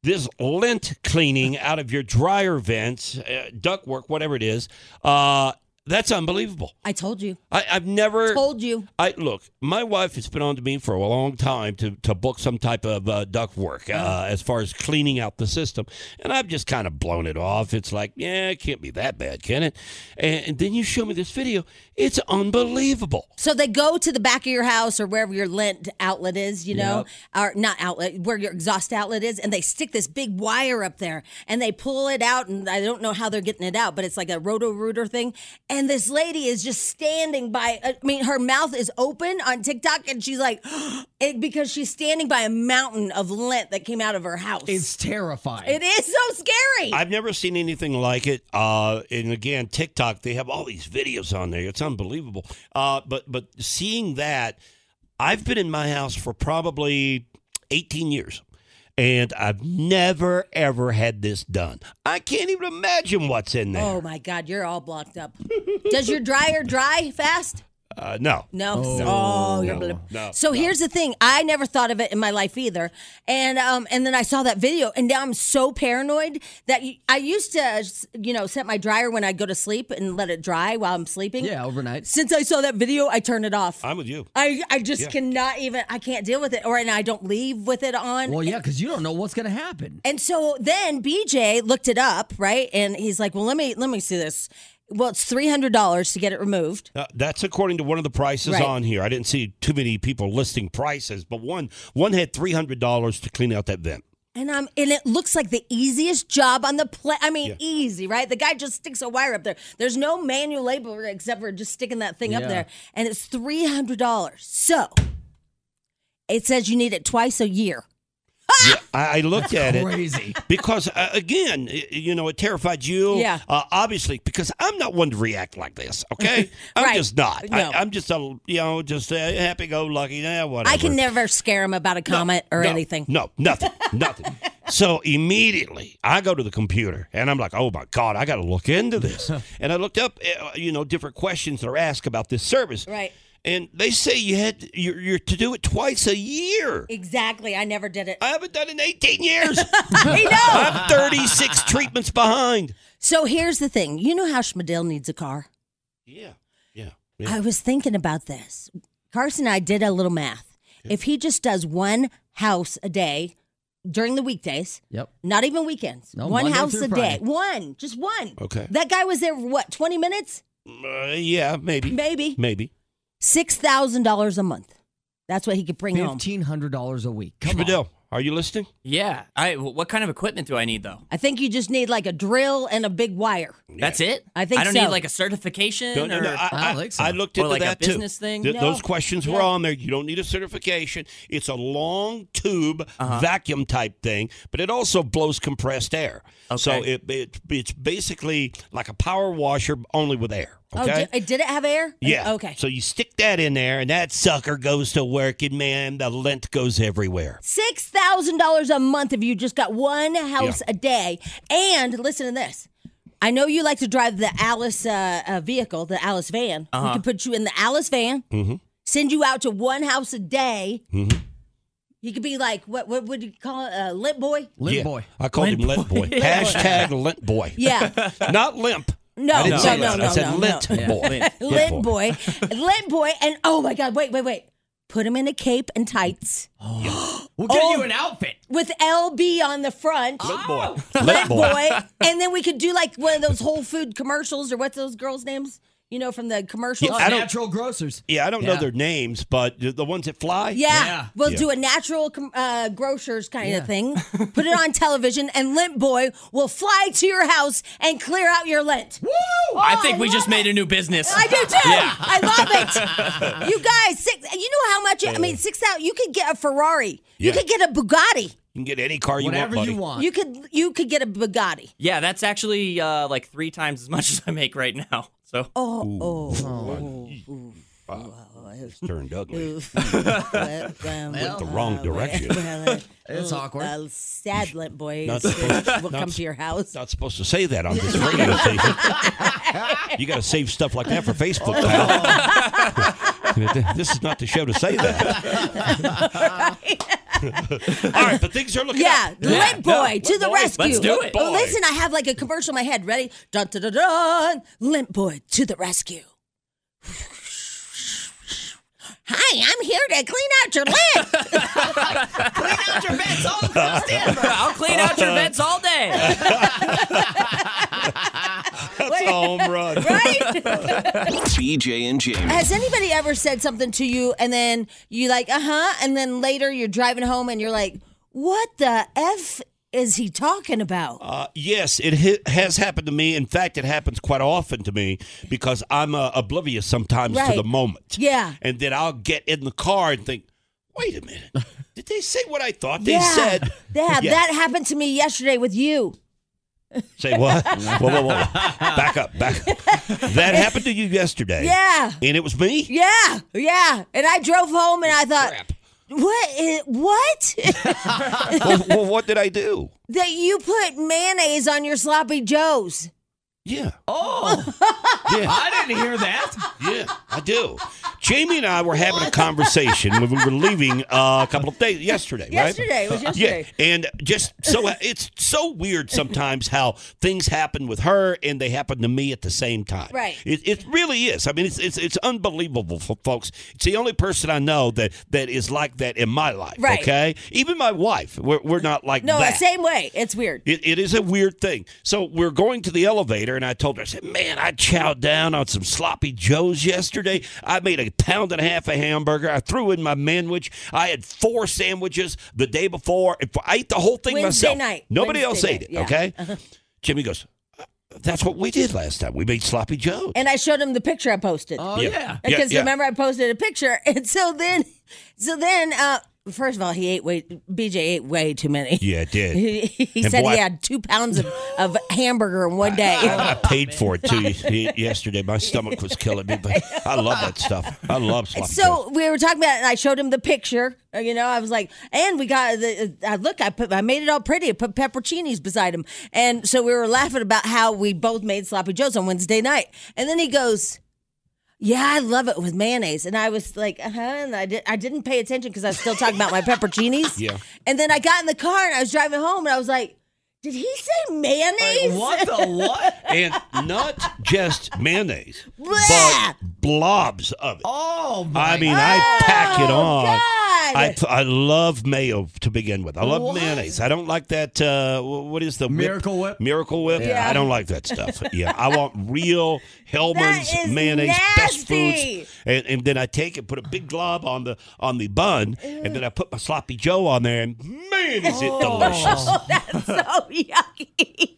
B: this lint cleaning out of your dryer vents, uh, ductwork, whatever it is, uh, that's unbelievable.
C: I told you.
B: I, I've never
C: Told you.
B: I look. My wife has been on to me for a long time to to book some type of uh, duck work
C: Uh-huh.
B: uh, as far as cleaning out the system, and I've just kind of blown it off. It's like, yeah, it can't be that bad, can it? And, and then you show me this video. It's unbelievable.
C: So they go to the back of your house or wherever your lint outlet is, you know, or not outlet, where your exhaust outlet is, and they stick this big wire up there and they pull it out. And I don't know how they're getting it out, but it's like a roto rooter thing. And this lady is just standing by, uh, I mean, her mouth is open on TikTok and she's like, it, because she's standing by a mountain of lint that came out of her house.
D: It's terrifying.
C: It is so scary.
B: I've never seen anything like it. Uh, and again, TikTok, they have all these videos on there. It's unbelievable. Uh, but but seeing that, I've been in my house for probably 18 years. And I've never ever had this done. I can't even imagine what's in there.
C: Oh my God, you're all blocked up. Does your dryer dry fast?
B: Uh, no.
C: No. Oh, Oh, you're
B: no,
C: blue.
B: no.
C: So here's the thing. I never thought of it in my life either. And um and then I saw that video and now I'm so paranoid that you, I used to uh, you know set my dryer when I go to sleep and let it dry while I'm sleeping.
D: Yeah, overnight.
C: Since I saw that video, I turn it off.
B: I'm with you.
C: I I just
D: Yeah.
C: cannot even I can't deal with it or and I don't leave with it on.
D: Well, yeah, because you don't know what's going to happen.
C: And so then BJ looked it up, right? And he's like, "Well, let me let me see this." Well, it's $300 to get it removed.
B: Uh, that's according to one of the prices
C: Right.
B: on here. I didn't see too many people listing prices, but one one had three hundred dollars to clean out that vent.
C: And um, and it looks like the easiest job on the planet. I mean, easy, right? The guy just sticks a wire up there. There's no manual labor except for just sticking that thing
J: Yeah.
C: up there, and it's three hundred dollars. So it says you need it twice a year.
B: Yeah, I, I looked at it
D: crazy.
B: because uh, again, i- you know, it terrified you.
C: Yeah.
B: Uh, obviously, because I'm not one to react like this. Okay, I'm
C: Right.
B: just not.
C: No.
B: I, am just a you know just a happy-go-lucky. Yeah, whatever.
C: I can never scare him about a comment or
B: no,
C: anything.
B: No, nothing, nothing. So immediately I go to the computer and I'm like, oh my God, I got to look into this. and I looked up, uh, you know, different questions that are asked about this service.
C: Right.
B: And they say you had you're, you're to do it twice a year.
C: Exactly. I never did it.
B: I haven't done it in 18 years.
C: I know.
B: I'm 36 treatments behind.
C: So here's the thing. You know how Schmidl needs a car.
B: Yeah. Yeah. yeah.
C: I was thinking about this. Carson and I did a little math. If he just does one house a day during the weekdays,
D: Yep.
C: not even weekends,
D: No,
C: one
D: Monday
C: house
D: through
C: a
D: Friday.
C: day, one, just one.
B: Okay.
C: That guy was there what, 20 minutes?
B: Uh, yeah, maybe.
C: Maybe.
B: Maybe.
C: $6,000 a month. That's what he could bring home.
D: $1,500 a week. Come on.
B: Spadil, are you listening?
E: Yeah. I. What kind of equipment do I need though?
C: I think you just need like a drill and a big wire.
E: That's it.
C: I think
E: I don't
C: so.
E: need like a certification
B: No, no,
E: or
B: no, I, I, I looked
E: or
B: into
E: like
B: that
E: a business
B: too.
E: thing.
B: Th- Those questions were on there. You don't need a certification. It's a long tube
C: Uh-huh.
B: vacuum type thing, but it also blows compressed air. So
E: Okay.
B: it, it it's basically like a power washer only with air.
C: Oh,
B: Okay.
C: did, did it have air?
B: yeah.
C: Okay.
B: So you stick that in there, and that sucker goes to work, and man, the lint goes everywhere.
C: Six thousand dollars a month if you just got one house
B: Yeah.
C: a day. And listen to this. I know you like to drive the Alice uh, uh, vehicle, the Alice van. We
J: Uh-huh.
C: can put you in the Alice van,
B: Mm-hmm.
C: send you out to one house a day.
B: Mm-hmm.
C: You could be like, what what would you call it? Uh, lit boy?
D: Lint
B: yeah.
D: boy.
B: I called him lint boy. Hashtag lint boy.
C: Yeah.
B: Not limp.
C: No,
B: I didn't
C: no,
B: say
C: no,
B: that.
C: no,
B: I said
C: no,
B: lint
C: no.
B: boy.
C: lit boy. lit boy. And oh my God, wait, wait, wait. Put him in a cape and tights
D: We'll get
C: Oh.
D: you an outfit.
C: with LB on the front.
B: Lit boy.
C: Lit boy. and then we could do like one of those Whole Food commercials or what's those girls' names? You know, from the commercials.
B: Yeah,
D: Us
B: I don't-
D: natural grocers.
B: Yeah, I don't know
D: Yeah.
B: their names, but the- the ones that fly.
C: Yeah. We'll
B: Yeah.
C: do a natural com- uh, grocers kind of thing. Put it on television, and Lint Boy will fly to your house and clear out your lint. Woo!
E: I think we just made a new business.
C: I do too.
E: Yeah.
C: I love it. You guys, six, you know how much?
B: Oh.
C: I mean, six thousand. You could get a Ferrari. You
E: Yeah.
C: could get a Bugatti.
B: You can get any car you
E: Whatever
B: want, buddy.
E: you want.
C: You could you could get a Bugatti.
E: Yeah, that's actually uh, like three times as much as I make right now. So
C: Oh, oh,
B: It's turned ugly.
C: Oof.
B: Went the wrong direction.
C: It's
D: awkward.
C: Well, uh, oh, sad Lint Boy
B: Not
C: will
B: supposed-
C: will
B: not
C: come to your house.
B: Not supposed to say that on this
C: Oh.
B: radio station. you got to save stuff like that for Facebook. pal. this is not the show to say that. All right, but things are looking
C: Yeah,
B: up.
C: Lit Boy
B: no,
C: to the
B: boy,
C: rescue.
B: Let's do it.
C: Well, listen, I have like a commercial in my head. Ready? Dun, dun, dun, dun. Limp Boy to the rescue. Hi, I'm here to clean out your lint.
E: I'll clean out
B: Uh,
E: your vents all day.
B: That's a home run.
A: BJ and Jamie.
C: Has anybody ever said something to you and then you like, uh huh, and then later you're driving home and you're like, what the f is he talking about?
B: Uh, yes, it hi- has happened to me. In fact, it happens quite often to me because I'm uh, oblivious sometimes to
C: Right.
B: the moment.
C: Yeah.
B: And then I'll get in the car and think, wait a minute, did they say what I thought they
C: yeah,
B: said?
C: yeah,
B: Yeah.
C: that happened to me yesterday with you.
B: Say what? whoa, whoa, whoa. Back up, back up. That happened to you yesterday.
C: Yeah.
B: And it was me?
C: Yeah, yeah. And I drove home and I thought, what? Is, what?
B: well, well, what did I do?
C: that you put mayonnaise on your sloppy joes.
B: Yeah. I didn't hear that. Yeah, I do. Jamie and I were having a conversation when we were leaving uh, a couple of days yesterday.
J: Yesterday,
B: right? Uh,
J: it was yesterday.
B: Yeah, and just so it's so weird sometimes how things happen with her and they happen to me at the same time.
J: Right.
B: It, it really is. I mean, it's it's, it's unbelievable, for folks. It's the only person I know that that is like that in my life.
C: Right.
B: Okay. Even my wife, we're, we're not like
C: No,
B: that.
C: same way. It's weird.
B: It, it is a weird thing. So we're going to the elevator, and I told her, I said, Man, I chowed down on some sloppy joes yesterday. I made a pound and a half of hamburger. I threw in my manwich. I had four sandwiches the day before. If I ate the whole thing
C: Wednesday
B: myself.
C: night.
B: Nobody else
C: Wednesday
B: ate it,
C: night, Uh-huh.
B: okay? Jimmy goes, That's what we did last time. We made sloppy joes.
C: And I showed him the picture I posted.
B: Oh, Yeah. yeah. Yeah,
C: Because
B: yeah.
C: remember I posted a picture, and so then, so then, uh, first of all, he ate way. BJ ate way too many.
B: Yeah, it did.
C: He, he
B: And
C: said
B: boy,
C: he
B: I-
C: had two pounds of, of hamburger in one
B: I, I
C: day.
B: paid for it too y- yesterday. My stomach was killing me, but I love that stuff. I love sloppy joes.
C: So we were talking about, it and I showed him the picture. uh, You know, I was like, and we got the. Uh, look, I put, I made it all pretty. I put pepperoncinis beside him, and so we were laughing about how we both made sloppy joes on Wednesday night. And then he goes, "Yeah, I love it with mayonnaise." And I was like, "Uh huh." And I did, I didn't pay attention because I was still talking about my pepperoncinis.
J: Yeah.
C: And then I got in the car and I was driving home, and I was like, "Did he say mayonnaise?
J: what the
C: what?"
B: and not just mayonnaise,
C: Blah!
B: but blobs of it.
D: Oh
B: I mean, I pack it on. I,
D: God.
B: I love mayo to begin with. I love
D: What?
B: mayonnaise. I don't like that. Uh, wh- what is the whip?
D: Miracle Whip?
B: Miracle whip.
D: Yeah.
B: I don't like that stuff. yeah, I want real Hellman's
J: That is
B: mayonnaise, best
J: nasty.
B: foods, and, and then I take it, put a big glob on the on the bun, and then I put my sloppy Joe on there, and man, is it delicious!
C: Oh, that's so yucky.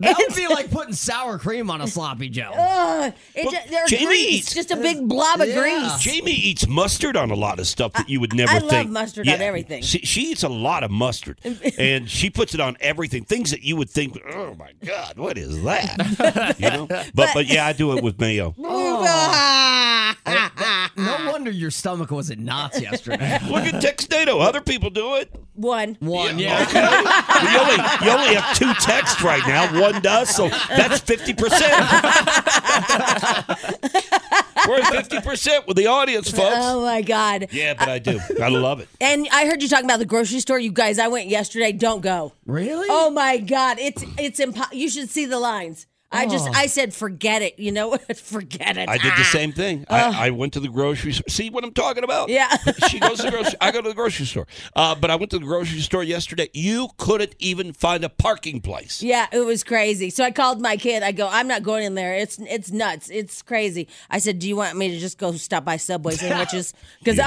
D: That would be like putting sour cream on a sloppy joe.
C: Ugh, it ju- they're
B: Jamie
C: grease.
B: eats-
C: Just a big blob of
D: Yeah.
C: grease.
B: Jamie eats mustard on a lot of stuff that you would never
C: I love
B: think.
C: mustard on everything.
B: She, she eats a lot of mustard, and she puts it on everything. Things that you would think, oh my god, what is that? you know, but, but yeah, I do it with mayo.
C: Oh.
D: No wonder your stomach was in knots yesterday.
B: Look at Textado. Other people do it.
C: One.
D: One, yeah.
B: You only, you only have two texts right now. One does, so that's fifty percent. We're at fifty percent with the audience, folks.
C: Oh my god.
B: yeah, but I do. I love it.
C: And I heard you talking about the grocery store. You guys, I went yesterday. Don't go.
D: Really?
C: Oh my god. It's it's impo- you should see the lines. I just
B: Oh.
C: I said forget it. You know what? forget it.
B: I did the
C: Ah.
B: same thing.
C: Ugh.
B: I, I went to the grocery store. See what I'm talking about?
C: Yeah.
B: she goes to the grocery. I go to the grocery store. Uh, but I went to the grocery store yesterday. You couldn't even find a parking place.
C: Yeah, it was crazy. So I called my kid. I go, I'm not going in there. It's it's nuts. It's crazy. I said, Do you want me to just go stop by Subway sandwiches? Because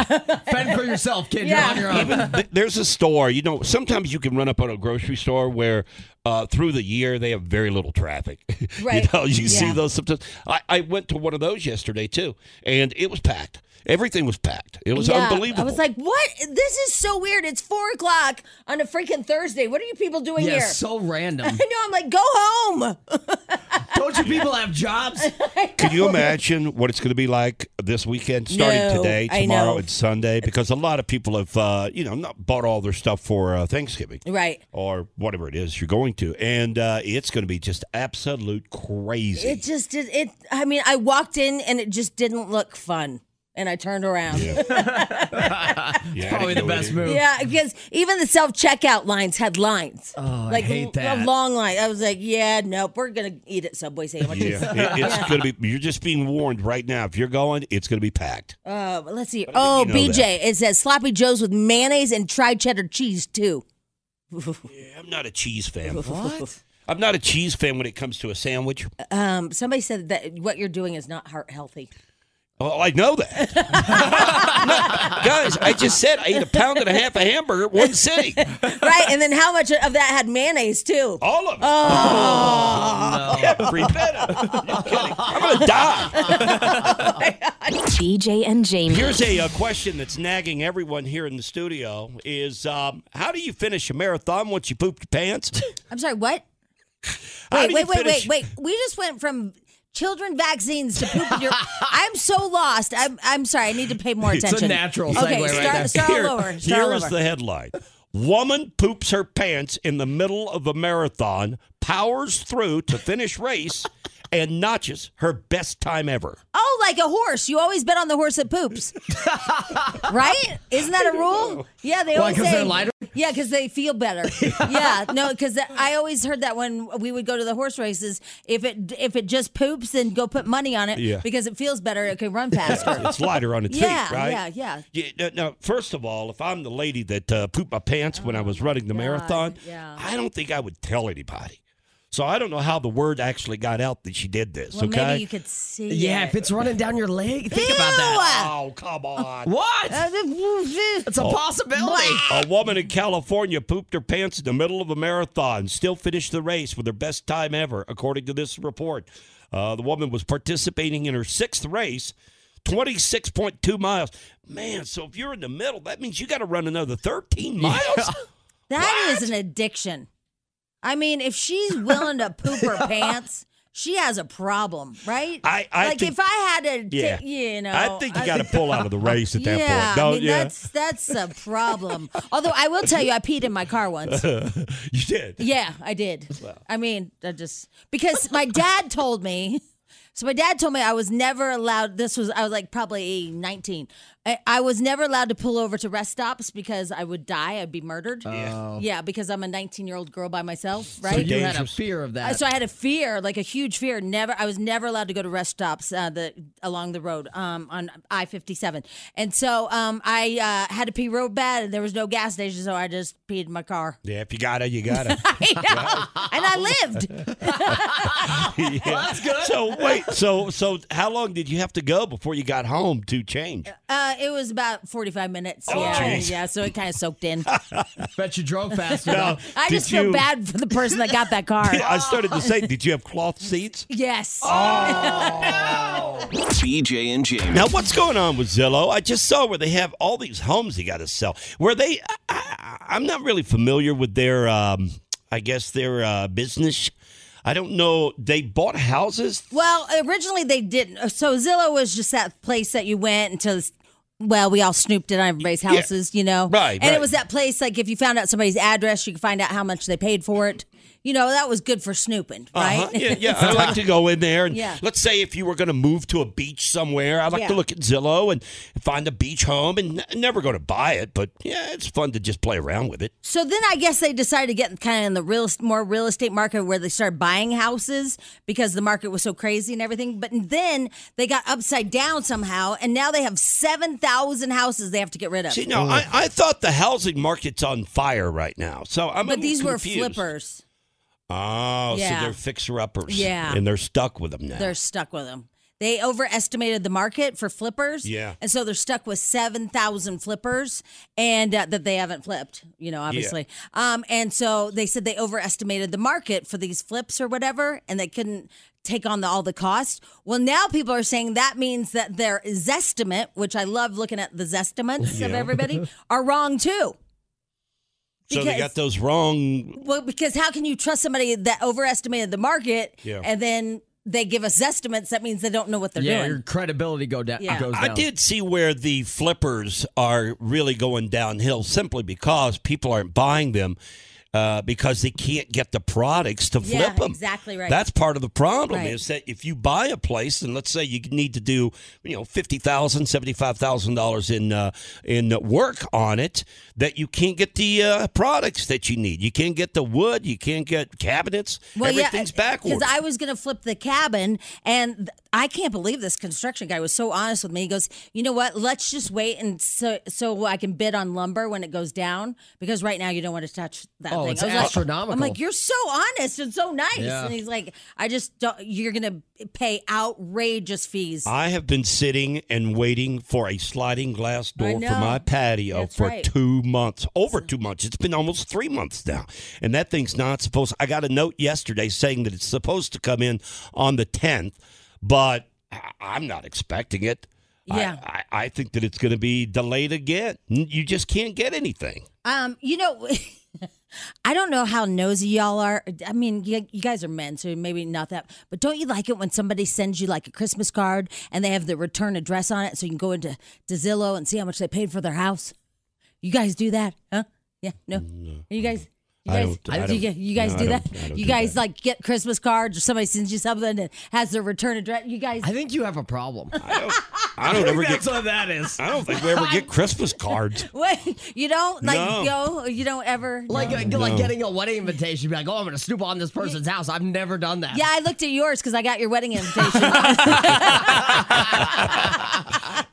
D: Fend for yourself, kid.
C: Yeah.
D: You're on your own.
B: Th- There's a store, you know, sometimes you can run up on a grocery store where uh, through the year they have very little traffic. you
C: Right.
B: know, you see
C: Yeah.
B: those sometimes. I, I went to one of those yesterday too, and it was packed. Everything was packed. It was
C: Yeah,
B: unbelievable.
C: I was like, what? This is so weird. It's four o'clock on a freaking Thursday. What are you people doing
D: Yeah,
C: here?
D: so
C: I
D: random.
C: know. I'm like, go home.
D: Don't you people have jobs?
B: Can you imagine what it's going to be like this weekend, starting
C: No,
B: today,
C: I
B: tomorrow,
C: know.
B: and Sunday? Because a lot of people have, uh, you know, not bought all their stuff for uh, Thanksgiving
C: Right.
B: or whatever it is you're going to, and uh, it's going to be just absolute crazy.
C: It just did. It. I mean, I walked in and it just didn't look fun. and I turned around.
D: it's probably the best move.
C: Yeah, because even the self checkout lines had lines.
D: Oh, I
C: like
D: hate
C: l-
D: that.
C: A long line. I was like, yeah, nope, we're gonna eat at Subway sandwiches.
B: Yeah, it- it's going to be. You're just being warned right now. If you're going, it's going to be packed.
C: Uh, but let's see. Oh,
B: you know
C: BJ, it says sloppy joes with mayonnaise and tried cheddar cheese too.
B: I'm not a cheese fan.
C: What?
B: I'm not a cheese fan when it comes to a sandwich.
C: Um, somebody said that what you're doing is not heart healthy.
B: Well, Oh, I know that. No, guys, I just said I ate a pound and a half of hamburger at one sitting.
C: right, and then how much of that had mayonnaise too?
B: All of it.
C: Oh,
B: Every bit of it. I'm going to die.
I: BJ and Jamie.
B: Here's a, uh question that's nagging everyone here in the studio is um, how do you finish a marathon once you pooped your pants?
C: I'm sorry, what?
B: How
C: Wait,
B: do you
C: wait, wait,
B: finish-
C: wait, wait. We just went from children vaccines to poop in your. I'm so lost. I'm, I'm sorry. I need to pay more
B: It's a
C: attention.
B: natural
C: Okay,
B: segue right
C: start,
B: there.
C: start
B: Here-
C: all over. Start all
B: Here is
C: over.
B: the headline. Woman poops her pants in the middle of a marathon, powers through to finish race, and notches her best time ever.
C: Oh, like a horse. You always bet on the horse that poops. right? Isn't that a rule? Yeah, they
D: Why,
C: always
D: 'cause
C: say.
D: they're lighter?
C: Yeah, because they feel better. yeah, no, because I always heard that when we would go to the horse races, if it if it just poops, then go put money on it
B: Yeah.
C: because it feels better. It can run faster.
B: It's lighter on its
C: yeah,
B: feet, right?
C: yeah, yeah.
B: Yeah, no, no, first of all, if I'm the lady that uh, pooped my pants
C: Oh
B: when I was running the marathon, I don't think I would tell anybody. So I don't know how the word actually got out that she did this.
C: Well,
B: okay.
C: maybe you could see.
D: Yeah,
C: it.
D: if it's running down your leg, think
C: Ew!
D: about that.
B: Oh, come on.
D: What?
C: It's
D: a
B: Oh.
D: possibility.
B: A woman in California pooped her pants in the middle of a marathon, still finished the race with her best time ever, according to this report. Uh, the woman was participating in her sixth race, 26.2 miles. Man, so if you're in the middle, that means you got to run another 13 miles?
C: That is an addiction. I mean, if she's willing to poop her pants, she has a problem, right?
B: I- I
C: like
B: think-
C: if I had to,
B: Yeah.
C: yeah. you know,
B: I think you got to pull out of the race at that
C: yeah,
B: point. Don't
C: I mean
B: you?
C: that's that's a problem. Although I will tell you, I peed in my car once.
B: you did.
C: Yeah, I did. I mean, I just because my dad told me. So my dad told me I was never allowed. This was I was like probably nineteen. I, I was never allowed to pull over to rest stops because I would die. I'd be murdered.
D: Oh.
C: Yeah, because I'm a nineteen year old girl by myself,
D: So
C: right?
D: you had a fear of
C: Uh,
D: that.
C: So I had a fear, like a huge fear. Never, I was never allowed to go to rest stops uh, the along the road um, on I fifty seven, and so um, I uh, had to pee real bad, and there was no gas station, so I just peed in my car.
B: Yeah, if you got to, you got to.
C: I know. and I lived.
B: yeah. that's good. So wait, so so how long did you have to go before you got home to change?
C: Uh, it was about 45 minutes.
B: Oh,
C: yeah,
B: geez.
C: yeah. So it kind of soaked in.
D: Bet you drove faster.
B: Now,
C: I
B: did
C: just feel
B: you-
C: bad for the person that got that car.
B: I started to say, did you have cloth seats?
C: Yes.
B: Oh.
A: BJ and Jamie.
B: Now what's going on with Zillow? I just saw where they have all these homes they got to sell. Where they, I, I, I'm not really familiar with their, um, I guess their uh, business. I don't know. They bought houses.
C: Well, originally they didn't. So Zillow was just that place that you went until, well, we all snooped in on everybody's
B: Yeah.
C: houses, you know?
B: Right,
C: And
B: right.
C: it was that place, like, if you found out somebody's address, you could find out how much they paid for it. You know, that was good for snooping, right?
B: Uh-huh. Yeah, yeah. I like to go in there and
C: Yeah.
B: let's say if you were going to move to a beach somewhere, I like
C: Yeah.
B: to look at Zillow and find a beach home and n- never going to buy it, but yeah, it's fun to just play around with it.
C: So then I guess they decided to get kind of in the real more real estate market where they started buying houses because the market was so crazy and everything. But then they got upside down somehow, and now they have seven thousand houses they have to get rid of.
B: See, no, I, I thought the housing market's on fire right now, so I'm. a
C: but
B: little
C: these
B: confused.
C: were flippers.
B: Oh,
C: Yeah.
B: so they're fixer uppers.
C: Yeah.
B: and they're stuck with them now.
C: They're stuck with them. They overestimated the market for flippers.
B: Yeah.
C: And so they're stuck with 7,000 flippers and uh, that they haven't flipped, you know, obviously. Um, and so they said they overestimated the market for these flips or whatever and they couldn't take on the, all the cost. Well, now people are saying that means that their zestimate, which I love looking at the zestimates of
B: Yeah.
C: everybody, are wrong too.
B: so they
C: because-
B: got those wrong.
C: Well, because how can you trust somebody that overestimated the market
B: Yeah.
C: and then they give us estimates? That means they don't know what they're
D: yeah,
C: doing.
D: your credibility go down.
C: Yeah.
D: goes
B: I
D: down.
B: did see where the flippers are really going downhill simply because people aren't buying them. uh, because they can't get the products to
C: Yeah,
B: flip them.
C: exactly right.
B: That's part of the problem
C: Right.
B: is that if you buy a place and let's say you need to do you know fifty thousand, seventy-five thousand dollars in uh, in work on it, that you can't get the uh, products that you need. You can't get the wood. You can't get cabinets. Everything's backwards.
C: Because uh, I was going to flip the cabin, and th- I can't believe this construction guy was so honest with me. He goes, "You know what? Let's just wait and so so I can bid on lumber when it goes down because right now you don't want to touch that
D: Oh,
C: thing."
D: it's
C: I was like-
D: astronomical.
C: I'm like, "You're so honest and so nice,"
B: Yeah.
C: and he's like, "I just don't. You're going to pay outrageous fees."
B: I have been sitting and waiting for a sliding glass
C: I
B: door for
C: know.
B: my patio
C: That's
B: for
C: right.
B: two months, over two months. It's been almost three months now. And that thing's not supposed, I got a note yesterday saying that it's supposed to come in on the 10th, but I- I'm not expecting it. I-
C: Yeah.
B: I, I think that it's going to be delayed again. N- You just can't get anything.
C: Um, you know, I don't know how nosy y'all are. I mean, you, you guys are men, so maybe not that. But don't you like it when somebody sends you like a Christmas card and they have the return address on it, so you can go into to Zillow and see how much they paid for their house? You guys do that, huh? Yeah, no. You guys. You
B: I
C: guys,
B: don't- I
C: do you,
B: don't-
C: you guys
B: no,
C: do
B: I
C: that?
B: don't- I don't
C: You
B: do
C: guys like get Christmas cards or somebody sends you something and has their return address. You guys,
D: I think you have a problem.
B: I don't ever
D: That's
B: get,
D: what that is.
B: I don't think we ever get Christmas cards.
C: wait, you don't like
D: No.
C: go, you don't ever
D: Like, like,
B: No.
D: like getting a wedding invitation, be like, oh, I'm gonna snoop on this person's house. I've never done that.
C: Yeah, I looked at yours because I got your wedding invitation.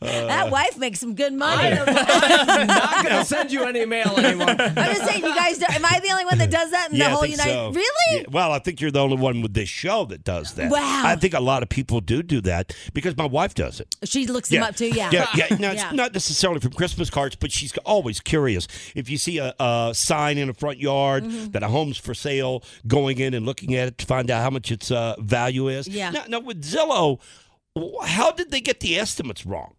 C: that wife makes some good money.
D: I'm not gonna send you any mail anymore.
C: I'm just saying, you guys, don't- am I the only one that does that in
B: yeah,
C: the whole
B: I think
C: United?
B: so.
C: Really?
B: Yeah, Well, I think you're the only one with this show that does that.
C: Wow.
B: I think a lot of people do do that because my wife does it.
C: She looks them up too. Yeah.
B: yeah, yeah. Now, It's not necessarily from Christmas cards, but she's always curious. If you see a, a sign in a front yard
C: Mm-hmm.
B: that a home's for sale, going in and looking at it to find out how much its uh, value is.
C: Yeah.
B: Now, now with Zillow, w- how did they get the estimates wrong?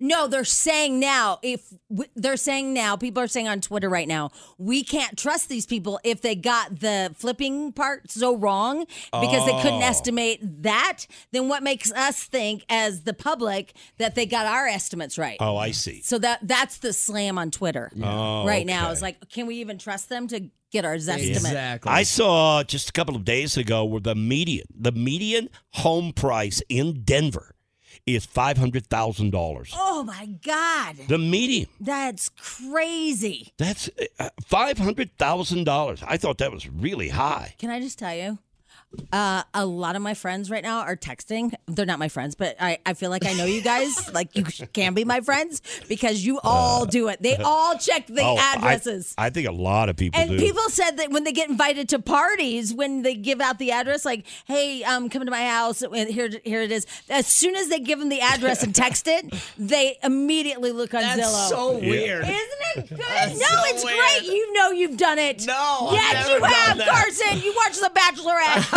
C: No, they're saying now. If w- they're saying now, people are saying on Twitter right now, we can't trust these people if they got the flipping part so wrong because they couldn't
K: Oh.
C: estimate that. Then what makes us think, as the public, that they got our estimates right?
B: Oh, I see.
C: So that that's the slam on Twitter
B: Oh,
C: right now.
B: okay.
C: It's like, can we even trust them to get our estimate?
B: I saw just a couple of days ago where the median, the median home price in Denver is five hundred thousand dollars.
C: Oh my God,
B: The median.
C: that's crazy!
B: That's uh, five hundred thousand dollars. I thought that was really high.
C: Can I just tell you? Uh, a lot of my friends right now are texting. They're not my friends, but I, I feel like I know you guys. like you can be my friends because you all do it. They all check the
B: Uh, Oh, I-
C: addresses.
B: I, think a lot of people
C: and
B: do.
C: people said that when they get invited to parties, when they give out the address, like, "Hey, um, come to my house. uh, Here, here it is." As soon as they give them the address and text it, they immediately look on
D: That's
C: Zillow.
D: so Yeah. weird.
C: isn't it good?
D: That's
C: no,
D: so
C: it's
D: weird.
C: great. You know you've done it. No,
D: I've
C: yes,
D: never
C: you
D: done
C: have,
D: that.
C: Carson. You watch The Bachelorette.